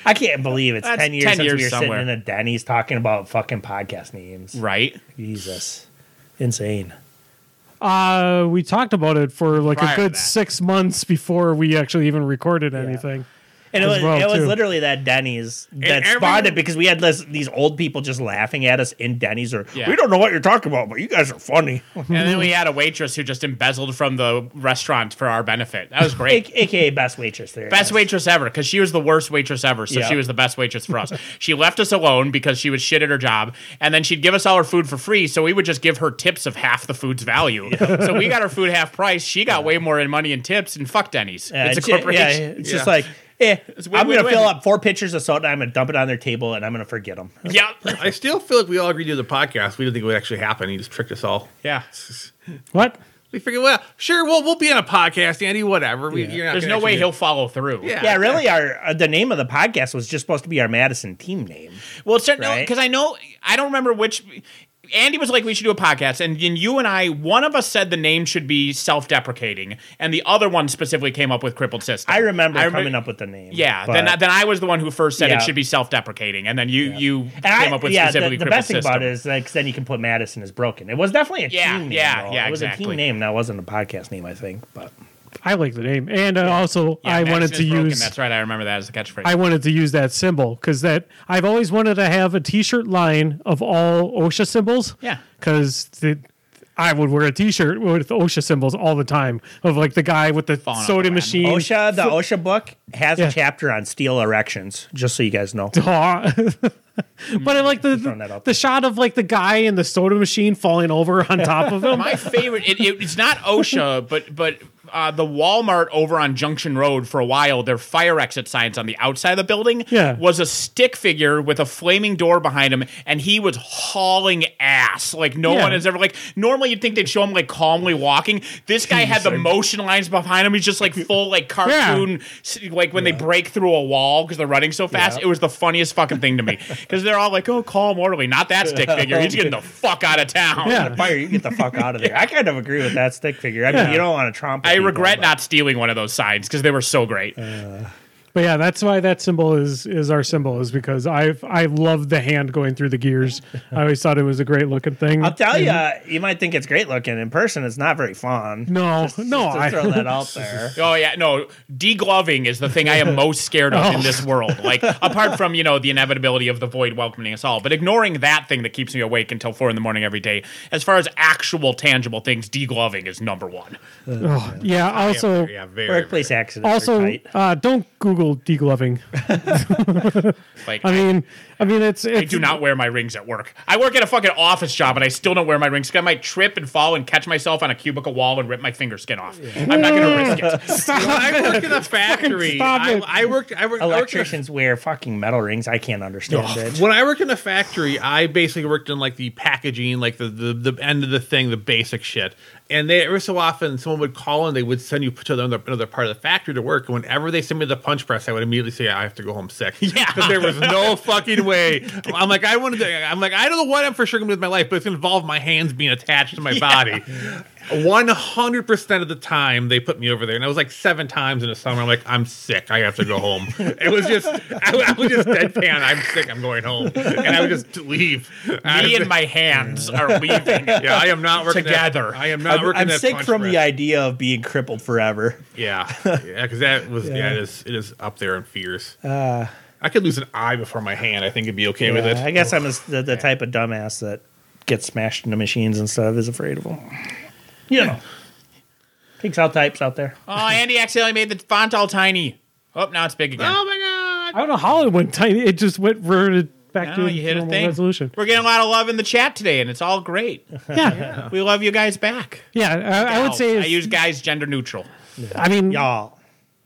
S4: I can't believe it's
S2: That's
S4: ten years
S2: 10
S4: since
S2: years
S4: we were
S2: somewhere.
S4: sitting in a Denny's talking about fucking podcast names.
S2: Right.
S4: Jesus, insane.
S3: Uh, we talked about it for like
S2: Prior
S3: a
S2: to
S3: good
S2: that.
S3: six months before we actually even recorded anything.
S4: And it
S3: As
S4: was
S3: well,
S4: it was
S3: too.
S4: literally that Denny's that
S2: everyone-
S4: spawned it because we had this, these old people just laughing at us in Denny's or
S2: Yeah.
S4: we don't know what you're talking about, but you guys are funny.
S2: And then we had a waitress who just embezzled from the restaurant for our benefit. That was great.
S4: A- AKA best waitress there.
S2: Best
S4: is.
S2: waitress ever, because she was the worst waitress ever. So
S4: Yeah.
S2: she was the best waitress for us. she left us alone because she was shit at her job, and then she'd give us all her food for free. So we would just give her tips of half the food's value. so we got our food half price. She got way more in money and tips. And fuck Denny's.
S4: Yeah,
S2: it's a
S4: ju-
S2: corporation.
S4: Yeah, it's just
S1: Yeah.
S4: like, eh,
S2: win,
S4: I'm going to
S2: win,
S4: fill
S2: win.
S4: up four pitchers of soda. I'm going to dump it on their table and I'm going to forget them.
S2: Yeah. Yeah.
S1: I still feel like we all agreed to do the podcast. We didn't think it would actually happen. He just tricked us all.
S3: What?
S1: We figured, well, sure, well, we'll be on a podcast, Andy. Whatever. We, you're not
S2: There's
S1: gonna
S2: no way
S1: actually-
S2: he'll follow through.
S1: Yeah.
S4: Yeah, really, our uh, the name of the podcast was just supposed to be our Madison team name.
S2: Well, certainly
S4: Right?
S2: because I know I don't remember which. Andy was like, "We should do a podcast," and then you and I, one of us said the name should be self-deprecating, and the other one specifically came up with crippled system.
S4: I remember
S2: remem-
S4: coming up with the name.
S2: Yeah,
S4: but-
S2: then I, then I was the one who first said
S4: Yeah.
S2: it should be self-deprecating, and then you you
S4: And I-
S2: came up with
S4: yeah, the,
S2: specifically
S4: the
S2: crippled
S4: best thing
S2: system.
S4: about it is that 'cause then you can put Madison is broken. It was definitely a
S2: Yeah,
S4: team name.
S2: yeah,
S4: though.
S2: yeah,
S4: It was a
S2: exactly.
S4: team name. That wasn't a podcast name, I think. But
S3: I like the name, and uh, also
S2: Yeah,
S3: I
S2: Madison
S3: wanted
S2: is
S3: to
S2: broken,
S3: use
S2: That's right. I remember that as the catchphrase.
S3: I wanted to use that symbol because that I've always wanted to have a T-shirt line of all OSHA symbols.
S2: Yeah.
S3: because I would wear a T-shirt with OSHA symbols all the time of like the guy with the
S2: off the Oh,
S3: soda
S2: land.
S3: machine.
S4: OSHA, the OSHA book has
S3: Yeah.
S4: a chapter on steel erections. Just so you guys know.
S3: Aw. but I
S2: Mm,
S3: like
S4: throwing that
S3: the
S4: out
S3: the shot of like the guy in the soda machine falling over on top of him.
S2: My favorite. It, it, it's not OSHA, but but uh, the Walmart over on Junction Road for a while. Their fire exit signs on the outside of the building
S3: Yeah.
S2: was a stick figure with a flaming door behind him, and he was hauling ass. Like no
S3: Yeah.
S2: one has ever like. Normally, you'd think they'd show him like calmly walking. This guy had the motion lines behind him. He's just like full like cartoon. s- Like when they break through a wall because they're running so fast. It was the funniest fucking thing to me because they're all like, "Oh, calm, orderly." Not that stick figure. He's getting the fuck out of town.
S3: Yeah.
S4: Fire, you get the fuck out of there. I kind of agree with that stick figure. I mean,
S3: Yeah.
S4: you don't want to tromp.
S2: I regret not stealing one of those signs because they were so great.
S3: But yeah, that's why that symbol is is our symbol is because I've I love the hand going through the gears. I always thought it was a great looking thing.
S4: I'll tell
S3: Mm-hmm.
S4: you, you might think it's great looking. In person, it's not very fun.
S3: no, no,
S4: Just to
S3: I,
S4: throw that out there.
S2: oh yeah, no, degloving is the thing I am most scared of
S3: Oh.
S2: in this world. Like apart from you know the inevitability of the void welcoming us all, but ignoring that thing that keeps me awake until four in the morning every day. As far as actual tangible things, degloving is number one.
S3: yeah. Also,
S1: Yeah, very.
S4: Workplace accidents. are
S3: also,
S4: tight.
S3: uh, don't Google cool degloving.
S2: Like,
S3: I mean, I mean, it's, it's
S2: I do not wear my rings at work. I work at a fucking office job, and I still don't wear my rings. 'cause I might trip and fall and catch myself on a cubicle wall and rip my finger skin off. I'm not gonna risk it.
S1: I work in a factory.
S3: stop
S1: I,
S3: it.
S1: I worked. I worked. I worked in a
S4: Electricians wear fucking metal rings. I can't understand it.
S1: When I worked in a factory, I basically worked in like the packaging, like the, the, the end of the thing, the basic shit. And they every so often someone would call and they would send you to another, another part of the factory to work. And whenever they sent me to the punch press, I would immediately say, I have to go home sick. Yeah. Because there was no fucking way. I'm like, I wanted to, I'm like, I don't know what I'm for sure going to do with my life, but it's going to involve my hands being attached to my body. 100% of the time they put me over there and i was like seven times in the summer i'm like i'm sick i have to go home it was just I, I was just deadpan i'm sick i'm going home and i would just leave
S2: Me and my hands are leaving.
S1: yeah i am not working at-
S2: Together.
S1: i am not
S4: I'm,
S1: working
S4: I'm
S1: at
S4: sick
S1: Punch
S4: from the
S1: Press.
S4: idea of being crippled forever.
S1: yeah yeah because that was yeah. it is it is up there in fears uh i could lose an eye before my hand i think it'd be okay with it
S4: Yeah, I guess I'm a, the, the type of dumbass that gets smashed into machines and stuff is afraid of them. You know, takes all types out there.
S3: Um,
S2: Oh, Andy accidentally made the font all tiny. Oh, now it's big again.
S1: oh my
S3: I don't know how it went tiny. It just went reverted back
S2: Now
S3: to
S2: Ah, you hit a
S3: normal
S2: thing.
S3: resolution.
S2: We're getting a lot of love in the chat today, and it's all great.
S3: Yeah,
S2: We love you guys back. Oh,
S3: yeah. I, I would say.
S2: I
S3: it's-
S2: use guys gender neutral.
S3: I mean,
S4: Y'all,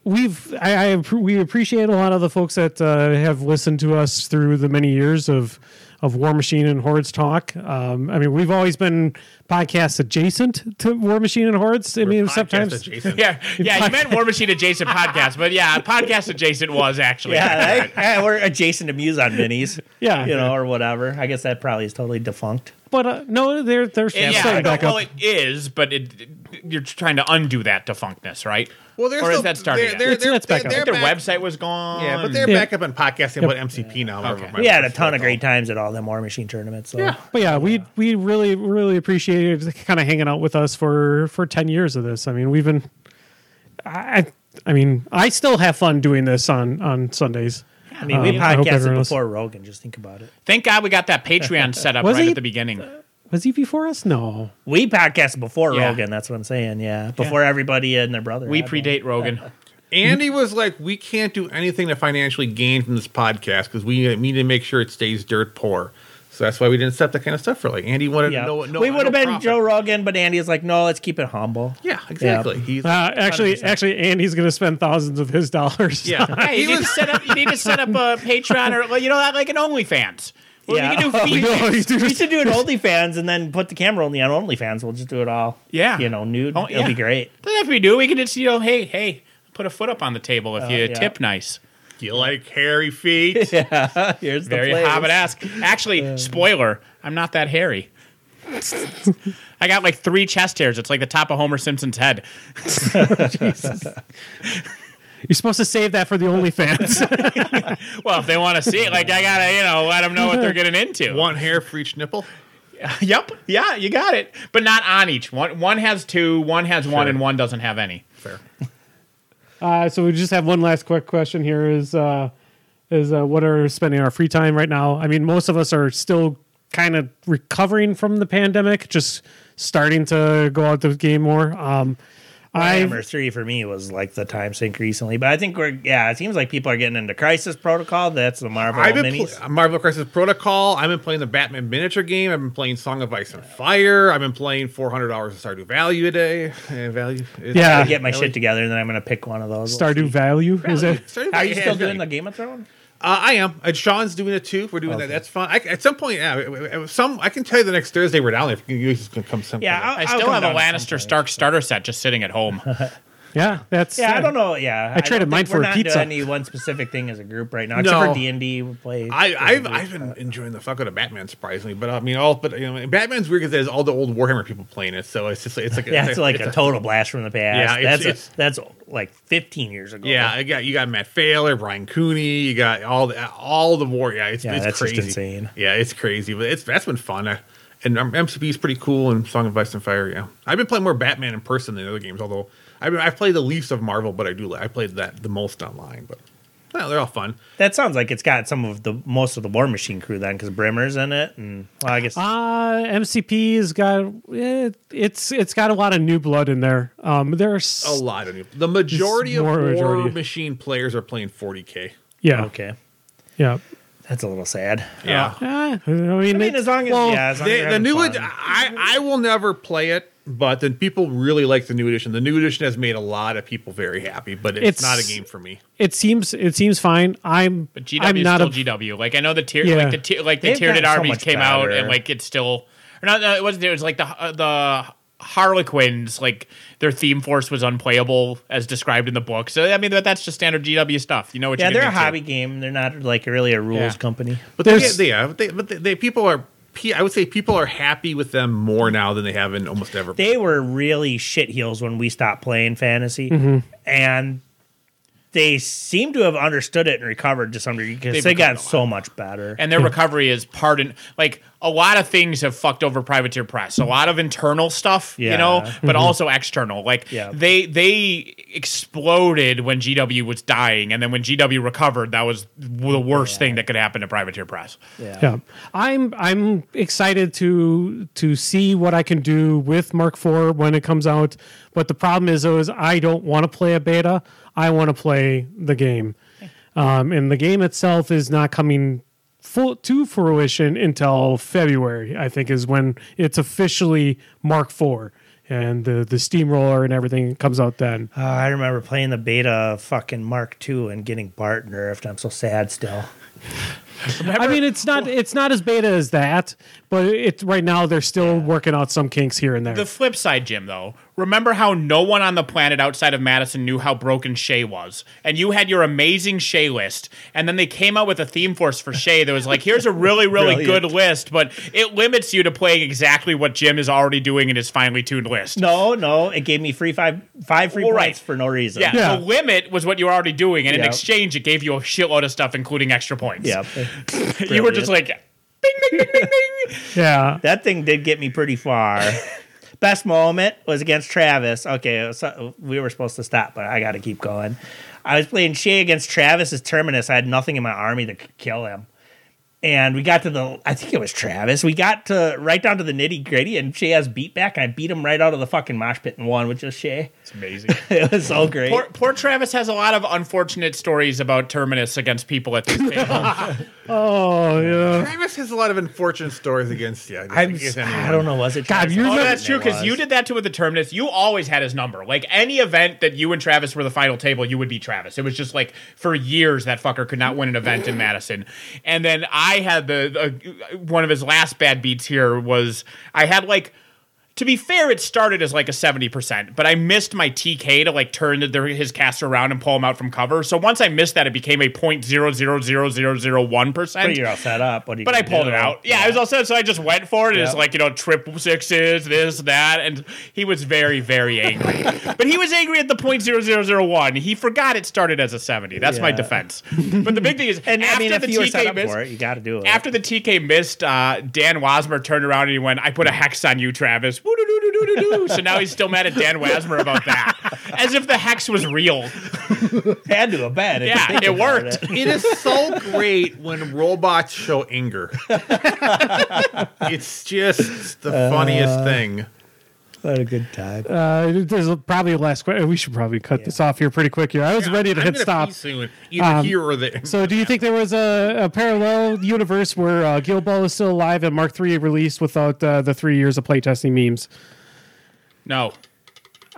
S3: we've I, I appre- we appreciate a lot of the folks that uh, have listened to us through the many years of of War Machine and Hordes talk. Um, I mean, we've always been podcasts adjacent to War Machine and Hordes. I mean,
S1: god
S3: sometimes
S1: Jason.
S2: Yeah, yeah. You meant War Machine adjacent podcast, but yeah, podcast adjacent was actually.
S4: yeah, like, eh, we're adjacent to Muson minis.
S3: Yeah.
S4: you know, or whatever. I guess that probably is totally defunct.
S3: but uh, no, they're they're
S2: And yeah,
S3: starting
S2: no,
S3: back
S2: well,
S3: up.
S2: it is, but it, you're trying to undo that defunctness, right?
S1: well there's
S2: or is
S1: no-
S2: that started?
S1: they're,
S2: yet?
S1: they're,
S3: It's-
S1: they're,
S3: it's back
S1: they're,
S3: up.
S1: they're
S2: their
S1: back-
S2: website was gone.
S1: yeah, but they're
S3: Yeah.
S1: back up on podcasting what MCP now. however
S2: Okay.
S1: my
S4: We had a
S1: voice
S4: ton
S1: was
S4: of
S1: called.
S4: great times at all them War Machine tournaments. So. Yeah,
S3: But yeah, we we really really appreciated kind of hanging out with us for for ten years of this. I mean, we've been I I mean, I still have fun doing this on on Sundays.
S4: I mean, we
S3: Um, I hope
S4: podcasted
S3: everyone else-
S4: before Rogan. Just think about it.
S2: Thank God we got that Patreon set up
S3: Was
S2: right
S3: he-
S2: at the beginning.
S3: Was he before us? No.
S4: We podcasted before
S2: Yeah.
S4: Rogan. That's what I'm saying. Yeah, before everybody and their brother.
S2: We
S4: had one.
S2: predate Rogan.
S1: Andy was like, "We can't do anything to financially gain from this podcast because we need to make sure it stays dirt poor." So that's why we didn't set that kind of stuff for like Andy wanted
S4: Yeah,
S1: to know. No,
S4: we would have
S1: no
S4: been
S1: profit.
S4: Joe Rogan, but Andy is like, no, let's keep it humble.
S1: Yeah, exactly. He's
S3: Uh, actually,
S4: 100%.
S3: actually, Andy's going to spend thousands of his dollars.
S1: yeah.
S2: Hey, you need to set up. You need to set up a Patreon or well, you know, like an OnlyFans. Well,
S4: Yeah.
S2: you can do
S3: You
S2: feed
S3: know, he's
S4: We
S3: doing-
S4: should do an OnlyFans and then put the camera only on OnlyFans. We'll just do it all.
S2: Yeah.
S4: You know, nude.
S2: Oh,
S4: It'll
S2: yeah.
S4: be great.
S2: Doesn't have to be new. We can just you know, hey, hey, put a foot up on the table if you
S4: Uh, yeah.
S2: tip nice.
S1: you like hairy feet?
S4: Here's the Um.
S2: Very
S4: place.
S2: hobbit esque. Actually, spoiler: I'm not that hairy. I got like three chest hairs. It's like the top of Homer Simpson's head.
S3: You're supposed to save that for the OnlyFans.
S2: Well, if they want to see it, like I gotta, you know, let them know what they're getting into.
S1: One hair for each nipple.
S2: Yep. Yeah, you got it. But not on each. One one has two, one has one,
S1: Sure.
S2: and one doesn't have any.
S1: Fair.
S3: uh, so we just have one last quick question here: is uh, is uh, what are we spending our free time right now? I mean, most of us are still kind of recovering from the pandemic, just starting to go out to game more. Um,
S4: Number
S3: I
S4: three for me was like the time sink recently, but I think we're yeah. It seems like people are getting into Crisis Protocol. That's the Marvel
S1: I've been
S4: minis.
S1: pl- Marvel Crisis Protocol. I've been playing the Batman miniature game. I've been playing Song of Ice and Fire. I've been playing 400 hours of Stardew Value today. Eh, value. It's-
S3: Yeah.
S4: Get my shit together, and then I'm gonna pick one of those.
S3: Stardew Value is it?
S1: Stardew
S4: Are
S1: Valley
S4: you
S1: has
S4: still doing
S1: value.
S4: the Game of Thrones?
S1: Uh, I am. And Sean's doing it too. We're doing that. That's fun. I, at some point, yeah. w- w- Some I can tell you the next Thursday we're down. there. If you you just can come, some.
S4: Yeah, I'll,
S2: I
S4: I'll
S2: still
S4: come
S2: have a
S4: down to
S2: Lannister
S4: something.
S2: Stark starter set just sitting at home.
S3: Yeah, that's
S4: Yeah, I don't know. Yeah,
S3: traded
S4: don't
S3: mine
S4: think
S3: for
S4: we're
S3: a
S4: not
S3: pizza.
S4: doing any one specific thing as a group right now, except
S1: No.
S4: for D and D. We play.
S1: I, I've I've been enjoying the fuck out of Batman surprisingly, but I mean all but you know Batman's weird because there's all the old Warhammer people playing it, so it's just it's like
S4: yeah, it's like a total blast from the
S1: Yeah,
S4: past.
S1: it's-
S4: that's
S1: it's-
S4: a, that's like 15 years ago.
S1: yeah. I got you got Matt Failer, Brian Cooney, you got all the all the war. Yeah, it's,
S4: Yeah,
S1: it's
S4: that's just
S1: crazy.
S4: insane.
S1: Yeah, it's crazy, but it's that's been fun. I, and um, MCP is pretty cool, and Song of Ice and Fire. Yeah, I've been playing more Batman in person than the other games. Although I mean, I've played the Leafs of Marvel, but I do I played that the most online. But Well, they're all fun.
S4: That sounds like it's got some of the most of the War Machine crew then, because Brimmer's in it, and well, I guess
S2: Ah.
S3: Uh, MCP's got eh, it's it's got a lot of new blood in there. Um, there's
S1: A lot of new. The majority of
S3: more
S1: War
S3: majority.
S1: Machine players are playing 40k.
S3: yeah,
S4: okay,
S3: yeah.
S4: that's a little sad.
S1: Yeah.
S3: Eh, I mean,
S4: I mean,
S3: it-
S4: as long as
S3: well,
S4: yeah, as long as
S1: They,
S4: you're
S1: the
S4: having
S1: new
S4: fun.
S1: ed-
S2: ah,
S1: I I will never play it, but then people really like the new edition. The new edition has made a lot of people very happy, but it's,
S3: It's-
S1: not a game for me.
S3: it seems it seems fine. I'm
S2: But GW
S3: I'm
S2: is
S3: not
S2: still
S3: a
S2: GW. Like I know the tier,
S3: Yeah.
S2: like the tier, like the
S4: They've
S2: tiered
S4: gotten
S2: it
S4: so
S2: armies
S4: much
S2: came out,
S4: better.
S2: and like it's still. Or not, no, it wasn't. It was like the uh, the Harlequins. Like their theme force was unplayable as described in the book. So I mean, that, that's just standard GW stuff. You know what?
S4: Yeah,
S2: you're
S4: they're a
S2: gonna get to.
S4: hobby game. They're not like really a rules
S2: Yeah.
S4: company.
S1: But they,
S3: There's-
S1: they, yeah, but they, but they, they people are. pe- I would say people are happy with them more now than they have in almost ever.
S4: They were really shit heels when we stopped playing fantasy,
S2: Mm-hmm.
S4: and they seem to have understood it and recovered to some degree because
S2: They've
S4: they got
S2: recovered a
S4: so much better.
S2: and their recovery is pardon like a lot of things have fucked over privateer press a lot of internal stuff you
S4: Yeah. Mm-hmm.
S2: know but also external like
S4: Yeah.
S2: they they exploded when gw was dying and then when gw recovered that was the worst thing that could happen to privateer press
S3: yeah. I'm I'm excited to to see what I can do with Mark IV when it comes out. But the problem is, though, is I don't want to play a beta. I want to play the game, um, and the game itself is not coming full to fruition until February. I think is when it's officially Mark IV. And the, the steamroller and everything comes out then.
S4: Uh, I remember playing the beta of fucking Mark II and getting Bart nerfed. I'm so sad still.
S3: I mean, it's not it's not as beta as that, but it's right now they're still working out some kinks here and there.
S2: the flip side jim though remember how no one on the planet outside of madison knew how broken shay was and you had your amazing shay list and then they came out with a theme force for shay that was like here's a really really
S4: Brilliant.
S2: good list but it limits you to playing exactly what jim is already doing in his finely tuned list
S4: No, no, it gave me free five five free
S2: Well,
S4: points
S2: right.
S4: for no reason.
S2: yeah,
S3: Yeah.
S2: the limit was what you were already doing, and in
S4: Yeah.
S2: exchange, it gave you a shitload of stuff, including extra points.
S4: yeah.
S2: you were just like, bing, bing, bing, bing, bing.
S3: yeah,
S4: that thing did get me pretty far. Best moment was against Travis. Okay, so we were supposed to stop, but I got to keep going. I was playing Shay against Travis's Terminus. I had nothing in my army to c- kill him. And we got to the, I think it was Travis. We got to right down to the nitty gritty, and Shay has beat back, and I beat him right out of the fucking mosh pit and won, which is Shay.
S2: It's amazing.
S4: It was so great.
S2: poor, poor Travis has a lot of unfortunate stories about Terminus against people at this table.
S3: oh yeah.
S1: Travis has a lot of unfortunate stories against you.
S4: I'm, s- I don't know. Was it? Travis?
S3: you
S4: I
S2: oh,
S4: don't
S2: that's
S4: know
S2: true,
S4: it
S2: because
S4: was.
S2: you did that too with the Terminus. You always had his number. Like any event that you and Travis were the final table, you would be Travis. It was just like for years that fucker could not win an event in Madison. And then I had the, the uh, one of his last bad beats here was I had like to be fair, it started as like a 70%, but I missed my TK to like turn the, their- his caster around and pull him out from cover. So once I missed that, it became a 0.000001%.
S4: But you're all set up. What are you
S2: But I
S4: gonna
S2: pulled it
S4: do?
S2: out. Yeah, I was all set, so I just went for it. It's
S4: Yeah.
S2: like you know, triple sixes, this, that, and he was very, very angry. but he was angry at the point zero zero zero one. He forgot it started as a seventy. That's my
S4: Yeah.
S2: defense. But the big thing is,
S4: And
S2: after
S4: I mean, if
S2: the
S4: you were set
S2: TK
S4: up
S2: miss,
S4: for it, you got to do it.
S2: after the TK missed, uh, Dan Wasmer turned around and he went, "I put a hex on you, Travis." Woo-doo-doo-doo-doo-doo. so now he's still mad at Dan Wasmer about that, as if the hex was real.
S4: had to have been. if you
S2: Yeah,
S4: think
S2: it
S4: about
S2: worked.
S1: It is so great when robots show anger. it's just the funniest thing.
S4: What a good time.
S3: Uh, there's a- probably a last question. We should probably cut this off here pretty quick. Here, I was ready to
S1: I'm
S3: hit
S1: gonna
S3: stop.
S1: pee soon, either
S4: Um,
S1: here or there.
S3: So, do you think there was a, a parallel universe where uh, Gil Ball is still alive and Mark III released without uh, the three years of playtesting memes?
S2: No,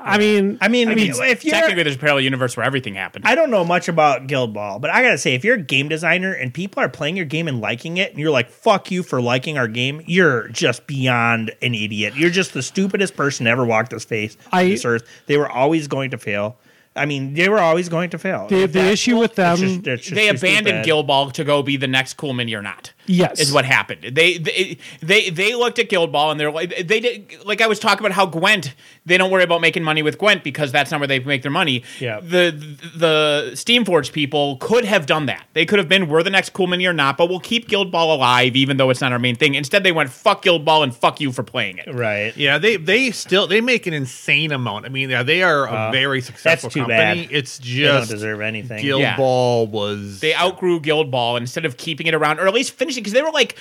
S3: I mean,
S4: I mean, if you're,
S2: technically, there's a parallel universe where everything happened.
S4: I don't know much about Guild Ball, but I gotta say, if you're a game designer and people are playing your game and liking it, and you're like, "Fuck you for liking our game," you're just beyond an idiot. You're just the stupidest person to ever walked this face,
S3: I-
S4: this earth. They were always going to fail. I mean, they were always going to fail.
S3: the, the issue with them,
S4: It's just- it's just
S2: they
S4: too
S2: abandoned
S4: stupid.
S2: Gilball to go be the next cool mini or not.
S3: Yes.
S2: is what happened. They they they, they looked at Guild Ball and they're like they did like I was talking about how Gwent they don't worry about making money with Gwent because that's not where they make their money.
S4: Yeah.
S2: The the Steamforge people could have done that. They could have been we're the next cool mini or not, but we'll keep Guild Ball alive even though it's not our main thing. Instead, they went fuck Guild Ball and fuck you for playing it.
S4: Right.
S1: Yeah, they they still they make an insane amount. I mean, yeah, they are a very successful
S4: too
S1: company.
S4: bad.
S1: It's
S4: They don't
S1: just
S4: deserve anything. Uh,
S1: Guild
S2: Yeah.
S1: Ball was
S2: They outgrew Guild Ball instead of keeping it around, or at least finishing, because they were like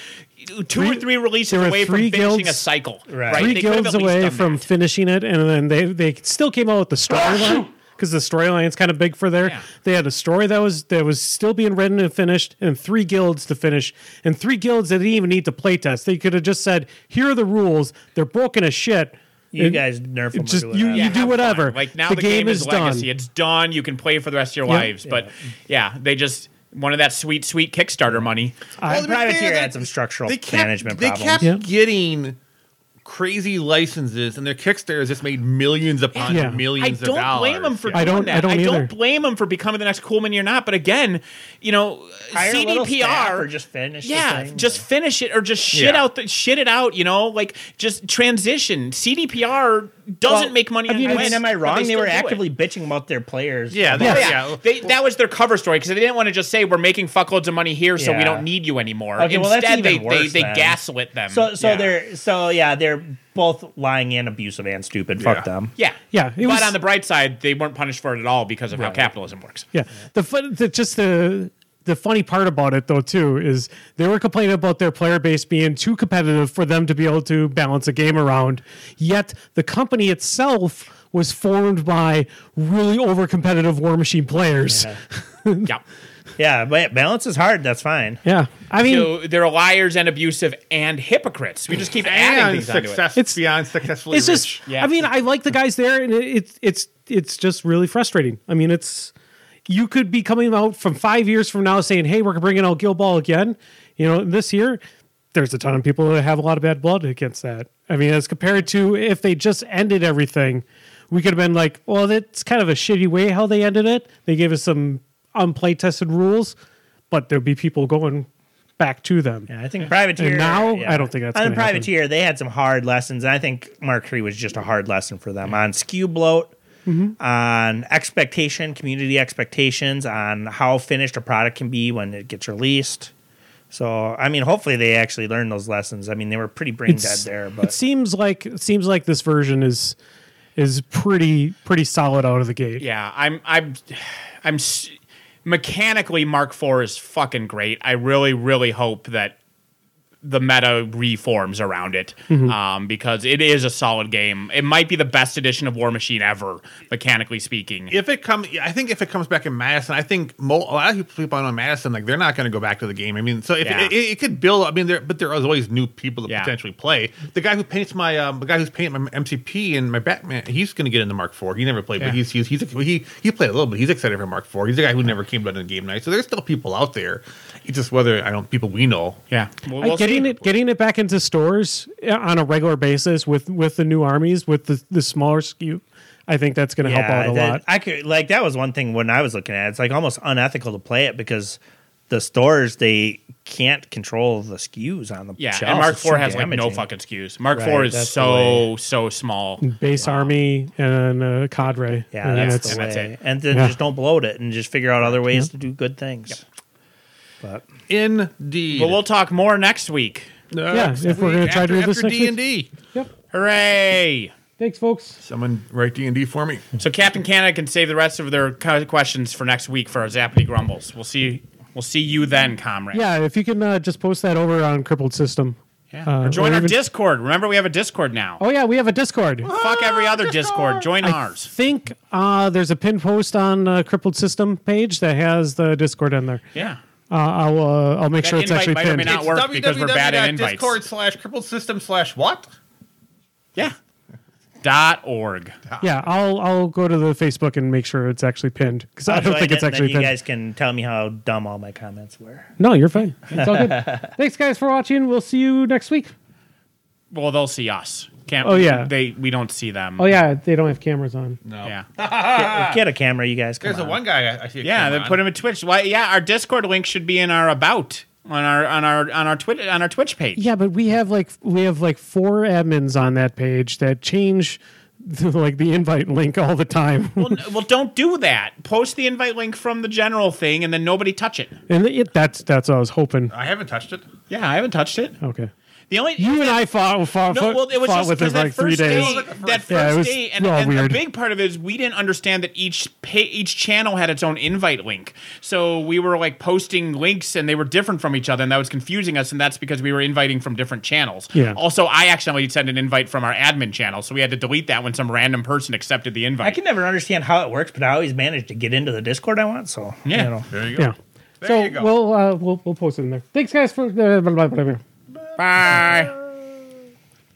S2: two or
S3: Three-
S2: three releases
S3: there were
S2: away from
S3: three
S2: finishing a
S3: guilds-
S2: cycle.
S4: Right.
S2: right?
S3: three
S2: They could have
S3: guilds
S2: at least
S3: away
S2: done
S3: from
S2: that.
S3: finishing it, and then they they still came out with the storyline because the storyline's kind of big for there.
S2: Yeah.
S3: They had a story that was that was still being written and finished, and three guilds to finish, and three guilds that didn't even need to playtest. They could have just said, "Here are the rules. They're broken as shit."
S4: You
S3: And
S4: guys nerf them. or
S3: just
S4: do
S3: you,
S4: whatever.
S3: you
S2: Yeah,
S3: do
S2: have
S3: whatever.
S2: fun. Like now the, game, is, legacy. It's done. You can play for the rest of your
S3: Yeah.
S2: lives. But yeah, they just wanted that sweet, sweet Kickstarter money.
S1: Well, to be fair,
S4: Privateer
S1: they-
S4: had some structural
S1: they kept,
S4: management
S1: they
S4: problems.
S1: kept
S3: Yeah.
S1: getting crazy licenses, and their Kickstarters just made millions upon
S3: Yeah.
S2: I
S1: millions. of
S2: don't
S1: dollars.
S2: blame them for
S3: I
S2: doing
S3: don't-
S2: that.
S3: I don't either.
S2: blame them for becoming the next cool man you're not. But again, you know,
S4: Hire a little staff
S2: CDPR
S4: or just finish. the
S2: Yeah,
S4: thing.
S2: just finish it or just shit
S1: Yeah.
S2: out the shit it out. You know, like just transition. CDPR doesn't
S4: Well,
S2: make money.
S3: I
S2: on
S3: mean,
S4: I
S2: Gwent,
S4: mean, am I
S2: but
S4: wrong? They,
S2: still
S4: were
S2: do it.
S4: actively bitching about their players.
S1: Yeah, they,
S3: Yeah.
S1: yeah.
S2: Oh, Yeah, they, that was their cover story because they didn't want to just say we're making fuckloads of money here, so we
S4: Yeah.
S2: don't need you anymore.
S4: Okay, well, that's
S2: Instead,
S4: even
S2: they,
S4: worse
S2: they, they
S4: then.
S2: gaslit them.
S4: So so
S2: yeah.
S4: they're so yeah they're both lying and abusive and stupid.
S1: Yeah.
S4: Fuck them.
S2: yeah,
S3: Yeah, it
S2: But
S3: was-
S2: on the bright side, they weren't punished for it at all because of how capitalism works.
S3: Yeah. The fun, the, just the the funny part about it though too is they were complaining about their player base being too competitive for them to be able to balance a game around. Yet the company itself was formed by really over competitive War Machine players. Yeah.
S2: Yeah.
S4: Yeah, but balance is hard. That's fine.
S3: I mean,
S2: So they're liars and abusive and hypocrites. We just keep adding
S1: And
S2: things onto it.
S1: success,
S3: It's-
S1: beyond successfully
S3: it's
S1: rich.
S3: just.
S2: Yeah.
S3: I mean, I like the guys there, and it, it's it's it's just really frustrating. I mean, it's you could be coming out from five years from now saying, "Hey, we're bringing out Gil Ball again." You know, this year there's a ton of people that have a lot of bad blood against that. I mean, as compared to if they just ended everything, we could have been like, "Well, that's kind of a shitty way how they ended it. They gave us some unplay tested rules, but there'd be people going back to them."
S4: Yeah, I think privateer
S3: And now,
S4: yeah.
S3: I don't think that's
S4: on
S3: gonna
S4: the
S3: happen.
S4: privateer. They had some hard lessons, and I think Mark Three was just a hard lesson for them on skew bloat,
S3: Mm-hmm.
S4: on expectation, community expectations, on how finished a product can be when it gets released. So I mean, hopefully they actually learned those lessons. I mean, they were pretty brain dead
S3: It's-
S4: there,
S3: it
S4: but
S3: seems like it seems like this version is is pretty pretty solid out of the gate.
S2: Yeah, I'm I'm I'm s- mechanically Mark IV is fucking great. I really really hope that the meta reforms around it
S4: Mm-hmm.
S2: um, because it is a solid game. It might be the best edition of War Machine ever, mechanically speaking.
S1: if it comes, I think if it comes back in Madison, I think mo- a lot of people on Madison like they're not going to go back to the game. I mean, so if
S2: Yeah.
S1: it, it, it could build, I mean, there but there is always new people that
S2: Yeah.
S1: potentially play. The guy who paints my um, the guy who's painting my MCP and my Batman, he's going to get into Mark Four. He never played,
S2: Yeah.
S1: but he's he's he's he he played a little bit. He's excited for Mark Four. He's the guy who never came down to the game night. So there's still people out there. It's just whether I don't people we know.
S2: yeah, Well,
S3: I-
S2: we'll
S3: getting
S2: see.
S3: it getting it back into stores uh, on a regular basis with with the new armies with the the smaller skew, I think that's going to help out a
S4: that-
S3: lot.
S4: I could like that was one thing when I was looking at. It, it's like almost unethical to play it because the stores they can't control the skews on the
S2: yeah,
S4: shelves.
S2: and Mark
S4: It's
S2: IV
S4: too
S2: has like no
S4: damaging.
S2: fucking skews. Mark
S4: Right,
S2: IV is
S4: that's
S2: so so small.
S3: Base army and a cadre.
S4: Yeah,
S3: I mean,
S4: that's,
S3: it's-
S4: the
S2: and that's
S4: way.
S2: it.
S4: And then
S3: Yeah.
S4: just don't bloat it, and just figure out other ways to do good things.
S1: Indeed.
S2: But we'll talk more next week.
S1: Next
S3: Yeah, if we're gonna
S1: week,
S3: try to do
S1: after-
S3: this
S1: after
S3: next week.
S1: D&D.
S3: Yep.
S2: Hooray!
S3: Thanks, folks.
S1: Someone write D and D for me.
S2: So Captain Canada can save the rest of their co- questions for next week for our Zappity Grumbles. We'll see. We'll see you then, comrade.
S3: Yeah, if you can uh, just post that over on Crippled System.
S2: Yeah.
S3: Uh,
S2: or join
S3: or
S2: our
S3: even-
S2: Discord. Remember, we have a Discord now.
S3: Oh yeah, we have a Discord.
S2: Fuck every other Discord. Join
S3: I
S2: ours.
S3: think uh, there's a pin post on uh, Crippled System page that has the Discord in there.
S2: Yeah.
S3: Uh, I'll uh, I'll make
S2: That
S3: sure it's
S2: invite
S3: actually
S2: might or may
S3: pinned.
S2: not work because we're bad at invites.
S1: Discord slash crippled system slash what?
S2: Yeah. Dot org.
S3: Yeah, I'll I'll go to the Facebook and make sure it's actually pinned because
S2: Oh,
S3: I
S4: I'll
S3: don't
S4: join
S3: think
S4: it,
S3: it's
S4: and
S3: actually
S4: Then
S3: pinned.
S4: you guys can tell me how dumb all my comments were.
S3: no, you're fine. It's all good. Thanks, guys, for watching. We'll see you next week.
S2: Well, they'll see us. Can't.
S3: Oh, yeah.
S2: They. We don't see them.
S3: Oh yeah, they don't have cameras on.
S1: No.
S2: Yeah.
S4: Get a camera, you guys. Come
S1: There's the
S4: on.
S1: one guy I, I see. a
S2: Yeah.
S1: camera
S2: They put
S1: on.
S2: them in Twitch. Why? Yeah. Our Discord link should be in our about on our on our on our Twitch on our Twitch page.
S3: Yeah, but we have like we have like four admins on that page that change the, like the invite link all the time,
S2: Well, n- well, don't do that. Post the invite link from the general thing, and then nobody touch it.
S3: and it, that's that's what I was hoping.
S5: I haven't touched it.
S2: Yeah, I haven't touched it.
S3: Okay,
S2: The only
S3: you and I fought fought,
S2: No, well, it was
S3: fought
S2: just
S3: with
S2: because
S3: it
S2: that
S3: like three
S2: first
S3: days.
S2: day, that first
S3: Yeah, it was
S2: day, and,
S3: all
S2: and the
S3: weird.
S2: big part of it is we didn't understand that each pa each channel had its own invite link, so we were like posting links and they were different from each other, and that was confusing us, and that's because we were inviting from different channels.
S3: Yeah.
S2: Also, I accidentally sent an invite from our admin channel, so we had to delete that when some random person accepted the invite.
S4: I can never understand how it works, but I always manage to get into the Discord I want. So
S2: Yeah.
S4: you know.
S5: There you go.
S3: Yeah.
S5: There
S3: so
S5: you go.
S3: uh, we'll uh, we'll we'll post it in there. Thanks guys for.
S2: Bye.